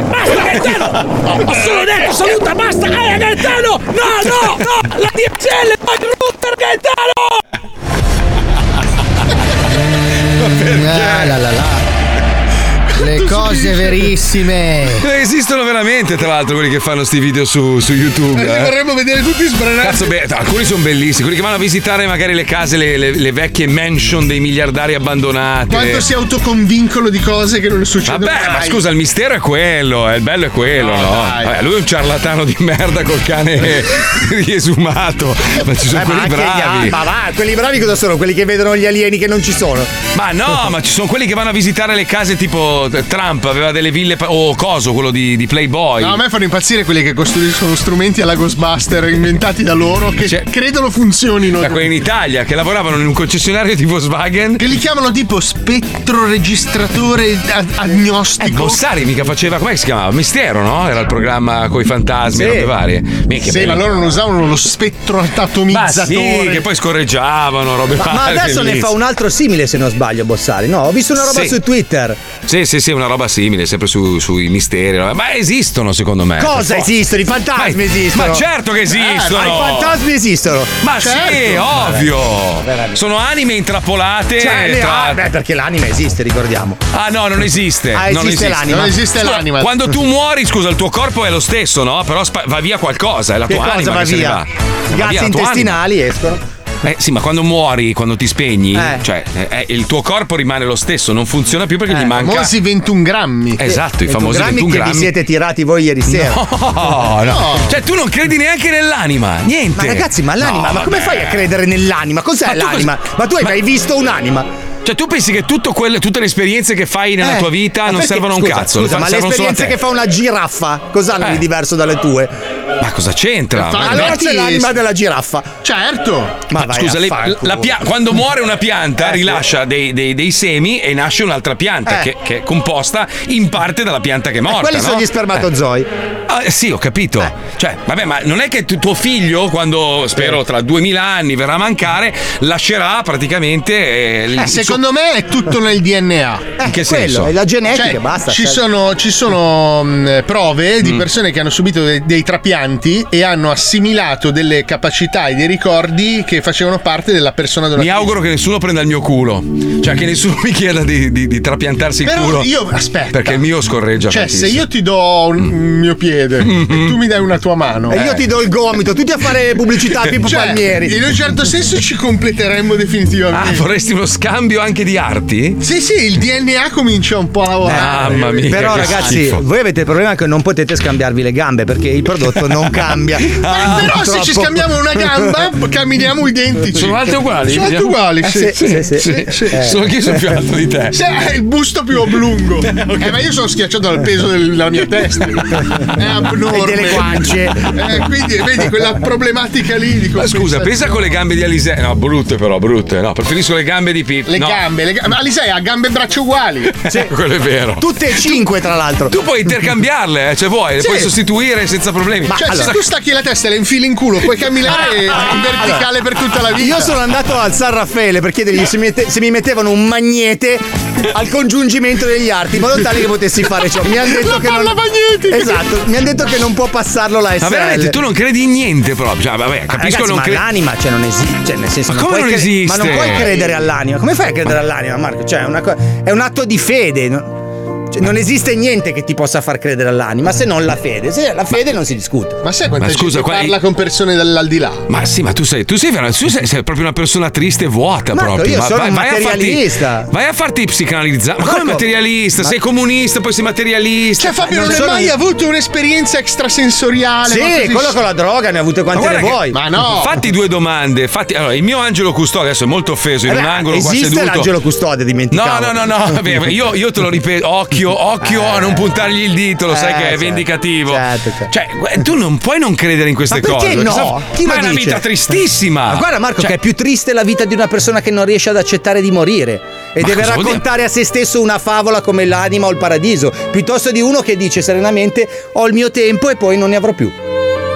[SPEAKER 8] Basta Gaetano! Oh, Ho solo detto saluta, basta! Eh, Gaetano! No, no, no! La DSL è brutta, Gaetano!
[SPEAKER 21] Ah, la, la, la. Le cose verissime.
[SPEAKER 5] Eh, Esistono veramente, tra l'altro, quelli che fanno sti video su, su YouTube.
[SPEAKER 12] Li
[SPEAKER 5] eh.
[SPEAKER 12] vorremmo vedere tutti sbranati.
[SPEAKER 5] Cazzo, beh, alcuni sono bellissimi, quelli che vanno a visitare magari le case, le, le- le vecchie mansion dei miliardari abbandonati.
[SPEAKER 12] Quanto si autoconvincono di cose che non succedono
[SPEAKER 5] Vabbè, Eh, ma
[SPEAKER 12] mai.
[SPEAKER 5] scusa, il mistero è quello, eh, il bello è quello, no? Vabbè, lui è un ciarlatano di merda col cane riesumato, ma ci sono
[SPEAKER 2] Eh,
[SPEAKER 5] quelli
[SPEAKER 2] anche gli-
[SPEAKER 5] bravi.
[SPEAKER 2] ma va, quelli bravi cosa sono? Quelli che vedono gli alieni che non ci sono.
[SPEAKER 5] Ma no, ma ci sono quelli che vanno a visitare le case tipo eh, Trump, aveva delle ville pa- o Coso, quello di, di Playboy.
[SPEAKER 12] No, a me fanno impazzire quelli che costruiscono strumenti alla Ghostbuster inventati da loro che credono funzionino.
[SPEAKER 5] Da Cioè- quelli in Italia che lavoravano in un concessionario di Volkswagen.
[SPEAKER 12] Che li chiamano tipo spettroregistratore a- agnostico.
[SPEAKER 5] Eh, Bossari mica faceva, come si chiamava? Mistero, no? Era il programma con i fantasmi, robe varie. Minchia,
[SPEAKER 12] Sì,
[SPEAKER 5] bello.
[SPEAKER 12] ma loro non usavano lo spettro
[SPEAKER 5] Ah, sì,
[SPEAKER 12] atomizzatore.
[SPEAKER 5] che poi scorreggiavano, robe
[SPEAKER 2] Ma,
[SPEAKER 5] varie.
[SPEAKER 2] ma adesso ne fa
[SPEAKER 5] bellissimo.
[SPEAKER 2] un altro simile se non sbaglio Bossari. No, ho visto una roba
[SPEAKER 5] Sì.
[SPEAKER 2] su Twitter.
[SPEAKER 5] Sì, sì, sì, sì, una roba simile, sempre su- sui misteri. Ma esistono, secondo me. Eh, per
[SPEAKER 2] Cosa
[SPEAKER 5] forza.
[SPEAKER 2] esistono? I fantasmi
[SPEAKER 5] Ma-
[SPEAKER 2] esistono.
[SPEAKER 5] ma certo che esistono.
[SPEAKER 2] Eh, ma I fantasmi esistono.
[SPEAKER 5] Ma Ah, sì,
[SPEAKER 2] Certo.
[SPEAKER 5] ovvio.
[SPEAKER 2] Veramente.
[SPEAKER 5] Sono anime intrappolate.
[SPEAKER 2] Cioè, le-
[SPEAKER 5] tra-
[SPEAKER 2] ah, beh, perché l'anima esiste, ricordiamo.
[SPEAKER 5] Ah no, non esiste.
[SPEAKER 2] Ah,
[SPEAKER 5] non
[SPEAKER 2] esiste
[SPEAKER 5] esiste
[SPEAKER 2] l'anima. Non esiste
[SPEAKER 5] Scusa,
[SPEAKER 2] l'anima.
[SPEAKER 5] Quando tu muori, scusa, il tuo corpo è lo stesso, no? Però spa- va via qualcosa, è la
[SPEAKER 2] Che
[SPEAKER 5] tua
[SPEAKER 2] cosa
[SPEAKER 5] anima
[SPEAKER 2] va
[SPEAKER 5] che se ne
[SPEAKER 2] via?
[SPEAKER 5] va.
[SPEAKER 2] I
[SPEAKER 5] Va
[SPEAKER 2] Gazzi
[SPEAKER 5] via la tua
[SPEAKER 2] intestinali escono.
[SPEAKER 5] anima. Eh sì, ma quando muori, quando ti spegni, cioè, eh, eh, il tuo corpo rimane lo stesso, non funziona più
[SPEAKER 2] Eh,
[SPEAKER 5] perché gli manca.
[SPEAKER 12] Famosi 21 grammi.
[SPEAKER 5] Esatto, i famosi
[SPEAKER 2] 21
[SPEAKER 5] 21
[SPEAKER 2] che
[SPEAKER 5] grammi.
[SPEAKER 2] vi siete tirati voi ieri sera.
[SPEAKER 5] No, no. Cioè, tu non credi neanche nell'anima, niente.
[SPEAKER 2] Ma ragazzi, ma l'anima,
[SPEAKER 5] No,
[SPEAKER 2] ma come
[SPEAKER 5] vabbè.
[SPEAKER 2] fai a credere nell'anima? Cos'è
[SPEAKER 5] Ma tu
[SPEAKER 2] l'anima?
[SPEAKER 5] cos-
[SPEAKER 2] ma tu hai mai visto un'anima?
[SPEAKER 5] Cioè, tu pensi che tutto quelle- tutte le esperienze che fai nella
[SPEAKER 2] Eh,
[SPEAKER 5] tua vita
[SPEAKER 2] ma
[SPEAKER 5] non
[SPEAKER 2] perché-
[SPEAKER 5] servono a un
[SPEAKER 2] scusa,
[SPEAKER 5] cazzo?
[SPEAKER 2] Scusa,
[SPEAKER 5] fa-
[SPEAKER 2] ma le
[SPEAKER 5] servono solo a
[SPEAKER 2] esperienze
[SPEAKER 5] te. Eh.
[SPEAKER 2] che fa una giraffa, cos'hanno di diverso dalle tue?
[SPEAKER 5] Ma cosa c'entra? Ma-
[SPEAKER 2] allora c'è
[SPEAKER 5] Infatti-
[SPEAKER 2] l'anima della giraffa. Eh,
[SPEAKER 12] Certo.
[SPEAKER 2] Ma vai
[SPEAKER 5] Scusa,
[SPEAKER 2] a
[SPEAKER 5] le-
[SPEAKER 2] fanculo.
[SPEAKER 5] la pia- quando muore una pianta rilascia dei, dei- dei semi e nasce un'altra pianta
[SPEAKER 2] Eh.
[SPEAKER 5] che, che è composta in parte dalla pianta che è morta.
[SPEAKER 2] quelli
[SPEAKER 5] no?
[SPEAKER 2] sono gli spermatozoi. Eh.
[SPEAKER 5] Eh. Ah, sì, ho capito. Cioè, vabbè, ma non è che tu- tuo figlio, quando spero tra 2000 anni verrà a mancare, lascerà praticamente. eh, il-
[SPEAKER 12] Eh,
[SPEAKER 5] il suo-
[SPEAKER 12] secondo me è tutto nel DNA.
[SPEAKER 5] In che quello, senso?
[SPEAKER 2] Eh, è la genetica,
[SPEAKER 12] Cioè,
[SPEAKER 2] basta,
[SPEAKER 12] Ci
[SPEAKER 2] cioè. Mm.
[SPEAKER 12] sono, ci sono mh, prove di persone che hanno subito de- dei trapianti e hanno assimilato delle capacità e dei ricordi che facevano parte della persona della
[SPEAKER 5] Mi auguro che nessuno prenda il mio culo. Cioè, che nessuno mi chieda di, di- di trapiantarsi il
[SPEAKER 12] Però
[SPEAKER 5] culo.
[SPEAKER 12] io- aspetta.
[SPEAKER 5] Perché il mio scorreggia.
[SPEAKER 12] Cioè, se
[SPEAKER 5] tantissimo.
[SPEAKER 12] io ti do un un mio piede e tu mi dai una tua mano.
[SPEAKER 2] Mm.
[SPEAKER 12] eh.
[SPEAKER 2] E io ti do il gomito, tutti a fare pubblicità a Pippo
[SPEAKER 12] Cioè,
[SPEAKER 2] Palmieri.
[SPEAKER 12] In un certo senso ci completeremmo definitivamente.
[SPEAKER 5] Ah, vorresti uno scambio anche di arti?
[SPEAKER 12] Sì, sì, il DNA comincia un po' a lavorare.
[SPEAKER 5] Mamma mia,
[SPEAKER 2] Oh, eh. Però
[SPEAKER 5] che
[SPEAKER 2] ragazzi,
[SPEAKER 5] schifo.
[SPEAKER 2] voi avete il problema che non potete scambiarvi le gambe perché il prodotto non cambia.
[SPEAKER 5] Ah,
[SPEAKER 12] Eh, però se ci
[SPEAKER 2] Ah, Purtroppo.
[SPEAKER 12] scambiamo una gamba, camminiamo identici.
[SPEAKER 2] Sono alti uguali?
[SPEAKER 12] Sono alti uguali,
[SPEAKER 2] Eh,
[SPEAKER 12] sì.
[SPEAKER 2] sì, sì, sì. Eh.
[SPEAKER 5] Solo che io sono più alto di te.
[SPEAKER 12] Sì, è il busto più oblungo. Eh, ma io sono schiacciato dal peso del- della mia testa. È abnorme.
[SPEAKER 2] E delle guance.
[SPEAKER 12] Eh, quindi vedi quella problematica lì. Dico,
[SPEAKER 5] Ma scusa,
[SPEAKER 12] pensa-
[SPEAKER 5] pensa con le gambe di Alise. No, brutte però, brutte. No, preferisco le gambe di Pippo.
[SPEAKER 12] Le
[SPEAKER 5] no.
[SPEAKER 12] gambe, le gambe. Alisei ha gambe e braccia uguali.
[SPEAKER 5] Quello è vero.
[SPEAKER 2] Tutte e cinque, tra l'altro.
[SPEAKER 5] Tu puoi intercambiarle, eh, cioè vuoi, le
[SPEAKER 12] Sì.
[SPEAKER 5] puoi sostituire senza problemi.
[SPEAKER 12] cioè, se tu stacchi la testa e la infili in culo, puoi camminare
[SPEAKER 2] Ah,
[SPEAKER 12] in verticale per tutta la vita.
[SPEAKER 2] Io sono andato al San Raffaele per chiedergli se mi, mette- se mi mettevano un magnete al congiungimento degli arti in modo tale che potessi fare ciò. Mi hanno detto
[SPEAKER 12] La
[SPEAKER 2] che non.
[SPEAKER 12] palla magnetica.
[SPEAKER 2] Esatto, mi hanno detto che non può passarlo la SL.
[SPEAKER 5] Ma veramente tu non credi in niente proprio. Cioè, vabbè,
[SPEAKER 2] Ma
[SPEAKER 5] capisco
[SPEAKER 2] ragazzi,
[SPEAKER 5] non
[SPEAKER 2] ma
[SPEAKER 5] credi.
[SPEAKER 2] l'anima cioè, non esiste. Cioè, nel senso,
[SPEAKER 5] Ma come
[SPEAKER 2] puoi
[SPEAKER 5] non
[SPEAKER 2] cre-
[SPEAKER 5] esiste?
[SPEAKER 2] Ma non puoi credere all'anima. Come fai a credere all'anima, Marco? Cioè, è, una co- è un atto di fede. no? Cioè, non esiste niente che ti possa far credere all'anima se non la fede. Se la fede non si discute.
[SPEAKER 12] Ma sai quanta
[SPEAKER 5] Ma scusa,
[SPEAKER 12] gente
[SPEAKER 5] qua-
[SPEAKER 12] parla con persone dall'aldilà?
[SPEAKER 5] Ma sì, ma tu sei, tu sei, vera- tu sei- sei proprio una persona triste e vuota
[SPEAKER 2] Marco,
[SPEAKER 5] proprio.
[SPEAKER 2] io
[SPEAKER 5] Ma
[SPEAKER 2] sono un
[SPEAKER 5] a farti-
[SPEAKER 2] materialista.
[SPEAKER 5] vai a farti psicanalizzare. Ma come
[SPEAKER 2] Marco,
[SPEAKER 5] materialista?
[SPEAKER 2] ma-
[SPEAKER 5] Sei comunista, poi sei materialista.
[SPEAKER 12] Cioè, Fabio
[SPEAKER 5] Ma
[SPEAKER 12] non, hai
[SPEAKER 5] sono-
[SPEAKER 12] mai avuto un'esperienza extrasensoriale?
[SPEAKER 2] Sì,
[SPEAKER 12] ma così-
[SPEAKER 2] quello con la droga ne ha avute quante ne
[SPEAKER 5] guarda che-
[SPEAKER 2] vuoi.
[SPEAKER 12] Ma no!
[SPEAKER 5] Fatti due domande. Fatti, allora, il mio angelo custode adesso è molto offeso in
[SPEAKER 2] Vabbè,
[SPEAKER 5] un angolo qua
[SPEAKER 2] esiste
[SPEAKER 5] seduto.
[SPEAKER 2] l'angelo custode,
[SPEAKER 5] No, no,
[SPEAKER 2] dimenticavo.
[SPEAKER 5] no, no, vabbè, io, io te lo ripeto, occhio, occhio a non puntargli il dito, lo sai
[SPEAKER 2] Eh,
[SPEAKER 5] che è
[SPEAKER 2] certo,
[SPEAKER 5] vendicativo. Cioè, gu- tu non puoi non credere in queste
[SPEAKER 2] Ma perché
[SPEAKER 5] cose.
[SPEAKER 2] no?
[SPEAKER 5] sa-
[SPEAKER 2] Chi lo
[SPEAKER 5] ma è una
[SPEAKER 2] dice?
[SPEAKER 5] vita tristissima.
[SPEAKER 2] Ma guarda Marco
[SPEAKER 5] Cioè,
[SPEAKER 2] che è più triste la vita di una persona che non riesce ad accettare di morire e
[SPEAKER 5] Ma
[SPEAKER 2] deve
[SPEAKER 5] cosa vuol
[SPEAKER 2] raccontare a se stesso una favola come l'anima o il paradiso, piuttosto di uno che dice serenamente ho il mio tempo e poi non ne avrò più.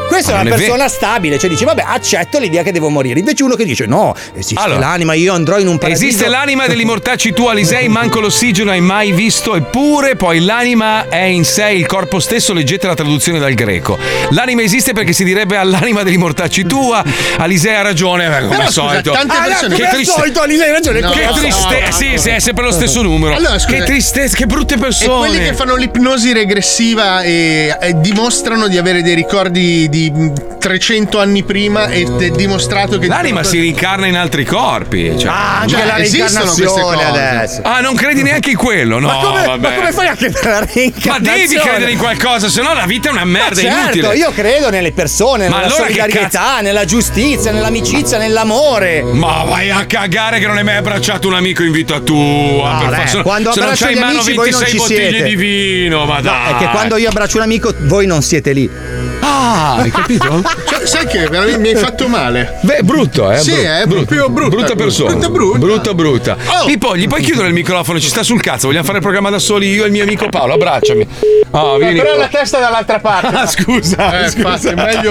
[SPEAKER 2] Questa
[SPEAKER 5] Ma
[SPEAKER 2] è una
[SPEAKER 5] non è
[SPEAKER 2] persona stabile, cioè dice vabbè accetto l'idea che devo morire, invece uno che dice no, esiste
[SPEAKER 5] Allora,
[SPEAKER 2] l'anima, io andrò in un paradiso.
[SPEAKER 5] Esiste l'anima dell'immortacci tu Alisei, manco l'ossigeno hai mai visto, eppure poi l'anima è in sé il corpo stesso, leggete la traduzione dal greco. L'anima esiste perché si direbbe all'anima dell'immortacci tua, Alisei ha ragione, eh, come
[SPEAKER 12] Però,
[SPEAKER 5] al
[SPEAKER 12] scusa,
[SPEAKER 5] solito.
[SPEAKER 12] tante
[SPEAKER 2] Ah,
[SPEAKER 12] persone-
[SPEAKER 2] no, come
[SPEAKER 5] che
[SPEAKER 2] al
[SPEAKER 5] triste-
[SPEAKER 2] solito, Alisei, hai ragione.
[SPEAKER 12] No,
[SPEAKER 5] che
[SPEAKER 12] no,
[SPEAKER 5] tristezza,
[SPEAKER 12] no.
[SPEAKER 5] sì, sì, è sempre lo stesso numero.
[SPEAKER 12] Allora, scusa. eh,
[SPEAKER 5] che tristezza, che brutte
[SPEAKER 12] E
[SPEAKER 5] persone.
[SPEAKER 12] quelli che fanno l'ipnosi regressiva e, e dimostrano di avere dei ricordi di mh, 300 anni prima e è dimostrato che...
[SPEAKER 5] L'anima si rincarna in altri corpi. Cioè.
[SPEAKER 2] Ah, anche
[SPEAKER 12] Cioè,
[SPEAKER 2] la
[SPEAKER 12] esistono queste
[SPEAKER 2] reincarnazione
[SPEAKER 12] cose.
[SPEAKER 2] adesso.
[SPEAKER 5] Ah, non credi neanche in quello? No,
[SPEAKER 2] ma, come,
[SPEAKER 5] vabbè.
[SPEAKER 2] ma come fai a credere alla
[SPEAKER 5] Ma
[SPEAKER 2] reincarnazione?
[SPEAKER 5] devi credere in qualcosa, se no la vita è una merda, è
[SPEAKER 2] certo,
[SPEAKER 5] inutile.
[SPEAKER 2] io credo nelle persone,
[SPEAKER 5] Ma
[SPEAKER 2] nella
[SPEAKER 5] allora che
[SPEAKER 2] solidarietà, nella giustizia, nell'amicizia, nell'amore.
[SPEAKER 5] Ma vai a cagare che non hai mai abbracciato un amico in vita tua.
[SPEAKER 2] No,
[SPEAKER 5] per
[SPEAKER 2] beh,
[SPEAKER 5] forza.
[SPEAKER 2] quando
[SPEAKER 5] se non
[SPEAKER 2] abbraccio
[SPEAKER 5] c'hai in
[SPEAKER 2] gli
[SPEAKER 5] mano
[SPEAKER 2] amici, voi non
[SPEAKER 5] 26
[SPEAKER 2] ci
[SPEAKER 5] bottiglie
[SPEAKER 2] siete.
[SPEAKER 5] di vino, ma
[SPEAKER 2] No,
[SPEAKER 5] dai.
[SPEAKER 2] è che quando io abbraccio un amico, voi non siete lì. Eh,
[SPEAKER 5] Ah, hai capito?
[SPEAKER 12] Cioè, sai che veramente mi hai fatto male.
[SPEAKER 5] Beh, brutto, eh?
[SPEAKER 12] Sì,
[SPEAKER 5] bru-
[SPEAKER 12] è
[SPEAKER 5] bru-
[SPEAKER 12] proprio brutta.
[SPEAKER 5] Brutta persona.
[SPEAKER 12] Brutta, brutta.
[SPEAKER 5] Brutta, brutta. Pippo, gli puoi chiudere il microfono? Ci sta sul cazzo. Vogliamo fare il programma da soli io e il mio amico Paolo. Abbracciami. Ah, vieni.
[SPEAKER 12] Eh, Però la testa dall'altra parte.
[SPEAKER 5] Ah, scusa,
[SPEAKER 12] Eh,
[SPEAKER 5] scusa.
[SPEAKER 12] infatti, è meglio.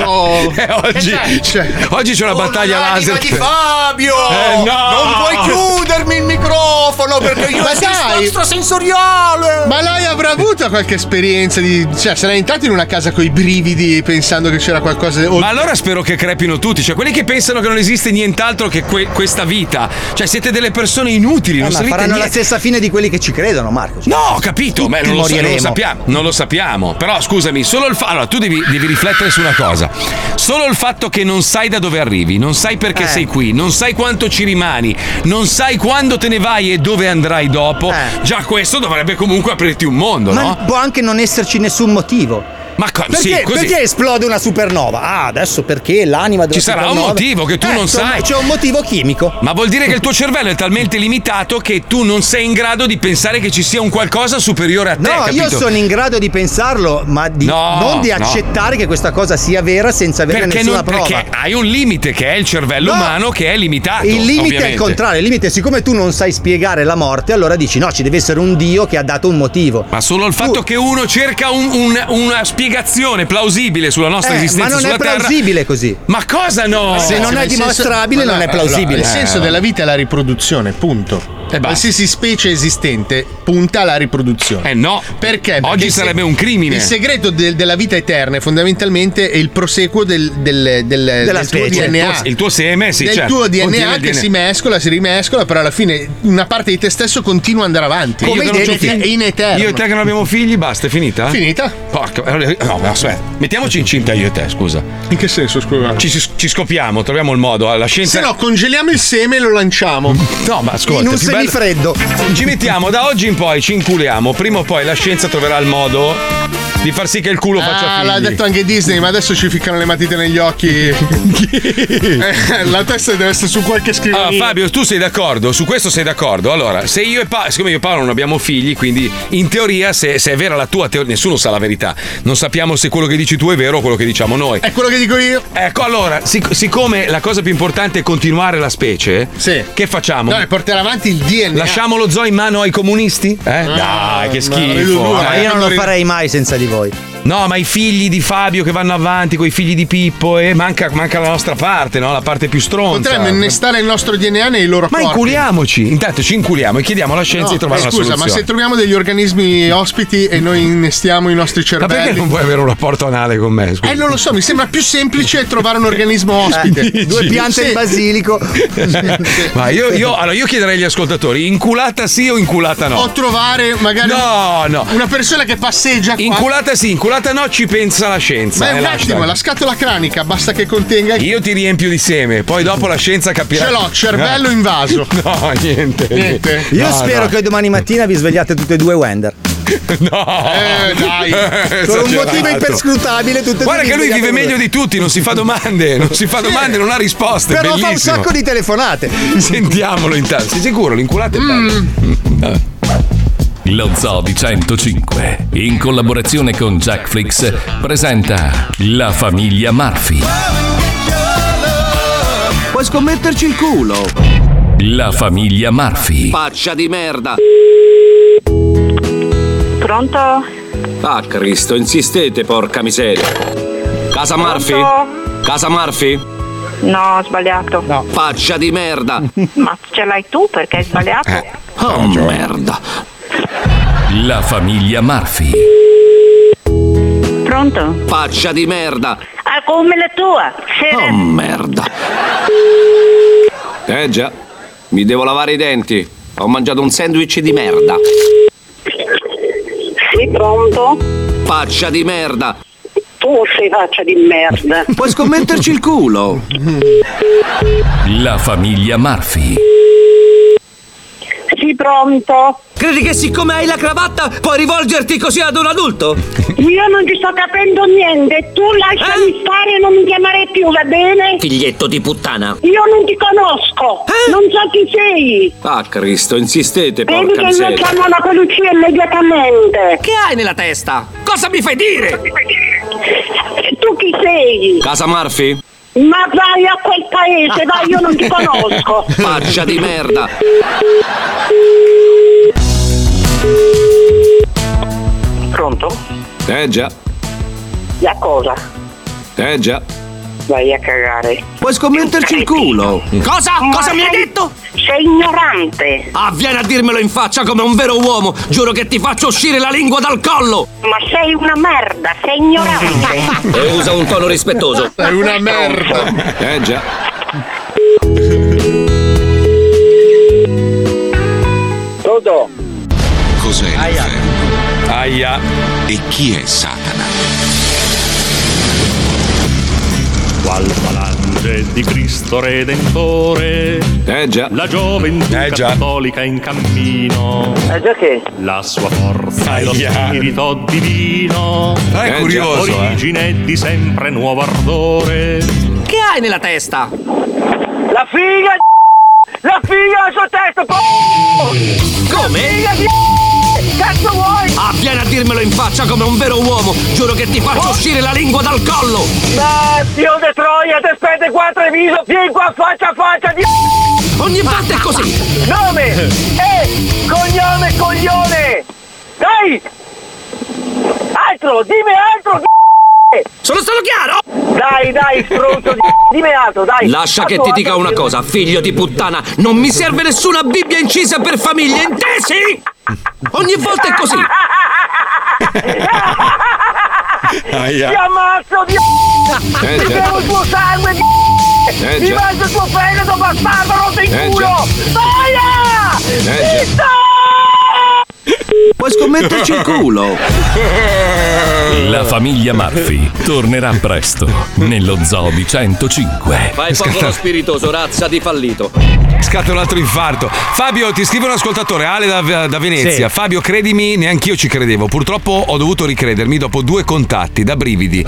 [SPEAKER 5] Eh, oggi, oggi c'è una battaglia laser.
[SPEAKER 23] di Fabio!
[SPEAKER 5] Eh, no!
[SPEAKER 23] Non puoi chiudermi il microfono perché io
[SPEAKER 12] Ma
[SPEAKER 23] sono
[SPEAKER 12] dai!
[SPEAKER 23] extrasensoriale!
[SPEAKER 12] Ma lei avrà avuto qualche esperienza di. Cioè, sarà entrato in una casa con i brividi pensando che c'era qualcosa. o-
[SPEAKER 5] Ma allora spero che crepino tutti, cioè quelli che pensano che non esiste nient'altro che que- questa vita, cioè siete delle persone inutili, non
[SPEAKER 2] Eh, ma
[SPEAKER 5] sapete
[SPEAKER 2] faranno la
[SPEAKER 5] niente.
[SPEAKER 2] stessa fine di quelli che ci credono, Marco.
[SPEAKER 5] No, ho capito, ma non lo, sa- non lo sappiamo, non lo sappiamo. Però scusami, solo il fa- allora tu devi, devi riflettere su una cosa. Solo il fatto che non sai da dove arrivi, non sai
[SPEAKER 2] Eh.
[SPEAKER 5] perché sei qui, non sai quanto ci rimani, non sai quando te ne vai e dove andrai dopo, già questo dovrebbe comunque aprirti un mondo,
[SPEAKER 2] Eh. Ma
[SPEAKER 5] no?
[SPEAKER 2] può anche non esserci nessun motivo.
[SPEAKER 5] Ma co-
[SPEAKER 2] perché,
[SPEAKER 5] sì, così.
[SPEAKER 2] perché esplode una supernova? Ah, adesso perché l'anima della
[SPEAKER 5] Ci sarà un
[SPEAKER 2] supernova-
[SPEAKER 5] motivo che tu
[SPEAKER 2] Eh,
[SPEAKER 5] non
[SPEAKER 2] insomma,
[SPEAKER 5] sai.
[SPEAKER 2] C'è un motivo chimico.
[SPEAKER 5] Ma vuol dire che il tuo cervello è talmente limitato che tu non sei in grado di pensare che ci sia un qualcosa superiore a te.
[SPEAKER 2] No, io
[SPEAKER 5] Eh, capito?
[SPEAKER 2] sono in grado di pensarlo, ma di-
[SPEAKER 5] No,
[SPEAKER 2] non di
[SPEAKER 5] no.
[SPEAKER 2] accettare che questa cosa sia vera senza avere
[SPEAKER 5] perché,
[SPEAKER 2] nessuna
[SPEAKER 5] non-
[SPEAKER 2] prova.
[SPEAKER 5] perché hai un limite che è il cervello
[SPEAKER 2] No.
[SPEAKER 5] umano che è limitato.
[SPEAKER 2] Il limite è il
[SPEAKER 5] ovviamente.
[SPEAKER 2] contrario, il limite è siccome tu non sai spiegare la morte, allora dici no, ci deve essere un Dio che ha dato un motivo.
[SPEAKER 5] Ma solo il
[SPEAKER 2] Uh.
[SPEAKER 5] fatto che uno cerca un- un- una spiegazione plausibile sulla nostra
[SPEAKER 2] Eh,
[SPEAKER 5] esistenza
[SPEAKER 2] ma non
[SPEAKER 5] sulla
[SPEAKER 2] è
[SPEAKER 5] Terra-
[SPEAKER 2] plausibile così.
[SPEAKER 5] Ma cosa no?
[SPEAKER 12] Eh,
[SPEAKER 2] Se non
[SPEAKER 12] ma
[SPEAKER 2] è
[SPEAKER 12] il senso-
[SPEAKER 2] dimostrabile,
[SPEAKER 12] ma
[SPEAKER 2] non è
[SPEAKER 12] allora,
[SPEAKER 2] plausibile.
[SPEAKER 12] il senso
[SPEAKER 2] Eh,
[SPEAKER 12] della vita è la riproduzione, punto. Qualsiasi specie esistente punta alla riproduzione.
[SPEAKER 5] Eh no.
[SPEAKER 12] Perché?
[SPEAKER 5] Oggi
[SPEAKER 12] Perché
[SPEAKER 5] sarebbe un crimine.
[SPEAKER 12] Il segreto del- della vita eterna è fondamentalmente è il proseguo del, del, del, del tuo
[SPEAKER 5] specie.
[SPEAKER 12] DNA.
[SPEAKER 5] Il tuo, il tuo seme, sì,
[SPEAKER 12] del
[SPEAKER 5] certo.
[SPEAKER 12] tuo
[SPEAKER 5] Contiene
[SPEAKER 12] DNA
[SPEAKER 5] il
[SPEAKER 12] che si mescola, si rimescola, però alla fine una parte di te stesso continua ad andare avanti.
[SPEAKER 5] Io che non c'ho
[SPEAKER 12] è
[SPEAKER 5] figli.
[SPEAKER 12] in eterno.
[SPEAKER 5] Io e te che non abbiamo figli, basta, è finita?
[SPEAKER 12] Finita.
[SPEAKER 5] Porca. allora- No, ma aspetta, mettiamoci incinta io e te, scusa.
[SPEAKER 12] In che senso, scusa?
[SPEAKER 5] Ci, ci- ci scopiamo, troviamo il modo. alla scienza.
[SPEAKER 12] Se no, congeliamo il seme e lo lanciamo.
[SPEAKER 5] No, ma ascolta,
[SPEAKER 12] In un
[SPEAKER 5] più bello-
[SPEAKER 2] semifreddo.
[SPEAKER 5] Ci mettiamo da oggi in poi, ci inculiamo. Prima o poi la scienza troverà il modo di far sì che il culo faccia
[SPEAKER 12] Ah,
[SPEAKER 5] figli.
[SPEAKER 12] l'ha detto anche Disney, ma adesso ci ficcano le matite negli occhi. Eh, la testa deve essere su qualche scrivania.
[SPEAKER 5] Ah, Fabio, tu sei d'accordo? Su questo sei d'accordo? Allora, se io e Paolo, siccome io e Paolo non abbiamo figli, quindi in teoria, se, se è vera la tua teoria, nessuno sa la verità. Non sappiamo se quello che dici tu è vero o quello che diciamo noi.
[SPEAKER 12] È quello che dico io.
[SPEAKER 5] Ecco, allora, sic- siccome la cosa più importante è continuare la specie, che facciamo?
[SPEAKER 12] No, è portare avanti il DNA.
[SPEAKER 5] Lasciamo lo zoo in mano ai comunisti? Eh?
[SPEAKER 12] Ah,
[SPEAKER 5] Dai, che schifo.
[SPEAKER 2] Ma
[SPEAKER 5] eh.
[SPEAKER 2] io non lo farei mai senza di voi.
[SPEAKER 5] No, ma i figli di Fabio che vanno avanti con i figli di Pippo e manca, manca la nostra parte, no? La parte più stronza.
[SPEAKER 12] Potremmo innestare il nostro DNA nei loro
[SPEAKER 5] Ma
[SPEAKER 12] corpi.
[SPEAKER 5] inculiamoci, intanto ci inculiamo e chiediamo alla scienza
[SPEAKER 12] No, eh,
[SPEAKER 5] di trovare una
[SPEAKER 12] scusa,
[SPEAKER 5] soluzione.
[SPEAKER 12] ma se troviamo degli organismi ospiti e noi innestiamo i nostri
[SPEAKER 5] Ma
[SPEAKER 12] cervelli.
[SPEAKER 5] perché non vuoi avere un rapporto anale con me? Scusa.
[SPEAKER 12] Eh, non lo so, mi sembra più semplice trovare un organismo ospite.
[SPEAKER 5] Eh, due piante di
[SPEAKER 2] basilico.
[SPEAKER 5] ma io, io- allora io chiederei agli ascoltatori: inculata sì o inculata no?
[SPEAKER 12] O trovare magari
[SPEAKER 5] No, no.
[SPEAKER 12] una persona che passeggia qua.
[SPEAKER 5] Inculata sì, inculata no, ci pensa la scienza.
[SPEAKER 12] Ma è
[SPEAKER 5] eh,
[SPEAKER 12] un
[SPEAKER 5] lascia.
[SPEAKER 12] attimo, la scatola cranica basta che contenga il
[SPEAKER 5] Io ti riempio di seme, poi dopo la scienza capirà.
[SPEAKER 12] Ce l'ho, cervello
[SPEAKER 5] No.
[SPEAKER 12] invaso.
[SPEAKER 5] No, niente. niente.
[SPEAKER 2] Io
[SPEAKER 5] No,
[SPEAKER 2] spero
[SPEAKER 5] no.
[SPEAKER 2] che domani mattina vi svegliate tutti e due Wender.
[SPEAKER 5] No,
[SPEAKER 12] Eh, dai.
[SPEAKER 2] Per un motivo imperscrutabile, tutte e due
[SPEAKER 5] Esatto. Guarda che lui
[SPEAKER 2] risvegliate
[SPEAKER 5] vive
[SPEAKER 2] con
[SPEAKER 5] meglio di tutti, non si fa domande, non si fa domande, non ha risposte.
[SPEAKER 2] Però fa un
[SPEAKER 5] bellissimo. certo.
[SPEAKER 2] sacco di telefonate.
[SPEAKER 5] Sentiamolo intanto, sei sicuro? L'inculata è
[SPEAKER 12] Mm.
[SPEAKER 5] bello.
[SPEAKER 1] Lo Zoo di 105, in collaborazione con Jackflix, presenta La famiglia Murphy.
[SPEAKER 24] Puoi scommetterci il culo.
[SPEAKER 1] La famiglia Murphy.
[SPEAKER 24] Faccia di merda.
[SPEAKER 25] Pronto?
[SPEAKER 24] Ah, Cristo, insistete, porca miseria. Casa Murphy? Casa Murphy? Oh,
[SPEAKER 25] No, ho sbagliato.
[SPEAKER 24] Faccia di merda.
[SPEAKER 25] Ma ce l'hai tu perché hai sbagliato?
[SPEAKER 23] Eh.
[SPEAKER 24] Oh, merda.
[SPEAKER 1] La famiglia Murphy.
[SPEAKER 25] Pronto?
[SPEAKER 24] Faccia di merda.
[SPEAKER 25] Ah, come la tua? Sì.
[SPEAKER 24] Oh, merda. Eh già, mi devo lavare i denti. Ho mangiato un sandwich di merda.
[SPEAKER 25] Sì, pronto?
[SPEAKER 24] Faccia di merda.
[SPEAKER 25] Tu sei faccia di merda.
[SPEAKER 24] Puoi scommetterci il culo.
[SPEAKER 1] La famiglia Murphy.
[SPEAKER 25] Sì, pronto?
[SPEAKER 24] Credi che siccome hai la cravatta puoi rivolgerti così ad un adulto?
[SPEAKER 25] Io non ti sto capendo niente. Tu lasciami
[SPEAKER 24] Eh?
[SPEAKER 25] stare e non mi chiamare più, va bene?
[SPEAKER 24] Figlietto di puttana.
[SPEAKER 25] Io non ti conosco.
[SPEAKER 24] Eh?
[SPEAKER 25] Non so chi sei.
[SPEAKER 24] Ah, Cristo, insistete,
[SPEAKER 25] Vedi
[SPEAKER 24] porca
[SPEAKER 25] che io
[SPEAKER 24] miseria.
[SPEAKER 25] chiamo la polizia immediatamente.
[SPEAKER 24] Che hai nella testa? Cosa mi fai dire?
[SPEAKER 25] tu chi sei?
[SPEAKER 24] Casa Murphy?
[SPEAKER 25] Ma vai a quel paese, vai, io non ti conosco.
[SPEAKER 24] Faccia di merda!
[SPEAKER 25] Pronto?
[SPEAKER 24] Eh già,
[SPEAKER 25] La cosa?
[SPEAKER 24] eh già.
[SPEAKER 25] Vai a cagare.
[SPEAKER 6] Puoi scommetterci il culo! Cosa? Cosa mi hai detto?
[SPEAKER 25] Sei ignorante!
[SPEAKER 6] Ah, vieni a dirmelo in faccia come un vero uomo! Giuro che ti faccio uscire la lingua dal collo!
[SPEAKER 25] Ma sei una merda, sei ignorante.
[SPEAKER 24] E usa un tono rispettoso.
[SPEAKER 12] È una merda.
[SPEAKER 24] Eh già.
[SPEAKER 11] Toto,
[SPEAKER 5] Cos'è l'inferno? Aia. E chi è Satana?
[SPEAKER 26] Qual falange di Cristo Redentore
[SPEAKER 24] Eh già
[SPEAKER 26] La gioventù
[SPEAKER 5] Eh,
[SPEAKER 26] cattolica in cammino
[SPEAKER 11] Eh già che?
[SPEAKER 26] La sua forza è lo spirito divino
[SPEAKER 11] Ah, è Eh, curioso, già. eh.
[SPEAKER 26] Origine di sempre nuovo ardore
[SPEAKER 11] Che hai nella testa? La figa di La figa della sua testa po-
[SPEAKER 6] Come?
[SPEAKER 11] La figa di Che Cazzo vuoi?
[SPEAKER 6] Ah, vieni a dirmelo in faccia come un vero uomo! Giuro che ti faccio uscire la lingua dal collo!
[SPEAKER 11] Oh. Ma zio de troia, ti aspetta qua tre viso, vieni qua faccia a faccia di Ogni parte è così Nome e cognome coglione Dai Altro, dimmi altro di Sono stato chiaro? Dai dai stronzo di Dimmi altro dai
[SPEAKER 6] Lascia che ti dica una cosa, figlio di puttana! Non mi serve nessuna Bibbia incisa per famiglie, intesi? Ogni volta è così!
[SPEAKER 11] Ti ammazzo di
[SPEAKER 6] Eh,
[SPEAKER 11] Ti
[SPEAKER 6] già.
[SPEAKER 11] bevo il tuo sangue di
[SPEAKER 6] Eh,
[SPEAKER 11] Mi
[SPEAKER 6] già.
[SPEAKER 11] mangio il tuo fegato bastardo rotto in
[SPEAKER 6] Eh,
[SPEAKER 11] culo
[SPEAKER 6] già.
[SPEAKER 11] Stoia
[SPEAKER 6] Eh,
[SPEAKER 11] Zitto eh!
[SPEAKER 6] Puoi scommetterci il culo!
[SPEAKER 1] La famiglia Murphy tornerà presto nello Zoo di 105.
[SPEAKER 24] Fai poco lo spiritoso, razza di fallito.
[SPEAKER 5] Scatta un altro infarto. Fabio, ti scrive un ascoltatore, Ale da, da Venezia.
[SPEAKER 24] Sì.
[SPEAKER 5] Fabio, credimi, neanch'io ci credevo. Purtroppo ho dovuto ricredermi dopo due contatti da brividi.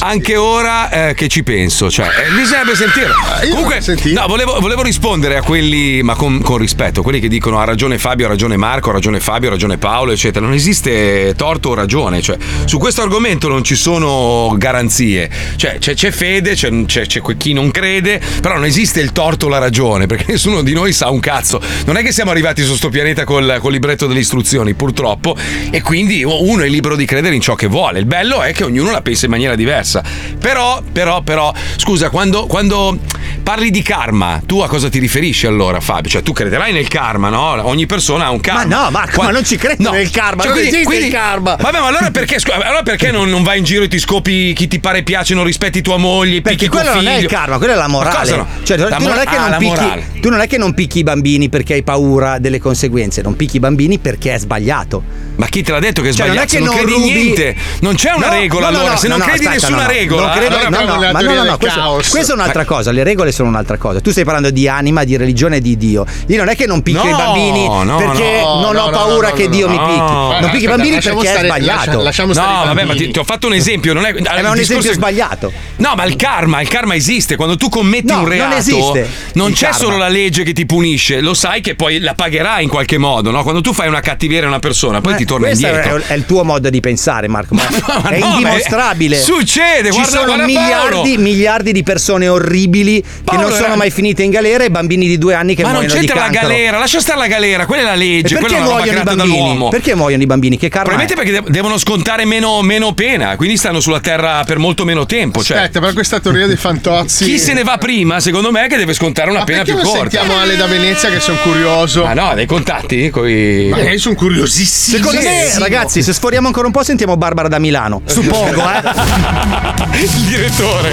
[SPEAKER 5] Anche ora eh, che ci penso, cioè, eh, bisognerebbe sentire. Comunque, no, volevo, volevo rispondere a quelli, ma con, con rispetto, quelli che dicono ha ragione Fabio, ha ragione Marco, ha ragione Fabio, ha ragione Paolo, eccetera. Non esiste torto o ragione, cioè, su questo argomento non ci sono garanzie. Cioè, c'è, c'è fede, c'è, c'è- c'è que- chi non crede, però non esiste il torto o la ragione, perché nessuno di noi sa un cazzo. Non è che siamo arrivati su sto pianeta col, col libretto delle istruzioni, purtroppo, e quindi uno è libero di credere in ciò che vuole. Il bello è che ognuno la pensa in maniera diversa. Però, però, però, scusa, quando, quando parli di karma, tu a cosa ti riferisci allora, Fabio? Cioè, tu crederai nel karma, no? Ogni persona ha un karma.
[SPEAKER 2] Ma no, Marco,
[SPEAKER 5] Qua- Cioè,
[SPEAKER 2] ma non ci credo nel karma, non esiste il karma.
[SPEAKER 5] Vabbè, ma allora perché, scu- allora perché non, non vai in giro e ti scopi chi ti pare piace, non rispetti tua moglie,
[SPEAKER 2] Perché
[SPEAKER 5] picchi tuo
[SPEAKER 2] quello non è il
[SPEAKER 5] figlio?
[SPEAKER 2] karma, quella è la
[SPEAKER 5] Ma
[SPEAKER 2] morale.
[SPEAKER 5] cosa no?
[SPEAKER 2] Cioè, tu,
[SPEAKER 5] La
[SPEAKER 2] non
[SPEAKER 5] mora-
[SPEAKER 2] è che
[SPEAKER 5] ah,
[SPEAKER 2] non
[SPEAKER 5] la morale.
[SPEAKER 2] picchi, tu non è che non picchi i bambini perché hai paura delle conseguenze, non picchi i bambini perché è sbagliato.
[SPEAKER 5] Ma chi te l'ha detto che è
[SPEAKER 2] Cioè, non è
[SPEAKER 5] sbagliato? non,
[SPEAKER 2] che non
[SPEAKER 5] credi
[SPEAKER 2] rubi-
[SPEAKER 5] niente, non c'è una
[SPEAKER 2] No,
[SPEAKER 5] regola
[SPEAKER 2] no, no,
[SPEAKER 5] allora.
[SPEAKER 2] no,
[SPEAKER 5] Se non
[SPEAKER 2] no,
[SPEAKER 5] credi
[SPEAKER 2] aspetta,
[SPEAKER 5] nessuna
[SPEAKER 2] no, no,
[SPEAKER 5] regola,
[SPEAKER 2] non credo-
[SPEAKER 5] allora
[SPEAKER 2] no,
[SPEAKER 5] proprio la
[SPEAKER 2] no, ma no,
[SPEAKER 5] teoria
[SPEAKER 2] no, no,
[SPEAKER 5] del
[SPEAKER 2] questa,
[SPEAKER 5] caos.
[SPEAKER 2] questa è un'altra cosa. Le regole sono un'altra cosa. Tu stai parlando di anima, di religione, di Dio. Io non è che non picchio
[SPEAKER 5] No,
[SPEAKER 2] i bambini
[SPEAKER 5] no,
[SPEAKER 2] perché
[SPEAKER 5] no,
[SPEAKER 2] non
[SPEAKER 5] no,
[SPEAKER 2] ho
[SPEAKER 5] no,
[SPEAKER 2] paura
[SPEAKER 5] no,
[SPEAKER 2] che
[SPEAKER 5] no,
[SPEAKER 2] Dio
[SPEAKER 5] no,
[SPEAKER 2] mi
[SPEAKER 5] no.
[SPEAKER 2] picchi.
[SPEAKER 5] Guarda,
[SPEAKER 2] non picchi i
[SPEAKER 5] aspetta,
[SPEAKER 2] bambini
[SPEAKER 5] lasciamo
[SPEAKER 2] perché è
[SPEAKER 5] stare-
[SPEAKER 2] sbagliato.
[SPEAKER 5] lascia- lasciamo stare No, i vabbè, ma bambini. ti- ti ho fatto un esempio, non è-
[SPEAKER 2] Eh, ma
[SPEAKER 5] il
[SPEAKER 2] è un
[SPEAKER 5] discorso
[SPEAKER 2] esempio
[SPEAKER 5] è-
[SPEAKER 2] sbagliato.
[SPEAKER 5] No, ma il karma, il karma esiste. Quando tu commetti
[SPEAKER 2] No,
[SPEAKER 5] un
[SPEAKER 2] non
[SPEAKER 5] reato,
[SPEAKER 2] esiste
[SPEAKER 5] non
[SPEAKER 2] il
[SPEAKER 5] c'è
[SPEAKER 2] karma.
[SPEAKER 5] solo la legge che ti punisce, lo sai che poi la pagherai in qualche modo. No? Quando tu fai una cattiveria a una persona, poi ti torna
[SPEAKER 2] Questo è,
[SPEAKER 5] indietro.
[SPEAKER 2] è il tuo modo di pensare, Marco. Ma
[SPEAKER 5] ma
[SPEAKER 2] è
[SPEAKER 5] no, ma è-
[SPEAKER 2] indimostrabile.
[SPEAKER 5] succede,
[SPEAKER 2] Ci
[SPEAKER 5] guarda-
[SPEAKER 2] sono
[SPEAKER 5] guarda Paolo.
[SPEAKER 2] miliardi, miliardi di persone orribili
[SPEAKER 5] Paolo
[SPEAKER 2] che non sono
[SPEAKER 5] era-
[SPEAKER 2] mai finite in galera e bambini di due anni che
[SPEAKER 5] ma non
[SPEAKER 2] muoiono di
[SPEAKER 5] c'entra la
[SPEAKER 2] cancro.
[SPEAKER 5] galera, lascia stare la galera, quella è la
[SPEAKER 2] E
[SPEAKER 5] legge, quella è una
[SPEAKER 2] perché
[SPEAKER 5] roba
[SPEAKER 2] muoiono i
[SPEAKER 5] creata dall'uomo.
[SPEAKER 2] bambini? Perché muoiono i bambini? Che karma è?
[SPEAKER 5] Probabilmente perché de- devono scontare meno, meno pena, quindi stanno sulla terra per molto meno tempo. Cioè,
[SPEAKER 12] Aspetta, però questa teoria dei fantozzi.
[SPEAKER 5] chi se ne va prima, secondo me, è che deve scontare una
[SPEAKER 12] Ma
[SPEAKER 5] pena
[SPEAKER 12] perché
[SPEAKER 5] più
[SPEAKER 12] non
[SPEAKER 5] corta.
[SPEAKER 12] sentiamo Ale da Venezia che sono curioso?
[SPEAKER 5] Ah no, dei contatti? Coi...
[SPEAKER 12] Ma io sono curiosissimo.
[SPEAKER 2] Secondo me,
[SPEAKER 12] Sì.
[SPEAKER 2] ragazzi, se sforiamo ancora un po', sentiamo Barbara da Milano. Suppongo, eh.
[SPEAKER 5] Il direttore.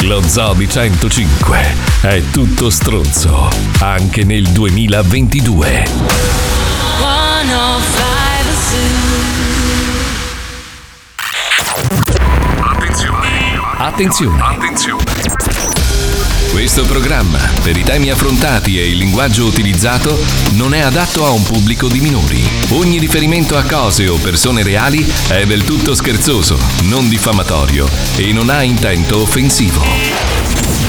[SPEAKER 1] Lo Zoo di 105 è tutto stronzo, anche nel 2022.
[SPEAKER 4] 105
[SPEAKER 1] Attenzione! Questo programma, per i temi affrontati e il linguaggio utilizzato, non è adatto a un pubblico di minori. Ogni riferimento a cose o persone reali è del tutto scherzoso, non diffamatorio e non ha intento offensivo.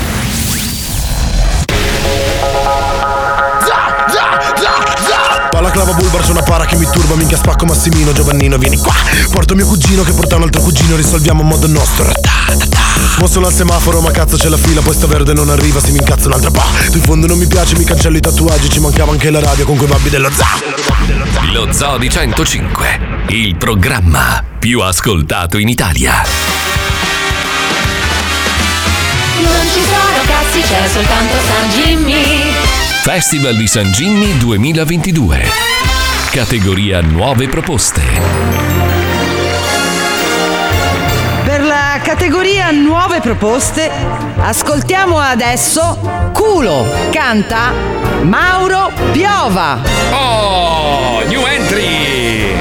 [SPEAKER 27] Palaclava Bulbar su una para che mi turba Minchia spacco Massimino Giovannino vieni qua Porto mio cugino che porta un altro cugino Risolviamo a modo nostro Ta, ta, ta. Non sono al semaforo ma cazzo c'è la fila Poi sta verde non arriva se mi incazzo un'altra pa Tu in fondo non mi piace mi cancello i tatuaggi Ci mancava anche la radio con quei babbi dello za
[SPEAKER 1] Lo Zoo di 105, il programma più ascoltato in Italia.
[SPEAKER 10] Non ci sono cazzi, c'è soltanto San Jimmy.
[SPEAKER 1] Festival di San Gimmi 2022. Categoria nuove proposte.
[SPEAKER 7] Per la categoria nuove proposte, ascoltiamo adesso Culo canta Mauro Piova.
[SPEAKER 5] Oh, new entry!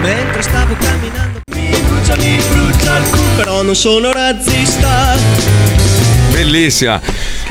[SPEAKER 3] Mentre stavo camminando mi brucia, mi brucia il culo Però non sono razzista
[SPEAKER 5] Bellissima.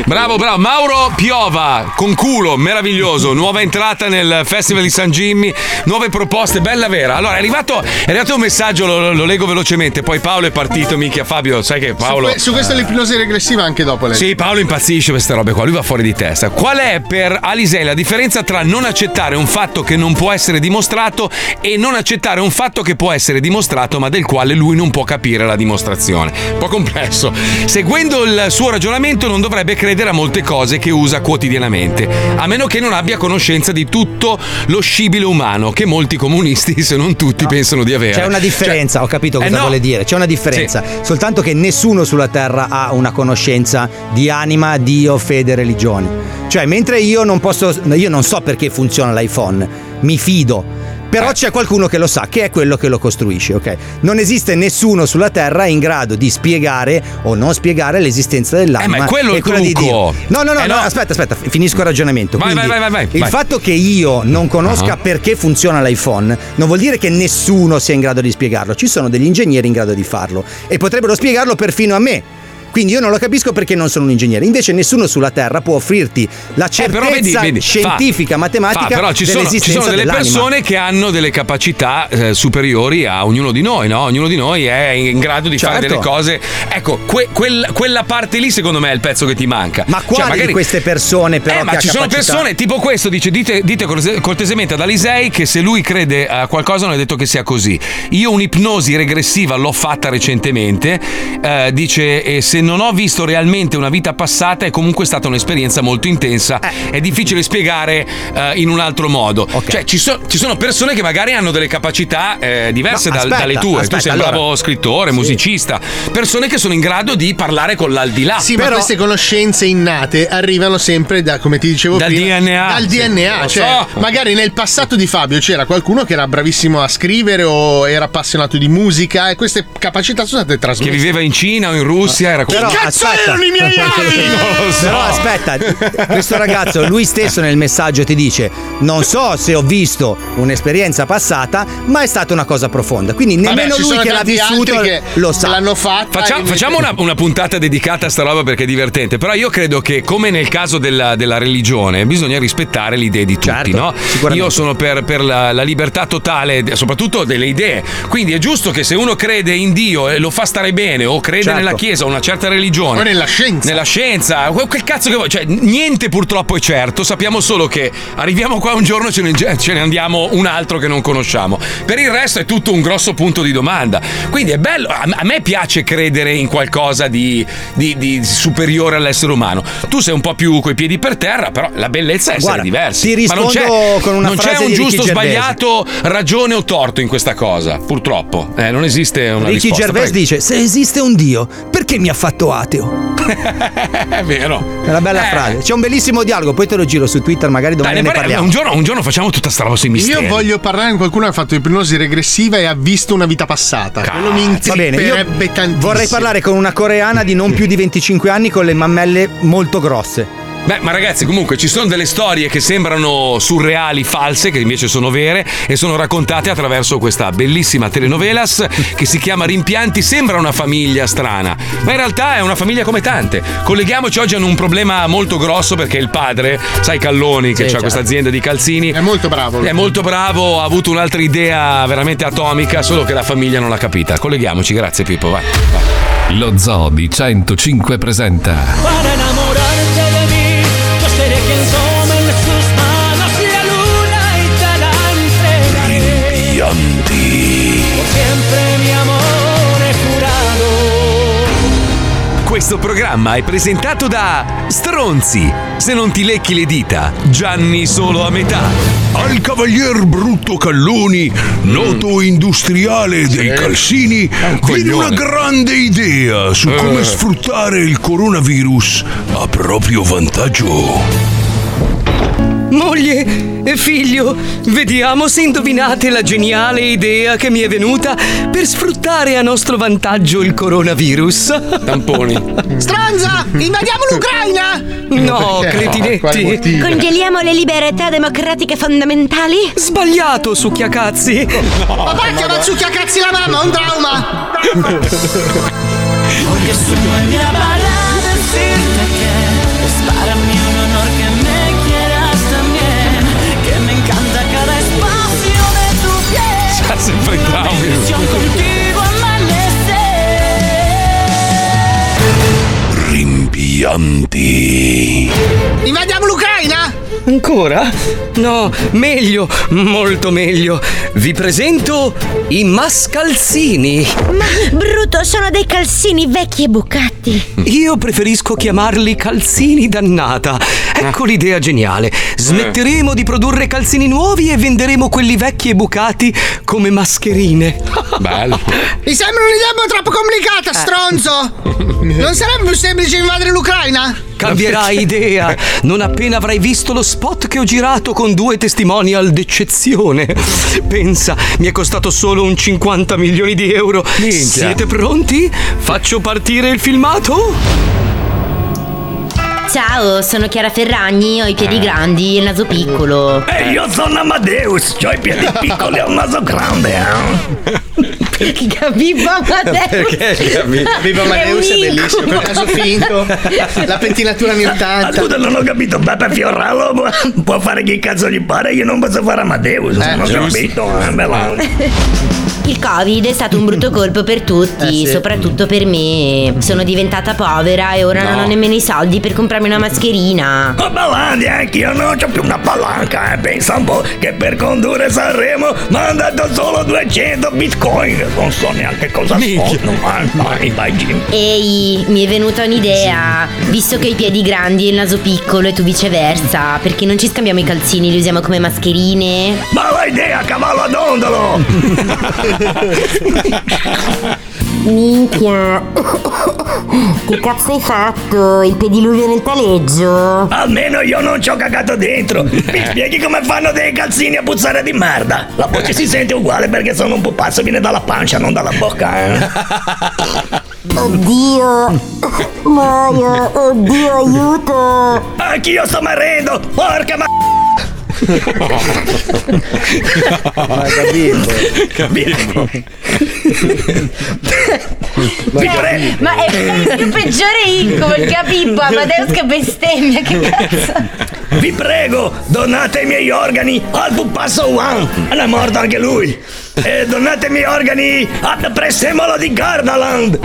[SPEAKER 5] Bravo, bravo. Mauro Piova, con culo, meraviglioso. Nuova entrata nel Festival di San Jimmy. Nuove proposte, bella vera. Allora, è arrivato, è arrivato un messaggio, lo, lo leggo velocemente. Poi Paolo è partito, minchia Fabio. Sai che Paolo.
[SPEAKER 12] Su, que- su questo l'ipnosi regressiva anche dopo lei.
[SPEAKER 5] Eh. Sì, Paolo impazzisce per queste robe qua, lui va fuori di testa. Qual è per Alisei la differenza tra non accettare un fatto che non può essere dimostrato e non accettare un fatto che può essere dimostrato ma del quale lui non può capire la dimostrazione? Un po' complesso. Seguendo il suo ragionamento non dovrebbe credere a molte cose che usa quotidianamente, a meno che non abbia conoscenza di tutto lo scibile umano che molti comunisti, se non tutti, pensano di avere.
[SPEAKER 2] C'è una differenza, ho capito
[SPEAKER 5] Cioè, Eh,
[SPEAKER 2] cosa
[SPEAKER 5] no.
[SPEAKER 2] vuole dire. C'è una differenza. Soltanto che nessuno sulla terra ha una conoscenza di anima, Dio, fede, religione. Cioè, mentre io non posso. Io non so perché funziona l'iPhone, mi fido. Però
[SPEAKER 5] Eh.
[SPEAKER 2] c'è qualcuno che lo sa, che è quello che lo costruisce, ok? Non esiste nessuno sulla Terra in grado di spiegare o non spiegare l'esistenza dell'anima.
[SPEAKER 5] Eh, ma è quello
[SPEAKER 2] e
[SPEAKER 5] il
[SPEAKER 2] quella di
[SPEAKER 5] trucco.
[SPEAKER 2] Dio. No, no, no,
[SPEAKER 5] Eh,
[SPEAKER 2] no,
[SPEAKER 5] no.
[SPEAKER 2] aspetta, aspetta, finisco il ragionamento.
[SPEAKER 5] Vai,
[SPEAKER 2] Quindi,
[SPEAKER 5] vai, vai, vai, vai.
[SPEAKER 2] Il
[SPEAKER 5] Vai.
[SPEAKER 2] fatto che io non conosca
[SPEAKER 5] Ah.
[SPEAKER 2] perché funziona l'iPhone non vuol dire che nessuno sia in grado di spiegarlo. Ci sono degli ingegneri in grado di farlo e potrebbero spiegarlo perfino a me. Quindi io non lo capisco perché non sono un ingegnere. Invece nessuno sulla Terra può offrirti la
[SPEAKER 5] Eh, però
[SPEAKER 2] certezza
[SPEAKER 5] vedi, vedi, fa-
[SPEAKER 2] scientifica, matematica
[SPEAKER 5] Fa, però ci sono, ci
[SPEAKER 2] dell'esistenza
[SPEAKER 5] sono delle
[SPEAKER 2] dell'anima.
[SPEAKER 5] persone che hanno delle capacità eh, superiori a ognuno di noi, no? Ognuno di noi è in grado di fare
[SPEAKER 2] Certo.
[SPEAKER 5] delle cose. Ecco, que- quel- quella parte lì, secondo me, è il pezzo che ti manca. Cioè,
[SPEAKER 2] Ma quali di queste persone però
[SPEAKER 5] Eh,
[SPEAKER 2] che
[SPEAKER 5] ma
[SPEAKER 2] ha
[SPEAKER 5] ci sono
[SPEAKER 2] capacità-
[SPEAKER 5] persone, tipo questo, dice, dite, dite cortese- cortesemente ad Alisei che se lui crede a qualcosa non è detto che sia così. Io un'ipnosi regressiva l'ho fatta recentemente, eh, dice, e se non ho visto realmente una vita passata è comunque stata un'esperienza molto intensa,
[SPEAKER 2] Eh.
[SPEAKER 5] è difficile spiegare eh, in un altro modo. Cioè ci, so- ci sono persone che magari hanno delle capacità eh, diverse
[SPEAKER 2] Ma
[SPEAKER 5] dal-
[SPEAKER 2] aspetta,
[SPEAKER 5] dalle tue,
[SPEAKER 2] aspetta,
[SPEAKER 5] tu sei un
[SPEAKER 2] allora-
[SPEAKER 5] bravo scrittore, musicista, persone che sono in grado di parlare con l'aldilà.
[SPEAKER 12] Sì, ma queste conoscenze innate arrivano sempre da, come ti dicevo
[SPEAKER 5] Dal
[SPEAKER 12] prima,
[SPEAKER 5] DNA.
[SPEAKER 12] dal
[SPEAKER 5] Sì,
[SPEAKER 12] DNA.
[SPEAKER 5] lo
[SPEAKER 12] Cioè,
[SPEAKER 5] so.
[SPEAKER 12] magari nel passato di Fabio c'era qualcuno che era bravissimo a scrivere o era appassionato di musica e queste capacità sono state
[SPEAKER 5] Che
[SPEAKER 12] trasmesse.
[SPEAKER 5] viveva in Cina o in Russia era
[SPEAKER 2] Però, aspetta.
[SPEAKER 5] Non lo so.
[SPEAKER 2] Però aspetta, questo ragazzo, lui stesso nel messaggio ti dice: Non so se ho visto un'esperienza passata, ma è stata una cosa profonda. Quindi
[SPEAKER 12] Vabbè,
[SPEAKER 2] nemmeno
[SPEAKER 12] ci
[SPEAKER 2] lui
[SPEAKER 12] sono
[SPEAKER 2] che l'ha
[SPEAKER 12] tanti
[SPEAKER 2] vissuto
[SPEAKER 12] altri che
[SPEAKER 2] lo sa.
[SPEAKER 12] L'hanno fatta.
[SPEAKER 5] Facciamo,
[SPEAKER 12] e-
[SPEAKER 5] facciamo una, una puntata dedicata a sta roba perché è divertente. Però io credo che, come nel caso della, della religione, bisogna rispettare le idee di tutti, no? Io sono per, per la, la libertà totale, de- soprattutto delle idee. Quindi è giusto che se uno crede in Dio e lo fa stare bene, o crede
[SPEAKER 12] Certo.
[SPEAKER 5] nella Chiesa, o una certa religione.
[SPEAKER 12] O nella scienza.
[SPEAKER 5] Nella scienza, quel quel cazzo che vuoi. Cioè, niente purtroppo è certo. Sappiamo solo che arriviamo qua un giorno e ce ne, ce ne andiamo un altro che non conosciamo. Per il resto è tutto un grosso punto di domanda. Quindi è bello. A, a me piace credere in qualcosa di, di- di superiore all'essere umano. Tu sei un po' più coi piedi per terra, però la bellezza è essere
[SPEAKER 2] Guarda,
[SPEAKER 5] diversi.
[SPEAKER 2] ti
[SPEAKER 5] Ma non
[SPEAKER 2] rispondo
[SPEAKER 5] c'è,
[SPEAKER 2] con una
[SPEAKER 5] non c'è
[SPEAKER 2] frase
[SPEAKER 5] un
[SPEAKER 2] di Ricky
[SPEAKER 5] giusto,
[SPEAKER 2] Gervais.
[SPEAKER 5] sbagliato, ragione o torto in questa cosa. Purtroppo. Eh, non esiste una
[SPEAKER 2] Ricky
[SPEAKER 5] risposta.
[SPEAKER 2] Gervais
[SPEAKER 5] Prego.
[SPEAKER 2] dice: Se esiste un Dio, perché mi ha fatto ateo?
[SPEAKER 5] È vero. Eh.
[SPEAKER 2] È una bella frase. C'è un bellissimo dialogo, poi te lo giro su Twitter, magari domani
[SPEAKER 5] Dai, ne
[SPEAKER 2] ne
[SPEAKER 5] parliamo.
[SPEAKER 2] parliamo.
[SPEAKER 5] Un giorno, un giorno facciamo tutta sta roba sui misteri.
[SPEAKER 12] Io voglio parlare con qualcuno che ha fatto ipnosi regressiva e ha visto una vita passata. Quello mi
[SPEAKER 2] Va bene, io
[SPEAKER 12] intripperebbe tantissimo.
[SPEAKER 2] vorrei parlare con una coreana di non più di 25 anni con le mammelle molto grosse.
[SPEAKER 5] Beh, ma ragazzi, comunque ci sono delle storie che sembrano surreali, false, che invece sono vere e sono raccontate attraverso questa bellissima telenovelas che si chiama Rimpianti. Sembra una famiglia strana, ma in realtà è una famiglia come tante. Colleghiamoci oggi a un problema molto grosso perché il padre, sai Calloni, che
[SPEAKER 12] Sì,
[SPEAKER 5] ha
[SPEAKER 12] certo.
[SPEAKER 5] questa azienda di calzini,
[SPEAKER 12] È molto bravo.
[SPEAKER 5] è molto bravo, ha avuto un'altra idea veramente atomica, solo che la famiglia non l'ha capita. Colleghiamoci, grazie Pippo, vai.
[SPEAKER 1] Lo Zoo di 105 presenta
[SPEAKER 4] Para enamorarte de mí, yo seré quien tome en sus manos la luna y te la entregaré. Por siempre mi amor he jurado
[SPEAKER 5] Questo programma è presentato da Stronzi. Se non ti lecchi le dita, Gianni solo a metà.
[SPEAKER 4] Al cavalier Brutto Calloni,
[SPEAKER 5] Mm.
[SPEAKER 4] noto industriale dei calzini, viene
[SPEAKER 5] coglione.
[SPEAKER 4] una grande idea su come
[SPEAKER 5] Eh.
[SPEAKER 4] sfruttare il coronavirus a proprio vantaggio.
[SPEAKER 15] Moglie e figlio, vediamo se indovinate la geniale idea che mi è venuta per sfruttare a nostro vantaggio il coronavirus. Tamponi.
[SPEAKER 11] Stronza, invadiamo l'Ucraina! Eh,
[SPEAKER 15] No,
[SPEAKER 11] Perché no? Quale
[SPEAKER 15] cretinetti.
[SPEAKER 11] motivo?
[SPEAKER 15] Congeliamo le libertà democratiche fondamentali? Sbagliato, succhiacazzi.
[SPEAKER 11] Ma perché ma zucchia cazzi la mamma, un trauma!
[SPEAKER 10] Voglio su e mia balada decirte que es para mí un honor que me quieras también, que me encanta cada espacio de tu piel.
[SPEAKER 5] Ya se fue
[SPEAKER 10] Bendición contigo
[SPEAKER 4] Rimpianti.
[SPEAKER 11] Invadiamo l'Ucraina!
[SPEAKER 15] Ancora? No, meglio, molto meglio. Vi presento i mascalzini.
[SPEAKER 22] Ma brutto, sono dei calzini vecchi e bucati.
[SPEAKER 15] Io preferisco chiamarli calzini dannata. Ecco l'idea geniale. Smetteremo di produrre calzini nuovi e venderemo quelli vecchi e bucati come mascherine. Bello.
[SPEAKER 11] Mi sembra un'idea un po' troppo complicata, stronzo! Non sarebbe più semplice invadere l'Ucraina?
[SPEAKER 15] Cambierai idea non appena avrai visto lo spot che ho girato con due testimonial d'eccezione. Pensa, mi è costato solo un 50 milioni di euro. Siete pronti? Faccio partire il filmato?
[SPEAKER 22] Ciao, sono Chiara Ferragni, ho i piedi grandi e il naso piccolo.
[SPEAKER 10] E io sono Amadeus, ho i piedi piccoli e un naso grande.
[SPEAKER 22] Viva Amadeus!
[SPEAKER 10] Viva Amadeus è bellissimo, per caso finto.
[SPEAKER 11] La pettinatura anni 80.
[SPEAKER 10] Scusa, non ho capito, Beppe Fiorello può- può fare che cazzo gli pare, io non posso fare Amadeus,
[SPEAKER 22] Eh,
[SPEAKER 10] non ho
[SPEAKER 22] giusto.
[SPEAKER 10] capito. eh, bella.
[SPEAKER 22] Il Covid è stato un brutto colpo per tutti,
[SPEAKER 10] Eh, sì.
[SPEAKER 22] soprattutto per me. Sono diventata povera e ora non
[SPEAKER 10] No.
[SPEAKER 22] ho nemmeno i soldi per comprarmi una mascherina.
[SPEAKER 10] Oh, Balandi, anche io non ho più una palanca, eh. pensa un po' che per condurre Sanremo mi hanno dato solo 200 bitcoin, non so neanche cosa sono, ma dai, dai, Jim.
[SPEAKER 22] Ehi, mi è venuta un'idea. Visto che hai i piedi grandi e il naso piccolo e tu viceversa, perché non ci scambiamo i calzini, li usiamo come mascherine?
[SPEAKER 10] Bella idea, cavallo ad ondolo!
[SPEAKER 22] Minchia. che cazzo hai fatto? Il pediluvio nel taleggio?
[SPEAKER 10] Almeno io non ci ho cagato dentro. Mi spieghi come fanno dei calzini a puzzare di merda? La voce si sente uguale perché sono un pupazzo viene dalla pancia, non dalla bocca. eh.
[SPEAKER 22] Oddio! Mario, oddio, aiuto!
[SPEAKER 10] Anch'io sto morendo! Porca ma... Ma
[SPEAKER 5] Capito.
[SPEAKER 10] Vi prego.
[SPEAKER 22] Cioè, Ma è il peggiore incubo, il capibbo, Amadeus che bestemmia, che cazzo!
[SPEAKER 10] Vi prego, donate i miei organi al pupazzo One. È morto anche lui. E donate i miei organi al presemolo di Gardaland.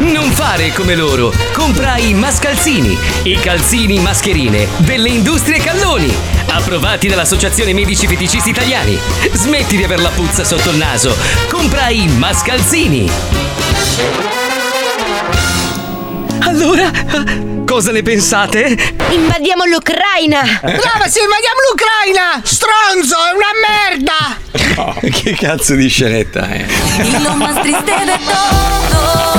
[SPEAKER 15] Non fare come loro. Compra i mascalzini, i calzini mascherine delle industrie Calloni, approvati dall'Associazione Medici Feticisti Italiani. Smetti di aver la puzza sotto il naso. Compra i mascalzini. Allora, cosa ne pensate?
[SPEAKER 22] Invadiamo l'Ucraina!
[SPEAKER 11] Brava, sì, invadiamo l'Ucraina! Stronzo, è una merda!
[SPEAKER 5] che cazzo di scenetta è?
[SPEAKER 10] Y lo más triste de todo.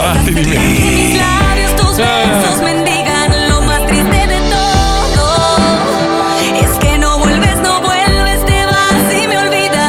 [SPEAKER 5] Avanti di me.
[SPEAKER 10] Mis labios, tus besos mendigan lo más triste de todo. Es que no vuelves, no vuelves, te vas y me olvidas.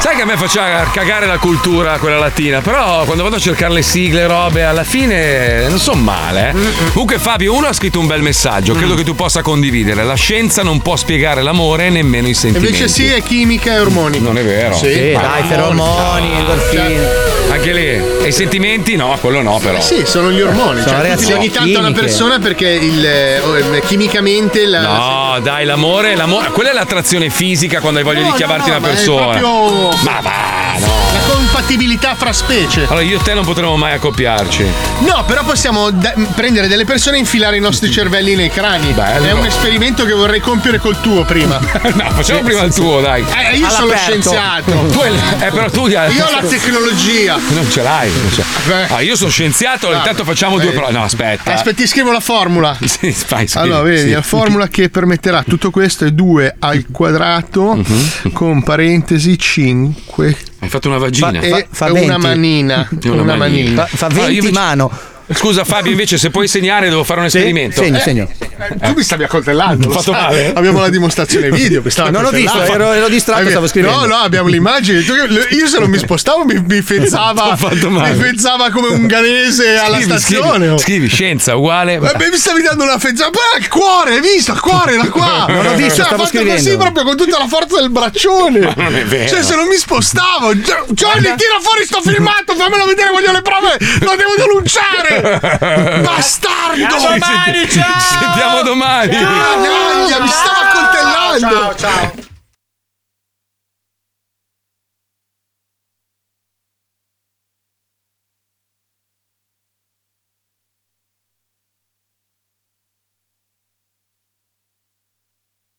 [SPEAKER 5] Sai che a me faceva cagare la cultura quella latina, però quando vado a cercare le sigle, robe, alla fine non so male. eh. Comunque Fabio, uno ha scritto un bel messaggio, credo che tu possa condividere. La scienza non può spiegare l'amore nemmeno i sentimenti.
[SPEAKER 12] Invece sì, è chimica e ormoni.
[SPEAKER 5] Non è vero.
[SPEAKER 12] Sì,
[SPEAKER 5] Sì,
[SPEAKER 12] dai, feromoni,
[SPEAKER 28] endorfine.
[SPEAKER 5] Anche lì. E i sentimenti no, quello no però.
[SPEAKER 12] Eh Sì, sono gli ormoni.
[SPEAKER 5] Sono
[SPEAKER 12] Cioè, tu
[SPEAKER 5] reazioni
[SPEAKER 12] tiri ogni tanto una
[SPEAKER 5] chimiche.
[SPEAKER 12] persona perché il, eh, oh, eh, chimicamente la.
[SPEAKER 5] No, dai, l'amore, l'amore, quella è l'attrazione fisica quando hai voglia
[SPEAKER 12] No,
[SPEAKER 5] di
[SPEAKER 12] no,
[SPEAKER 5] chiamarti
[SPEAKER 12] no,
[SPEAKER 5] una
[SPEAKER 12] ma è
[SPEAKER 5] persona.
[SPEAKER 12] proprio-
[SPEAKER 5] Ma va, no.
[SPEAKER 12] La incompatibilità fra specie.
[SPEAKER 5] Allora io e te non potremo mai accoppiarci.
[SPEAKER 12] No, però possiamo da- prendere delle persone e infilare i nostri cervelli nei crani. È un esperimento che vorrei compiere col tuo prima.
[SPEAKER 5] No, facciamo prima il tuo, dai.
[SPEAKER 12] Eh, io sono lo scienziato.
[SPEAKER 5] Tu hai- eh, però tu hai-
[SPEAKER 12] Io ho la tecnologia.
[SPEAKER 5] Non ce l'hai. non ce- Ah, io sono scienziato, intanto facciamo due prove. No, aspetta.
[SPEAKER 12] Aspetta, ti scrivo la formula.
[SPEAKER 5] Sì, fai, scrivi,
[SPEAKER 12] Allora, vedi,
[SPEAKER 5] sì.
[SPEAKER 12] la formula che permetterà tutto questo è 2 al quadrato
[SPEAKER 5] Mhm.
[SPEAKER 12] con parentesi 5
[SPEAKER 5] Hai fatto una vagina.
[SPEAKER 12] e una manina.
[SPEAKER 5] E una manina. Allora, io invece-
[SPEAKER 2] mano.
[SPEAKER 5] Scusa Fabio, invece se puoi segnare devo fare un esperimento. Eh.
[SPEAKER 2] segno, segno.
[SPEAKER 12] Eh, Tu mi stavi accoltellando. lo
[SPEAKER 5] Ho Ah, fatto
[SPEAKER 12] sai.
[SPEAKER 5] male?
[SPEAKER 12] Abbiamo la dimostrazione video. mi stava
[SPEAKER 2] Non l'ho visto,
[SPEAKER 12] accoltellando.
[SPEAKER 2] ero- ero distratto,
[SPEAKER 12] Abbiamo-
[SPEAKER 2] stavo scrivendo.
[SPEAKER 12] No, no, abbiamo l'immagine. Tu- Io se non mi spostavo mi, mi
[SPEAKER 5] Ho
[SPEAKER 12] fezzava.
[SPEAKER 5] fatto
[SPEAKER 12] mi
[SPEAKER 5] male.
[SPEAKER 12] fezzava come un ganese alla
[SPEAKER 5] Scrivi,
[SPEAKER 12] stazione.
[SPEAKER 5] Scrivi,
[SPEAKER 12] oh.
[SPEAKER 5] scrivi, scienza uguale.
[SPEAKER 12] Eh, beh, mi stavi dando una fezzata. Beh, il cuore, hai visto? Il cuore da qua.
[SPEAKER 5] Non l'ho visto,
[SPEAKER 12] Cioè,
[SPEAKER 5] stavo
[SPEAKER 12] ha fatto
[SPEAKER 5] scrivendo.
[SPEAKER 12] così proprio con tutta la forza del braccione.
[SPEAKER 5] Ma non è vero.
[SPEAKER 12] Cioè, se non mi spostavo. Gio- Johnny, tira fuori sto filmato, fammelo vedere, voglio le prove. Lo devo denunciare. Bastardo.
[SPEAKER 5] Ci senti- Ci sentiamo domani.
[SPEAKER 12] Canaglia, mi stava
[SPEAKER 4] ciao,
[SPEAKER 12] accoltellando.
[SPEAKER 4] ciao.